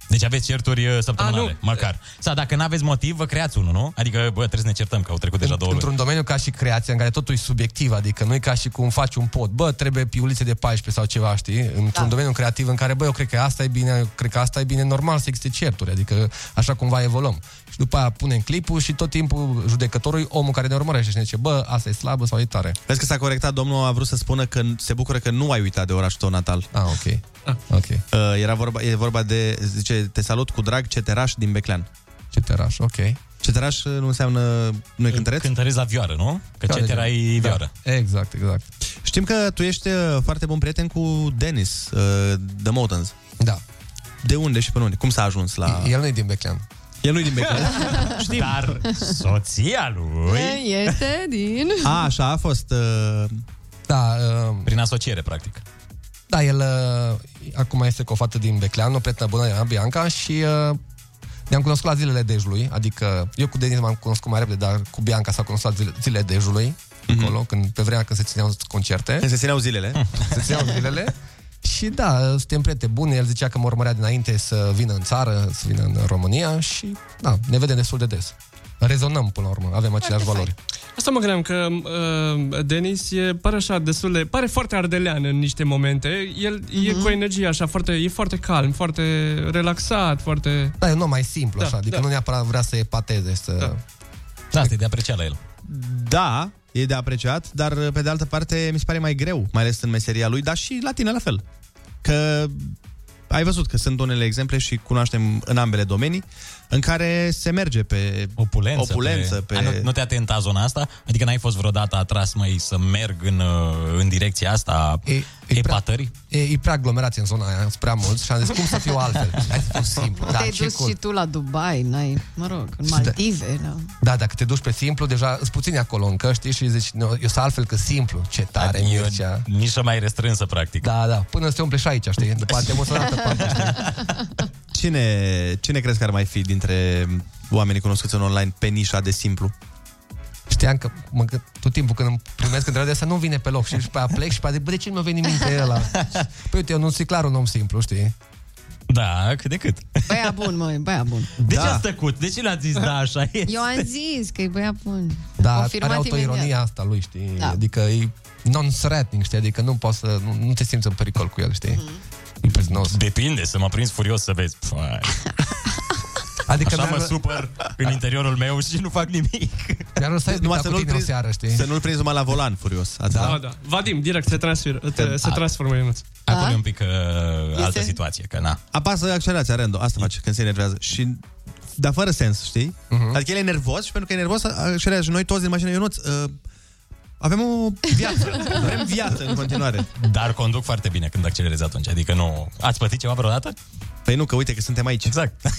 Speaker 7: Deci aveți certuri uh, săptămânale,
Speaker 12: A, nu.
Speaker 7: măcar. Sau dacă n-aveți motiv, vă creați unul, nu? Adică, bă, trebuie să ne certăm, că au trecut deja două luni.
Speaker 12: Într-un domeniu ca și creația, în care totul e subiectiv, adică nu e ca și cum faci un pod, bă, trebuie piulițe de 14 sau ceva, știi? Într-un
Speaker 7: Da.
Speaker 12: domeniu creativ în care, bă, eu cred că asta e bine, eu cred că asta e bine, normal să existe certuri, adică așa cumva evoluăm. Și după aia punem clipul și tot timpul judecătorul e omul care ne urmărește și ne zice, bă, asta e slabă sau e tare.
Speaker 6: Vezi că s-a corectat, domnul a vrut să spună că se bucură că nu ai uitat de orașul tău natal.
Speaker 12: Ah, ok.
Speaker 6: Ok. Uh, era vorba, e vorba de, zice, te salut cu drag, Ceteraș din Beclean.
Speaker 12: Ceteraș, ok.
Speaker 6: Ceteraș uh, nu înseamnă, nu e cântăreț?
Speaker 7: Cântăreți la vioară, nu? Că
Speaker 6: Da,
Speaker 7: cetera e vioară.
Speaker 12: Exact, exact.
Speaker 6: Știm că tu ești uh, foarte bun prieten cu Dennis, uh, The Motans.
Speaker 12: Da.
Speaker 6: De unde și până unde? Cum s-a ajuns la...
Speaker 12: El nu e din Beclean.
Speaker 6: El nu e din Beclean.
Speaker 7: Știm. Dar soția lui...
Speaker 8: Este
Speaker 6: (laughs)
Speaker 8: din...
Speaker 6: A, Ah, așa a fost... Uh...
Speaker 12: Da, uh,
Speaker 7: Prin asociere, practic.
Speaker 12: Da, el uh, acum este cu o fată din Beclean, o prietenă bună, era Bianca, și uh, ne-am cunoscut la zilele dejului, adică eu cu Denis m-am cunoscut mai repede, dar cu Bianca s-a cunoscut la zile, zilele dejului,
Speaker 6: Mhm.
Speaker 12: mm-hmm. acolo, când, pe vremea când se țineau concerte.
Speaker 6: Când se țineau zilele.
Speaker 12: se
Speaker 6: (laughs)
Speaker 12: țineau zilele. Și da, suntem prieteni buni, el zicea că mă urmărea dinainte să vină în țară, să vină în România și da, ne vedem destul de des. Rezonăm până la urmă, avem aceleași
Speaker 8: Exact.
Speaker 12: valori.
Speaker 9: Asta mă gândeam că uh, Denis e, pare așa destul de... Pare foarte ardelean în niște momente. El e cu energie așa, foarte, e foarte calm, foarte relaxat, foarte...
Speaker 12: Da, e un om mai simplu,
Speaker 9: Da,
Speaker 12: da, așa, adică
Speaker 9: da.
Speaker 12: da. nu neapărat vrea să epateze, să... Da.
Speaker 7: Da, asta e de apreciat la el.
Speaker 6: Da, e de apreciat, dar pe de altă parte mi se pare mai greu, mai ales în meseria lui, dar și la tine la fel. Că ai văzut că sunt unele exemple și cunoaștem în ambele domenii în care se merge pe
Speaker 7: Opulență.
Speaker 6: opulență
Speaker 7: pe...
Speaker 6: pe...
Speaker 7: A, nu, nu te-a tentat zona asta? Adică n-ai fost vreodată atras, mai să merg în, uh, în direcția asta a epatării?
Speaker 12: E, e prea aglomerație în zona aia, sunt prea mulți și am zis cum să fiu
Speaker 7: (laughs)
Speaker 12: altfel. Hai să fiu simplu. Da,
Speaker 8: Te-ai
Speaker 12: ce
Speaker 8: dus
Speaker 12: cool.
Speaker 8: și tu la Dubai, n-ai, mă rog, în
Speaker 12: Da.
Speaker 8: Maldive, da.
Speaker 12: Da, dacă te duci pe simplu, deja sunt puțini acolo încă, știi, și zici, no, eu sunt altfel că simplu, ce tare,
Speaker 7: Adică
Speaker 12: Mircea.
Speaker 7: Nici mai restrânsă, practic.
Speaker 12: Da, da, până se umple și aici, știi, de partea mult altă parte.
Speaker 6: Cine, cine crezi că ar mai fi dintre oamenii cunoscuți în online pe nișa de simplu?
Speaker 12: Știam că mă, gând- tot timpul când îmi primesc întrebarea de asta, nu vine pe loc și, și pe aia plec și pe aia, zic, bă, de ce nu mi-a venit în minte
Speaker 7: (laughs)
Speaker 12: ăla? Păi uite, eu nu sunt clar un om simplu, știi?
Speaker 7: Da, cât de cât.
Speaker 8: Băia bun, măi, băia bun.
Speaker 7: De
Speaker 12: Da.
Speaker 7: ce ați tăcut? De ce l-ați zis da așa e?
Speaker 8: (laughs) Eu am zis că e băiat bun.
Speaker 12: Da,
Speaker 8: Confirmat
Speaker 12: are autoironia
Speaker 8: imediat.
Speaker 12: asta lui, știi?
Speaker 8: Da.
Speaker 12: Da. Adică e non-threatening, știi? Adică nu poți să, nu, nu te simți în pericol cu el, știi?
Speaker 8: Mhm.
Speaker 12: E prietenos.
Speaker 7: Depinde, să mă prins furios să vezi. Păi.
Speaker 12: Adică
Speaker 7: Așa
Speaker 12: mi-ar-
Speaker 7: mă supăr în interiorul meu și nu fac nimic.
Speaker 12: Dar nu stai
Speaker 7: Numai
Speaker 12: numai
Speaker 7: să
Speaker 12: să
Speaker 7: nu-l
Speaker 12: nu
Speaker 7: prinzi-
Speaker 12: seară, știi?
Speaker 6: Să nu-l prinzi numai la volan, furios.
Speaker 9: Da. da, da. Vadim, direct, se, transfer, te, se
Speaker 7: A-
Speaker 9: transformă Ionuț.
Speaker 7: Acolo e un pic uh, altă
Speaker 6: Este-
Speaker 7: situație, că na.
Speaker 6: Apasă accelerația random, asta
Speaker 12: Mm.
Speaker 6: face când se enervează. Și dar fără sens, știi?
Speaker 12: Mhm.
Speaker 6: Uh-huh. Adică el e nervos și pentru că e nervos, accelerează și noi toți din mașină, Ionuț, uh, avem o
Speaker 12: (laughs)
Speaker 6: viață, vrem viață în continuare.
Speaker 7: Dar conduc foarte bine când accelerez atunci, adică nu... Ați pătit ceva vreodată?
Speaker 6: Păi nu, că uite că suntem aici.
Speaker 7: Exact.
Speaker 12: (laughs)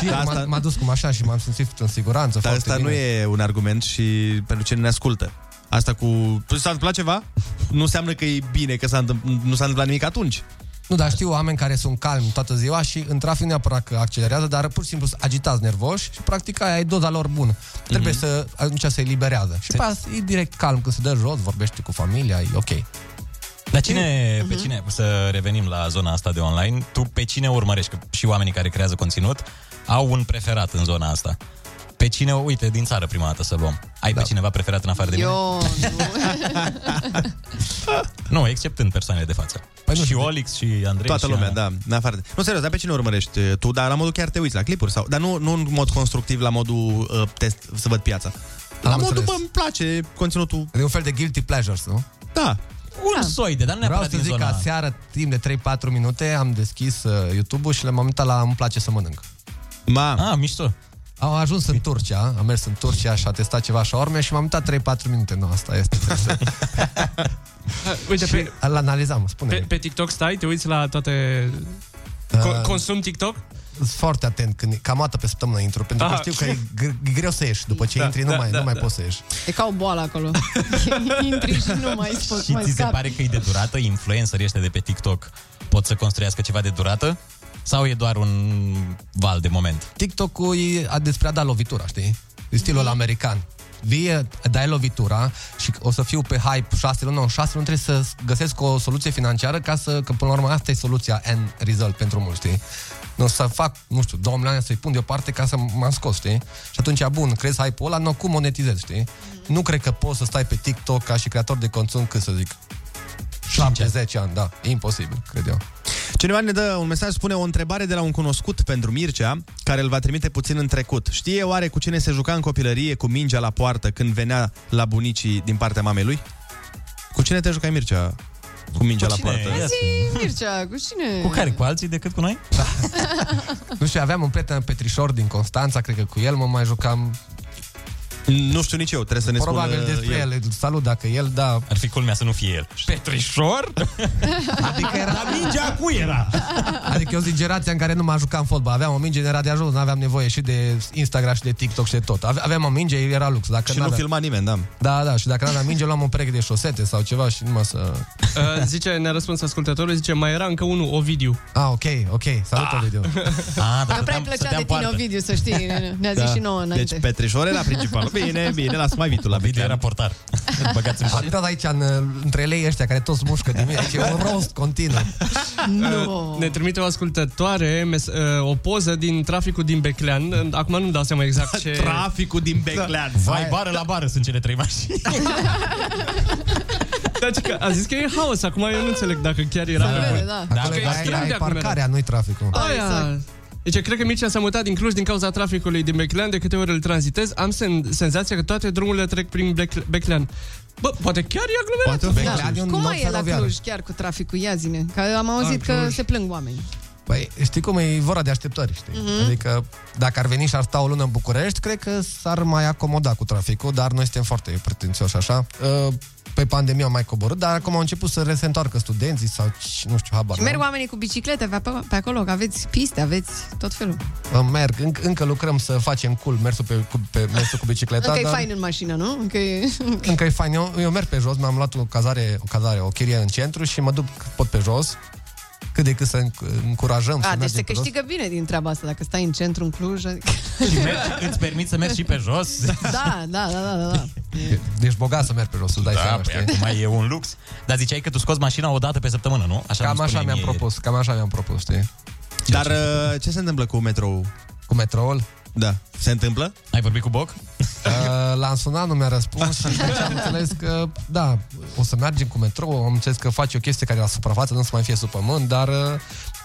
Speaker 12: Și
Speaker 6: Dar
Speaker 12: asta...
Speaker 6: asta-
Speaker 12: m-a dus cu mașina și m-am simțit în siguranță
Speaker 6: Dar
Speaker 12: foarte
Speaker 6: asta
Speaker 12: bine.
Speaker 6: nu e un argument și pentru cine ne ascultă. Asta cu... "Tu S-a întâmplat ceva? Nu înseamnă că e bine că s-a întâmpl- nu s-a întâmplat nimic atunci.
Speaker 12: Nu, dar știu oameni care sunt calmi toată ziua și în trafic nu neapărat că accelerează, dar pur și simplu sunt agitați, nervoși și practic aia e doza lor bună. Trebuie
Speaker 6: Mhm.
Speaker 12: să atunci se eliberează. Și pe aia e direct calm când se dă jos, vorbește cu familia, e ok.
Speaker 7: Dar cine,
Speaker 12: Mhm.
Speaker 7: pe cine, să revenim la zona asta de online, tu pe cine urmărești? Că și oamenii care creează conținut au un preferat în zona asta. Pe cine, uite, din țară prima dată să luăm. Ai da. pe cineva preferat în afară de mine?
Speaker 8: Eu (laughs)
Speaker 7: Nu, exceptând persoanele de față. Păi și Olix și Andrei
Speaker 6: Toată
Speaker 7: și
Speaker 6: lumea,
Speaker 7: Ana.
Speaker 6: da, în afară de... Nu, serios, dar pe cine urmărești e, tu? Dar la modul chiar te uiți la clipuri sau... Dar nu, nu în mod constructiv, la modul uh, test, să văd piața. La
Speaker 12: Am
Speaker 6: modul, bă,
Speaker 12: înțeles.
Speaker 6: îmi place conținutul...
Speaker 12: E un fel de guilty pleasures, nu?
Speaker 6: Da.
Speaker 7: Un soi de, dar nu
Speaker 12: Vreau
Speaker 7: neapărat
Speaker 12: să
Speaker 7: din
Speaker 12: zic că
Speaker 7: zona...
Speaker 12: aseară, timp de 3-4 minute, am deschis uh, YouTube-ul și le-am uitat la Îmi place să mănânc.
Speaker 6: Ma.
Speaker 7: A, Ah, mișto.
Speaker 12: Au ajuns în Turcia, am mers în Turcia și a testat ceva șaorme și m-am uitat 3-4 minute. Nu, asta este. trebuie să-
Speaker 9: Ah, Uite, pe,
Speaker 12: Îl analizam, spune.
Speaker 9: pe, pe TikTok stai, te uiți la toate... Co-
Speaker 12: Ah.
Speaker 9: consum TikTok?
Speaker 12: sunt foarte atent când cam atât pe săptămână intru, pentru că
Speaker 8: Ah.
Speaker 12: știu că e
Speaker 9: (laughs)
Speaker 12: gre- e greu să ieși. După ce
Speaker 8: Da,
Speaker 12: intri, nu
Speaker 8: da,
Speaker 12: mai,
Speaker 8: da,
Speaker 12: nu mai
Speaker 8: da.
Speaker 12: poți să ieși.
Speaker 8: E ca o boală acolo. Intri și nu mai spui.
Speaker 7: Și ți se pare că e de durată? Influencerii ăștia de pe TikTok pot să construiască ceva de durată? Sau e doar un val de moment?
Speaker 12: TikTok-ul e a- despre a da lovitura, știi? E stilul mm american. Vie, dai lovitura și o să fiu pe hype șase luni, nu, șase luni trebuie să găsesc o soluție financiară ca să, că până la urmă asta e soluția end result pentru mulți, știi? Nu să fac, nu știu, două milioane să-i pun deoparte ca să mă scos, știi? Și atunci, bun, crezi hype-ul ăla, nu, cum monetizezi, știi? Nu cred că poți să stai pe TikTok ca și creator de conținut, cât să zic, 7-10 ani, da, e imposibil, cred eu.
Speaker 6: Cineva ne dă un mesaj, spune o întrebare de la un cunoscut pentru Mircea, care îl va trimite puțin în trecut. Știe oare cu cine se juca în copilărie cu mingea la poartă când venea la bunicii din partea mamei lui? Cu cine te jucai, Mircea? Cu mingea
Speaker 7: Cu
Speaker 6: la
Speaker 7: cine?
Speaker 6: poartă.
Speaker 7: Ia
Speaker 8: Zi, Mircea, cu cine?
Speaker 12: Cu alții decât cu noi? Da. (laughs) nu știu, aveam un prieten petrișor din Constanța, cred că cu el mă mai jucam.
Speaker 6: Nu știu nici eu, trebuie să ne
Speaker 12: Probabil
Speaker 6: spună
Speaker 12: despre
Speaker 6: el.
Speaker 12: el. Salut, dacă el, da...
Speaker 7: Ar fi culmea să nu fie el. Petrișor?
Speaker 12: Adică era...
Speaker 7: La mingea cu era.
Speaker 12: Adică eu sunt din generația în care nu m-am jucat în fotbal. Aveam o minge, era de ajuns, nu aveam nevoie și de Instagram și de TikTok și de tot. Ave- Aveam o minge, era lux. Dacă
Speaker 6: Și nu
Speaker 12: n-aveam-
Speaker 6: filma nimeni, da.
Speaker 12: Da, da, și dacă nu aveam minge, luam un pereche de șosete sau ceva și numai să...
Speaker 9: Uh, zice, ne-a răspuns ascultătorul, zice, mai era încă unul, Ovidiu.
Speaker 12: Ah, ok, ok, salut, ah.
Speaker 9: (laughs)
Speaker 12: Ovidiu.
Speaker 7: Ah,
Speaker 8: Am prea plăcea de tine, Ovidiu, să știi. Ne-a
Speaker 7: Da.
Speaker 12: Da.
Speaker 8: zis și nouă înainte.
Speaker 6: Deci Petrișor era
Speaker 8: (laughs)
Speaker 6: principalul. Bine, bine, las mai vitul la Video era
Speaker 7: portar. (laughs)
Speaker 12: Am intrat aici în, între elei ăștia care toți mușcă din mine. Aici e un rost continuu.
Speaker 9: Uh, ne trimite o ascultătoare mes- uh, o poză din traficul din Beclean. Acum nu-mi dau seama exact ce... Da.
Speaker 6: Traficul din Beclean.
Speaker 7: Vai, bară la bară sunt cele trei
Speaker 9: (laughs)
Speaker 7: mașini.
Speaker 9: Deci că a zis că e haos. Acum eu nu înțeleg dacă chiar era...
Speaker 12: Se vede,
Speaker 8: da. exact.
Speaker 12: Acolo
Speaker 9: Dacă
Speaker 12: e-
Speaker 9: e
Speaker 12: ai-
Speaker 9: extrem
Speaker 12: ai
Speaker 9: de acum era.
Speaker 12: parcarea, nu-i traficul.
Speaker 9: Aia. Deci, cred că Mircea s-a mutat din Cluj din cauza traficului din Beclean. De câte ori îl tranzitez, am sen- senzația că toate drumurile trec prin Bec- Beclean. Bă, poate chiar e aglomerat.
Speaker 8: Da. Cum mai e la Cluj chiar cu traficul? Ia zine, că am auzit
Speaker 12: La
Speaker 8: că
Speaker 12: Cluj.
Speaker 8: se plâng oamenii.
Speaker 12: Păi, știi cum e vorba de așteptări, știi?
Speaker 8: Mhm.
Speaker 12: Mm-hmm. Adică, dacă ar veni și ar sta o lună în București, cred că s-ar mai acomoda cu traficul, dar noi suntem foarte pretențioși așa. Uh, Pe pandemie am mai coborât, dar acum au început să se întoarcă studenții sau, ci- nu știu, habar.
Speaker 8: Și merg oamenii cu biciclete pe, pe acolo, că aveți piste, aveți tot felul.
Speaker 12: n-am. Uh, Merg, înc- încă lucrăm să facem cool mersul, pe, cu, pe, mersul cu bicicleta.
Speaker 8: Încă e
Speaker 12: dar...
Speaker 8: fain în mașină, nu? Încă e...
Speaker 12: Încă e fain. Eu, eu merg pe jos, mi-am luat o cazare, o cazare, o chirie în centru și mă duc tot pe jos. Cât de cât să înc- încurajăm să
Speaker 8: A, deci
Speaker 12: mergem
Speaker 8: se
Speaker 12: pe jos.
Speaker 8: câștigă bine din treaba asta, dacă stai în centru, în Cluj.
Speaker 6: (laughs)
Speaker 8: Adică...
Speaker 7: Și mergi, îți permiți să mergi și pe jos?
Speaker 8: Da, da, da, da, da, da.
Speaker 12: Deci bogat să merg pe jos, îți dai
Speaker 7: da,
Speaker 12: seama,
Speaker 7: păi
Speaker 12: știi?
Speaker 7: acum e un lux. Dar ziceai că tu scoți mașina o dată pe săptămână, nu?
Speaker 12: Cam
Speaker 7: îmi
Speaker 12: așa
Speaker 7: spuneai
Speaker 12: mi-am
Speaker 7: mie
Speaker 12: propus, cam așa mi-am propus, știi?
Speaker 6: Dar uh, ce se întâmplă cu metrou?
Speaker 12: Cu metroul?
Speaker 6: Da. Se întâmplă?
Speaker 7: Ai vorbit cu Boc?
Speaker 12: (laughs) Uh, L-am sunat, nu mi-a răspuns și deci am înțeles că, da, o să mergem cu metrou, am înțeles că face o chestie care la suprafață nu o să mai fie sub pământ, dar uh,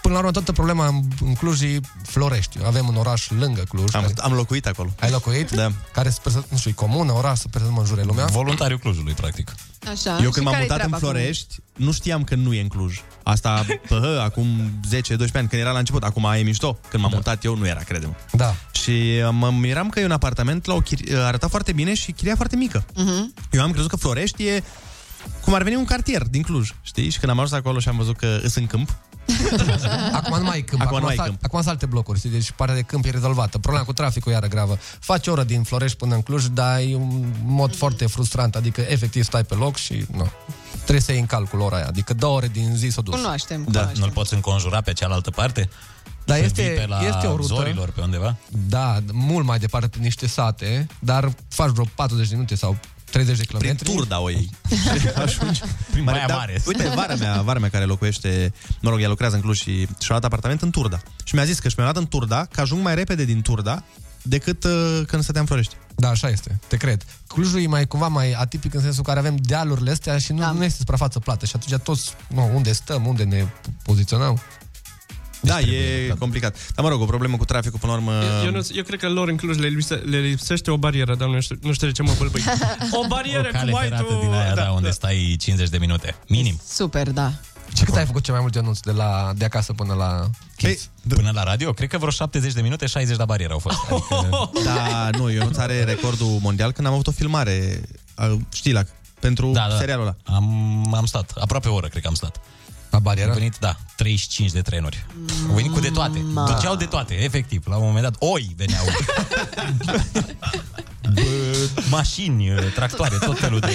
Speaker 12: până la urmă toată problema în, în Cluj e Florești. Avem un oraș lângă Cluj. Am, care...
Speaker 6: am locuit acolo.
Speaker 12: Ai locuit? Da. Care, sper să- nu știu, e comună, oraș, să nu mă înjure lumea.
Speaker 7: Voluntariul Clujului, practic.
Speaker 8: Așa.
Speaker 6: Eu
Speaker 8: Da. și
Speaker 6: când m-am
Speaker 8: care-i
Speaker 6: mutat în
Speaker 8: treaba acum?
Speaker 6: Florești, nu știam că nu e în Cluj. Asta, (laughs) păhă, acum 10-12 ani, când era la început, acum e mișto. Când m-am da. mutat eu, nu era, credem.
Speaker 12: Da.
Speaker 6: Și uh, mă miram că e un apartament, la o chiri- arăta foarte bine și chiria foarte mică.
Speaker 8: Mhm.
Speaker 6: Eu am crezut că Florești e cum ar veni un cartier din Cluj, știi? Și când am ajuns acolo și am văzut că sunt în câmp,
Speaker 12: Acum nu mai e câmp.
Speaker 6: Acum nu mai e
Speaker 12: s-a-
Speaker 6: câmp.
Speaker 12: Acum sunt alte blocuri, știi? Deci partea de câmp e rezolvată. Problema cu traficul e iară gravă. Faci o oră din Florești până în Cluj, dar e un mod foarte frustrant. Adică efectiv stai pe loc și nu. Trebuie să iei în calcul ora aia. Adică două ore din zi s-o duci.
Speaker 8: Cunoaștem,
Speaker 7: Da, nu-l poți înconjura pe cealaltă parte?
Speaker 12: Dar
Speaker 7: Să
Speaker 12: este-
Speaker 7: vii pe la
Speaker 12: este o rută.
Speaker 7: Zorilor pe undeva?
Speaker 12: Da, mult mai departe prin niște sate, dar faci vreo 40 de minute sau 30 de
Speaker 6: prin
Speaker 12: kilometri.
Speaker 6: turda o ei. Ajungi.
Speaker 7: Prin Baia
Speaker 6: da,
Speaker 7: Mare. (laughs)
Speaker 6: Uite, vara mea, vara mea care locuiește, mă rog, ea lucrează în Cluj și și-a luat apartament în Turda. Și mi-a zis că și mi-a luat în Turda, că ajung mai repede din Turda decât uh, când stăteam în Florești.
Speaker 12: Da, așa este, te cred. Clujul e mai cumva mai atipic în sensul în care avem dealurile astea și nu, da. nu este suprafață plată și atunci toți, nu, unde stăm, unde ne poziționăm.
Speaker 6: Da, e complicat. Dar mă rog, o problemă cu traficul, până la urmă...
Speaker 9: Eu, nu, eu cred că lor în Cluj le, lipse, le lipsește o barieră, dar nu știu, nu știu de ce mă bâlbâi. O barieră
Speaker 7: o cale
Speaker 9: cum ai
Speaker 7: ferată
Speaker 9: tu...
Speaker 7: din aia, da, unde stai 50 de minute. Minim.
Speaker 8: (laughs) Super, da.
Speaker 12: Și cât ai făcut cel mai mult anunț de, la, de acasă până la
Speaker 7: Kids? Păi, Până la radio? Cred că vreo 70 de minute, 60 la barieră au (laughs) fost.
Speaker 6: Da, nu, eu nu are recordul mondial când am avut o filmare, uh, știi, la, pentru da, da. serialul ăla.
Speaker 7: Am, am stat, aproape o oră cred că am stat.
Speaker 12: La barieră?
Speaker 7: Au venit, da, 35 de trenuri. Au venit cu de toate. Duceau de toate, efectiv. La un moment dat, oi
Speaker 12: (laughs)
Speaker 7: veneau. Bă, mașini, eh, tractoare, tot felul de,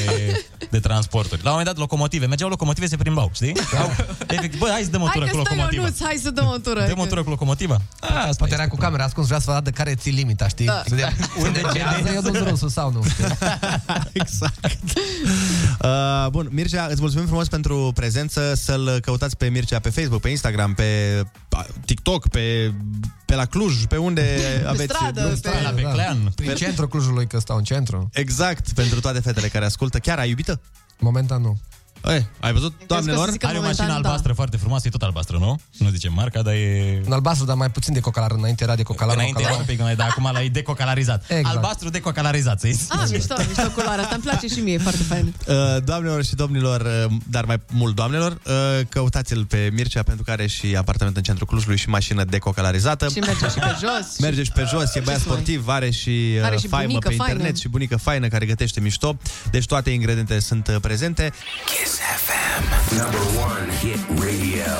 Speaker 7: de transporturi. La un moment dat, locomotive. Mergeau locomotive, se plimbau, știi? Au, efectiv, bă, hai să dăm o
Speaker 8: Hai
Speaker 7: tură
Speaker 8: că
Speaker 7: cu
Speaker 8: stai,
Speaker 7: locomotiva.
Speaker 8: Ionuț, hai să dăm o tură.
Speaker 7: Dăm o tură cu locomotiva. A,
Speaker 12: Poate Ah, era cu camera ascuns, vrea să vă vadă care ți limita, știi?
Speaker 8: Da.
Speaker 12: Să vedem unde ce eu dus rusul sau nu.
Speaker 6: Uh, bun, Mircea, îți mulțumim frumos pentru prezență. Să-l căutați pe Mircea pe Facebook, pe Instagram, pe uh, TikTok, pe, pe la Cluj, pe unde aveți...
Speaker 12: stradă,
Speaker 6: în
Speaker 12: pe- da. Prin centrul Clujului, că stau în centru.
Speaker 6: Exact, pentru toate fetele care ascultă. Chiar ai iubită?
Speaker 12: Momentan nu.
Speaker 6: E, ai văzut, doamnelor?
Speaker 7: Are o mașină
Speaker 8: da.
Speaker 7: albastră foarte frumoasă, e tot albastră, nu? Nu zicem marca, dar e...
Speaker 12: În albastru, dar mai puțin de cocalar. Înainte era de cocalar.
Speaker 7: Înainte era un pic mai, dar acum la e decocalarizat.
Speaker 12: Exact.
Speaker 7: Albastru decocalarizat, să
Speaker 8: Ah, mișto, mișto culoarea asta. Îmi place și mie, e foarte fain.
Speaker 6: Uh, Doamnelor și domnilor, uh, dar mai mult doamnelor, uh, căutați-l pe Mircea pentru că are și apartament în centrul Clujului și mașină decocalarizată.
Speaker 8: Și merge și pe jos.
Speaker 6: (laughs) Merge și pe jos, e băiat
Speaker 8: să mai-
Speaker 6: sportiv, are și, uh,
Speaker 8: Are și
Speaker 6: faimă
Speaker 8: bunică
Speaker 6: pe internet
Speaker 8: faină.
Speaker 6: și bunică faină care gătește mișto. Deci toate ingredientele sunt uh, prezente.
Speaker 3: Kiss FM. Number one hit radio.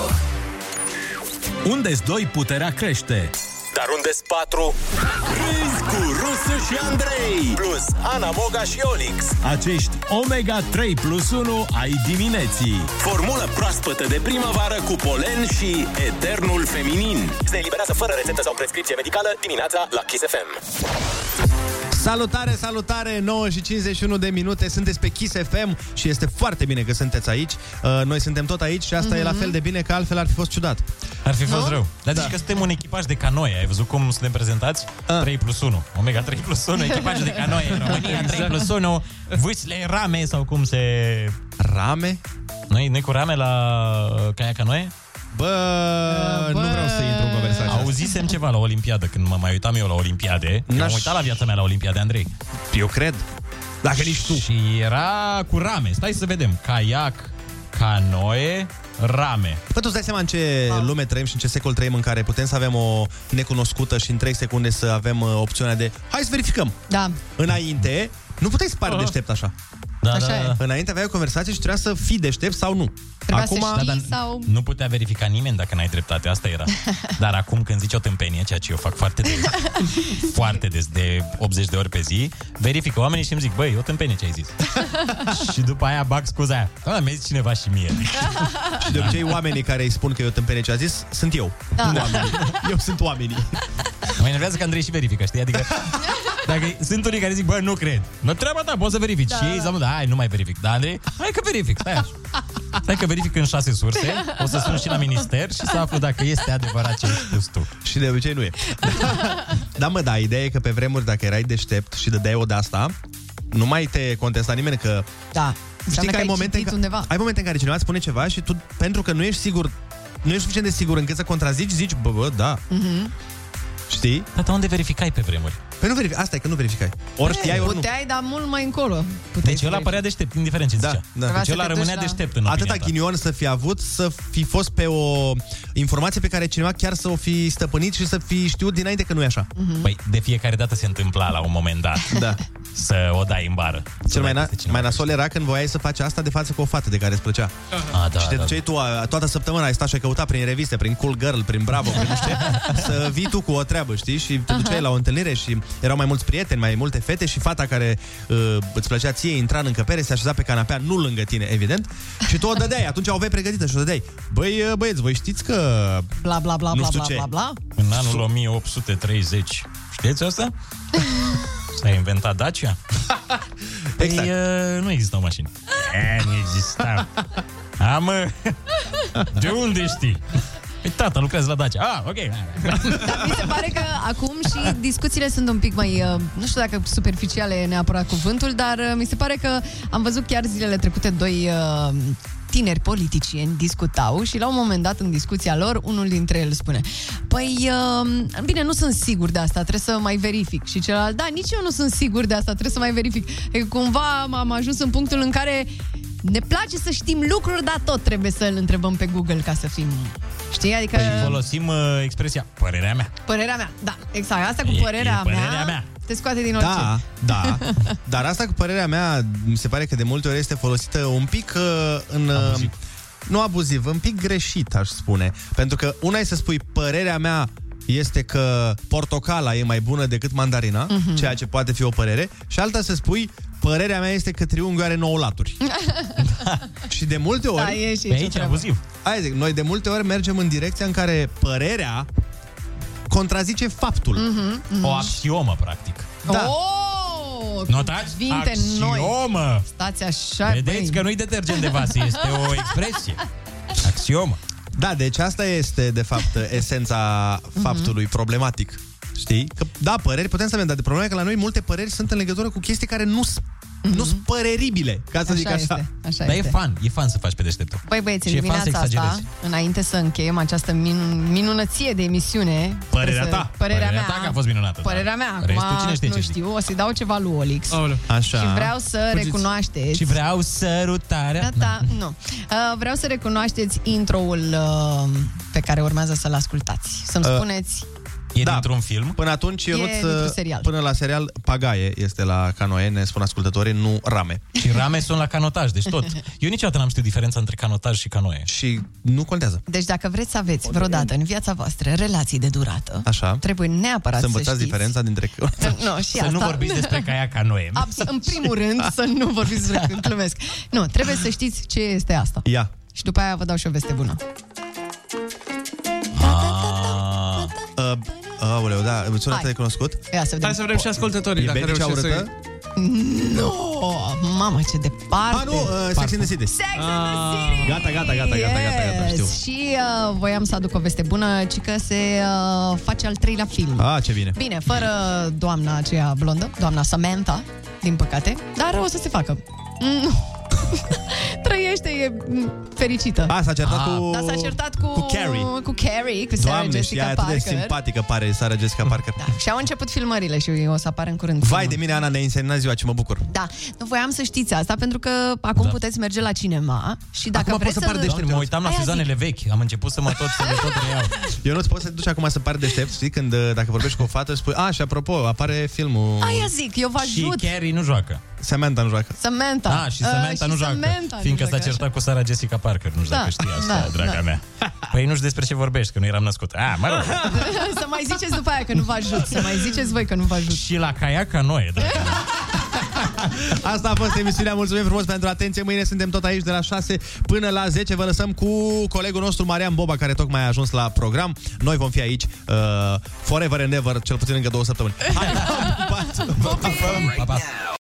Speaker 1: unde doi puterea crește. Dar unde patru? Râzi cu Rusu și Andrei, plus Ana Moga și Olix. Acești Omega 3 plus 1 ai dimineții. Formulă proaspătă de primăvară cu polen și eternul feminin. Se eliberează fără rețetă sau prescripție medicală dimineața la Kiss FM.
Speaker 6: Salutare, salutare! 9 și 51 de minute, sunteți pe Kiss FM și este foarte bine că sunteți aici. Uh, Noi suntem tot aici și asta mm-hmm. e
Speaker 8: Mhm.
Speaker 6: la fel de bine că altfel ar fi fost ciudat.
Speaker 7: Ar fi fost rău. Dar zici că suntem un echipaj de canoe. Ai văzut cum suntem prezentați? 3 plus 1. Omega 3 plus 1, echipaj de canoe în România. 3 plus 1, vâsle rame sau cum se...
Speaker 6: Rame?
Speaker 7: Noi, noi cu rame la uh, caia canoe?
Speaker 6: Bă,
Speaker 7: nu vreau să intru în conversație. Auzisem ceva la Olimpiadă, când mă mai uitam eu la Olimpiade. Eu
Speaker 6: N-aș-
Speaker 7: m-am uitat la viața mea la Olimpiade, Andrei.
Speaker 6: Eu cred. Dacă nici tu.
Speaker 7: Și era cu rame. Stai să vedem. Caiac, canoe, rame.
Speaker 6: Păi tu îți dai seama în ce
Speaker 7: Ah.
Speaker 6: lume trăim și în ce secol trăim în care putem să avem o necunoscută și în 3 secunde să avem uh, opțiunea de hai să verificăm.
Speaker 8: Da.
Speaker 6: Înainte, nu puteai să pari
Speaker 8: Ah.
Speaker 6: deștept așa.
Speaker 7: Da, Așa da, e. da.
Speaker 6: Înainte aveai o conversație și trebuia să fii deștept sau nu. Da, (laughs)
Speaker 8: sau...
Speaker 7: Nu putea verifica nimeni dacă n-ai dreptate, asta
Speaker 8: (laughs)
Speaker 7: era. Dar acum când zici o tâmpenie, ceea ce eu fac foarte des, foarte des, de 80 de ori pe zi, verifică oamenii și îmi zic, băi, e o tâmpenie ce ai
Speaker 8: (laughs)
Speaker 7: zis. și după aia bag scuza aia. Da, mi-a zis cineva și mie.
Speaker 6: (laughs) Și de obicei oamenii care îi spun că eu tâmpenie ce a zis, sunt eu.
Speaker 7: Da.
Speaker 6: Nu oamenii. Eu sunt oamenii.
Speaker 7: (laughs) Mă enervează că Andrei și verifică, știi?
Speaker 8: (laughs)
Speaker 7: Adică dacă sunt unii care zic, bă, nu cred. Nu treaba ta, poți să verifici.
Speaker 8: Da,
Speaker 7: și ei
Speaker 8: da.
Speaker 7: zic, da, hai, nu mai verific. Da, Andrei, hai că verific, stai așa. Stai că verific în șase surse, o să sun și la minister și să aflu dacă este adevărat ce ai spus tu.
Speaker 6: Și de obicei nu e. da, mă, da, ideea e că pe vremuri dacă erai deștept și dădeai o de asta, nu mai te contesta nimeni că...
Speaker 8: Da.
Speaker 6: Știi
Speaker 8: Înseamnă
Speaker 6: că,
Speaker 8: că
Speaker 6: ai
Speaker 8: ai
Speaker 6: momente, în
Speaker 8: citit
Speaker 6: ca...
Speaker 7: Ah.
Speaker 8: undeva.
Speaker 6: ai momente în care cineva îți spune ceva și tu, pentru că nu ești sigur, nu ești suficient de sigur încât să contrazici, zici, bă, bă, da,
Speaker 8: Mhm.
Speaker 6: știi?
Speaker 7: Dar de unde verificai pe vremuri?
Speaker 6: Păi nu verificai, asta e că nu verificai. Ori știai, ori nu.
Speaker 8: Puteai, dar mult mai încolo.
Speaker 7: Deci ăla părea deștept, indiferent ce zicea.
Speaker 6: Da.
Speaker 7: Deci ăla rămânea deștept în opinia
Speaker 6: Atâta
Speaker 7: ta.
Speaker 6: ghinion să fi avut, să fi fost pe o informație pe care cineva chiar să o fi stăpânit și să fi știut dinainte că nu e așa.
Speaker 8: Mhm.
Speaker 7: Păi de fiecare dată se întâmpla la un moment dat
Speaker 6: da.
Speaker 7: să o dai în bară.
Speaker 6: Cel mai,
Speaker 7: deci
Speaker 6: na- mai nasol era când voiai să faci asta de față cu o fată de care îți plăcea.
Speaker 7: A, da,
Speaker 6: și te
Speaker 7: da,
Speaker 6: duceai tu, a, toată săptămâna ai stat și ai căutat prin reviste, prin Cool Girl, prin Bravo, prin nu știu ce, să vii tu cu o treabă, știi? Și te duceai
Speaker 8: Aha.
Speaker 6: la o întâlnire și erau mai mulți prieteni, mai multe fete și fata care uh, îți plăcea ție intra în încăpere, se așeza pe canapea, nu lângă tine, evident, și tu o dădeai, atunci o aveai pregătită și o dădeai. Băi, uh, băieți, voi știți că...
Speaker 8: Bla, bla, bla,
Speaker 6: nu
Speaker 8: bla,
Speaker 6: știu
Speaker 8: bla,
Speaker 6: ce.
Speaker 8: bla, bla.
Speaker 7: În anul 1830.
Speaker 8: (laughs)
Speaker 7: Știți asta? S-a inventat Dacia? exact. Păi, uh, nu existau mașini. E, nu existau. A, mă, de unde știi? Păi tata lucrează la Dacia. Ah, ok.
Speaker 8: Adică- Mi se pare că acum și discuțiile sunt un pic mai, uh, nu știu dacă superficiale e neapărat cuvântul, dar uh, mi se pare că am văzut chiar zilele trecute doi uh, tineri politicieni discutau și la un moment dat în discuția lor, unul dintre el spune Păi, uh, bine, nu sunt sigur de asta, trebuie să mai verific. Și celălalt, da, nici eu nu sunt sigur de asta, trebuie să mai verific. E, cumva am ajuns în punctul în care ne place să știm lucruri, dar tot trebuie să-l întrebăm pe Google ca să fim... Știi? Adică...
Speaker 7: Păi folosim uh, expresia părerea mea.
Speaker 8: Părerea mea, da, exact. Asta cu
Speaker 7: E- e
Speaker 8: părerea,
Speaker 7: părerea
Speaker 8: mea,
Speaker 7: mea.
Speaker 8: te scoate din orice.
Speaker 6: Da,
Speaker 8: (laughs)
Speaker 6: da. Dar asta cu părerea mea, mi se pare că de multe ori este folosită un pic uh, în... uh, nu abuziv, un pic greșit, aș spune. Pentru că una e să spui, părerea mea este că portocala e mai bună decât mandarina,
Speaker 8: Mhm.
Speaker 6: ceea ce poate fi o părere, și alta să spui, părerea mea este că triunghiul are 9 laturi. Și de multe ori...
Speaker 8: Da, e și Pe aici aici e abuziv.
Speaker 6: Aia zic, noi de multe ori mergem în direcția în care părerea contrazice faptul.
Speaker 8: Mhm, mhm.
Speaker 6: O axiomă, practic. Da.
Speaker 8: Oh,
Speaker 7: Notați?
Speaker 8: Cuvinte
Speaker 7: Axiomă!
Speaker 8: noi. Stați așa,
Speaker 7: Vedeți că nu-i detergent de vas, este o expresie.
Speaker 6: Axiomă. Da, deci asta este, de fapt, esența faptului problematic. Știi? Că, da, păreri putem să avem, dar de problema e că la noi multe păreri sunt în legătură cu chestii care nu sunt nu sunt păreribile, ca să
Speaker 8: Așa
Speaker 6: zic așa.
Speaker 8: este, așa
Speaker 7: Dar
Speaker 8: este.
Speaker 7: e fan, e fan să faci pe deșteptul.
Speaker 8: (laughs) Băi băieți, în
Speaker 7: Și e fan să
Speaker 8: dimineața asta,
Speaker 7: exagerezi.
Speaker 8: înainte să încheiem această min- minunăție de emisiune...
Speaker 7: Părerea
Speaker 8: trebuie să-
Speaker 7: ta.
Speaker 8: Părerea,
Speaker 7: Părerea
Speaker 8: mea.
Speaker 7: ta că a fost minunată, da.
Speaker 8: Părerea mea. Acum,
Speaker 7: Restul cine știe
Speaker 8: nu
Speaker 7: ce zic.
Speaker 8: știu, o să-i dau ceva lui Olix.
Speaker 7: Așa.
Speaker 8: Și vreau să
Speaker 7: Fugiți.
Speaker 8: recunoașteți...
Speaker 7: Și vreau sărutarea.
Speaker 8: Da, da, nu. Uh, vreau să recunoașteți intro-ul uh, pe care urmează să-l ascultați. Să-mi
Speaker 6: Uh,
Speaker 8: spuneți...
Speaker 6: E da. dintr-un film? Până atunci,
Speaker 8: E
Speaker 6: Ionuț,
Speaker 8: dintr-un serial.
Speaker 6: până la serial, Pagaie este la canoe, ne spun ascultătorii, nu rame.
Speaker 7: Și rame sunt la canotaj, deci
Speaker 8: (laughs)
Speaker 7: tot. Eu niciodată n-am știut diferența între canotaj și canoe.
Speaker 6: Și nu contează.
Speaker 8: Deci dacă vreți să aveți vreodată în viața voastră relații de durată,
Speaker 6: Așa.
Speaker 8: Da. trebuie neapărat să,
Speaker 6: Să învățați
Speaker 8: știți...
Speaker 6: diferența dintre...
Speaker 8: Nu, și asta.
Speaker 7: caia canoe.
Speaker 8: Abs- în primul (laughs) rând să nu vorbiți (laughs) despre glumesc. Nu, trebuie să știți ce este asta.
Speaker 6: Ia.
Speaker 8: Și după aia vă dau și o veste bună.
Speaker 6: Uh, aoleu, da, îmi
Speaker 8: Hai.
Speaker 6: sună atât de cunoscut.
Speaker 8: Ia să vedem.
Speaker 9: Hai să vedem și ascultătorii.
Speaker 6: E
Speaker 9: dacă
Speaker 6: Benicea
Speaker 9: reușesc să-
Speaker 6: urâtă?
Speaker 8: Nu! Mamă, ce departe!
Speaker 6: Ah, nu, uh, Sex and the City. Sex
Speaker 8: and the
Speaker 6: City! Ah. Gata, gata, gata, gata, gata, gata, știu.
Speaker 8: Și uh, voiam să aduc o veste bună, ci că se uh, face al treilea film.
Speaker 6: Ah, ce bine.
Speaker 8: Bine, fără doamna aceea blondă, doamna Samantha, din păcate, dar o să se facă. Mm. (laughs) Trăiește, e mm, fericită.
Speaker 6: A, s-a certat cu-
Speaker 8: Da, s-a certat cu...
Speaker 6: cu Carrie.
Speaker 8: Cu Carrie, cu Sarah
Speaker 6: Doamne, și
Speaker 8: Jessica
Speaker 6: ea e atât de
Speaker 8: Parker. Da.
Speaker 6: simpatică pare Sara Jessica Parker.
Speaker 8: Și au început filmările și o să apară în curând.
Speaker 6: Vai de mine, Ana, ne-ai însemnat ziua, ce mă bucur.
Speaker 8: Da, nu voiam să știți asta pentru că acum da. puteți merge la cinema și dacă
Speaker 7: Acum
Speaker 8: vreți
Speaker 7: pot să par deștept. Mă uitam la
Speaker 8: Aia
Speaker 7: sezoanele vechi, am început să mă tot, să mă tot reiau.
Speaker 6: (laughs) Eu nu-ți poți să te duci acum să pari deștept, știi, când uh, dacă vorbești cu o fată, spui, a, și apropo, apare filmul...
Speaker 8: Aia zic, eu vă ajut.
Speaker 7: Carrie nu joacă.
Speaker 6: Samantha nu joacă.
Speaker 8: Samantha.
Speaker 6: Ah,
Speaker 7: Da, și Samantha
Speaker 8: Uh,
Speaker 7: nu joacă,
Speaker 8: Samantha nu
Speaker 7: fiindcă s-a
Speaker 8: joacă,
Speaker 7: certat cu Sara Jessica Parker, nu știu
Speaker 8: Da,
Speaker 7: dacă știi asta,
Speaker 8: da,
Speaker 7: draga
Speaker 8: da.
Speaker 7: mea. Păi nu știu despre ce vorbești, că nu eram născut. Ah, mă
Speaker 8: (laughs)
Speaker 7: rog.
Speaker 8: așa. să mai ziceți după aia că nu vă ajut. Să mai ziceți voi că nu vă ajut.
Speaker 7: Și la caiac ca noi, da.
Speaker 6: Asta a fost emisiunea. Mulțumim frumos pentru atenție. Mâine suntem tot aici de la 6 până la 10. Vă lăsăm cu colegul nostru Marian Boba, care tocmai a ajuns la program. Noi vom fi aici
Speaker 5: (laughs)
Speaker 6: uh, forever and ever, cel puțin încă două săptămâni. Hai, pa, pa, pa, pa, pa.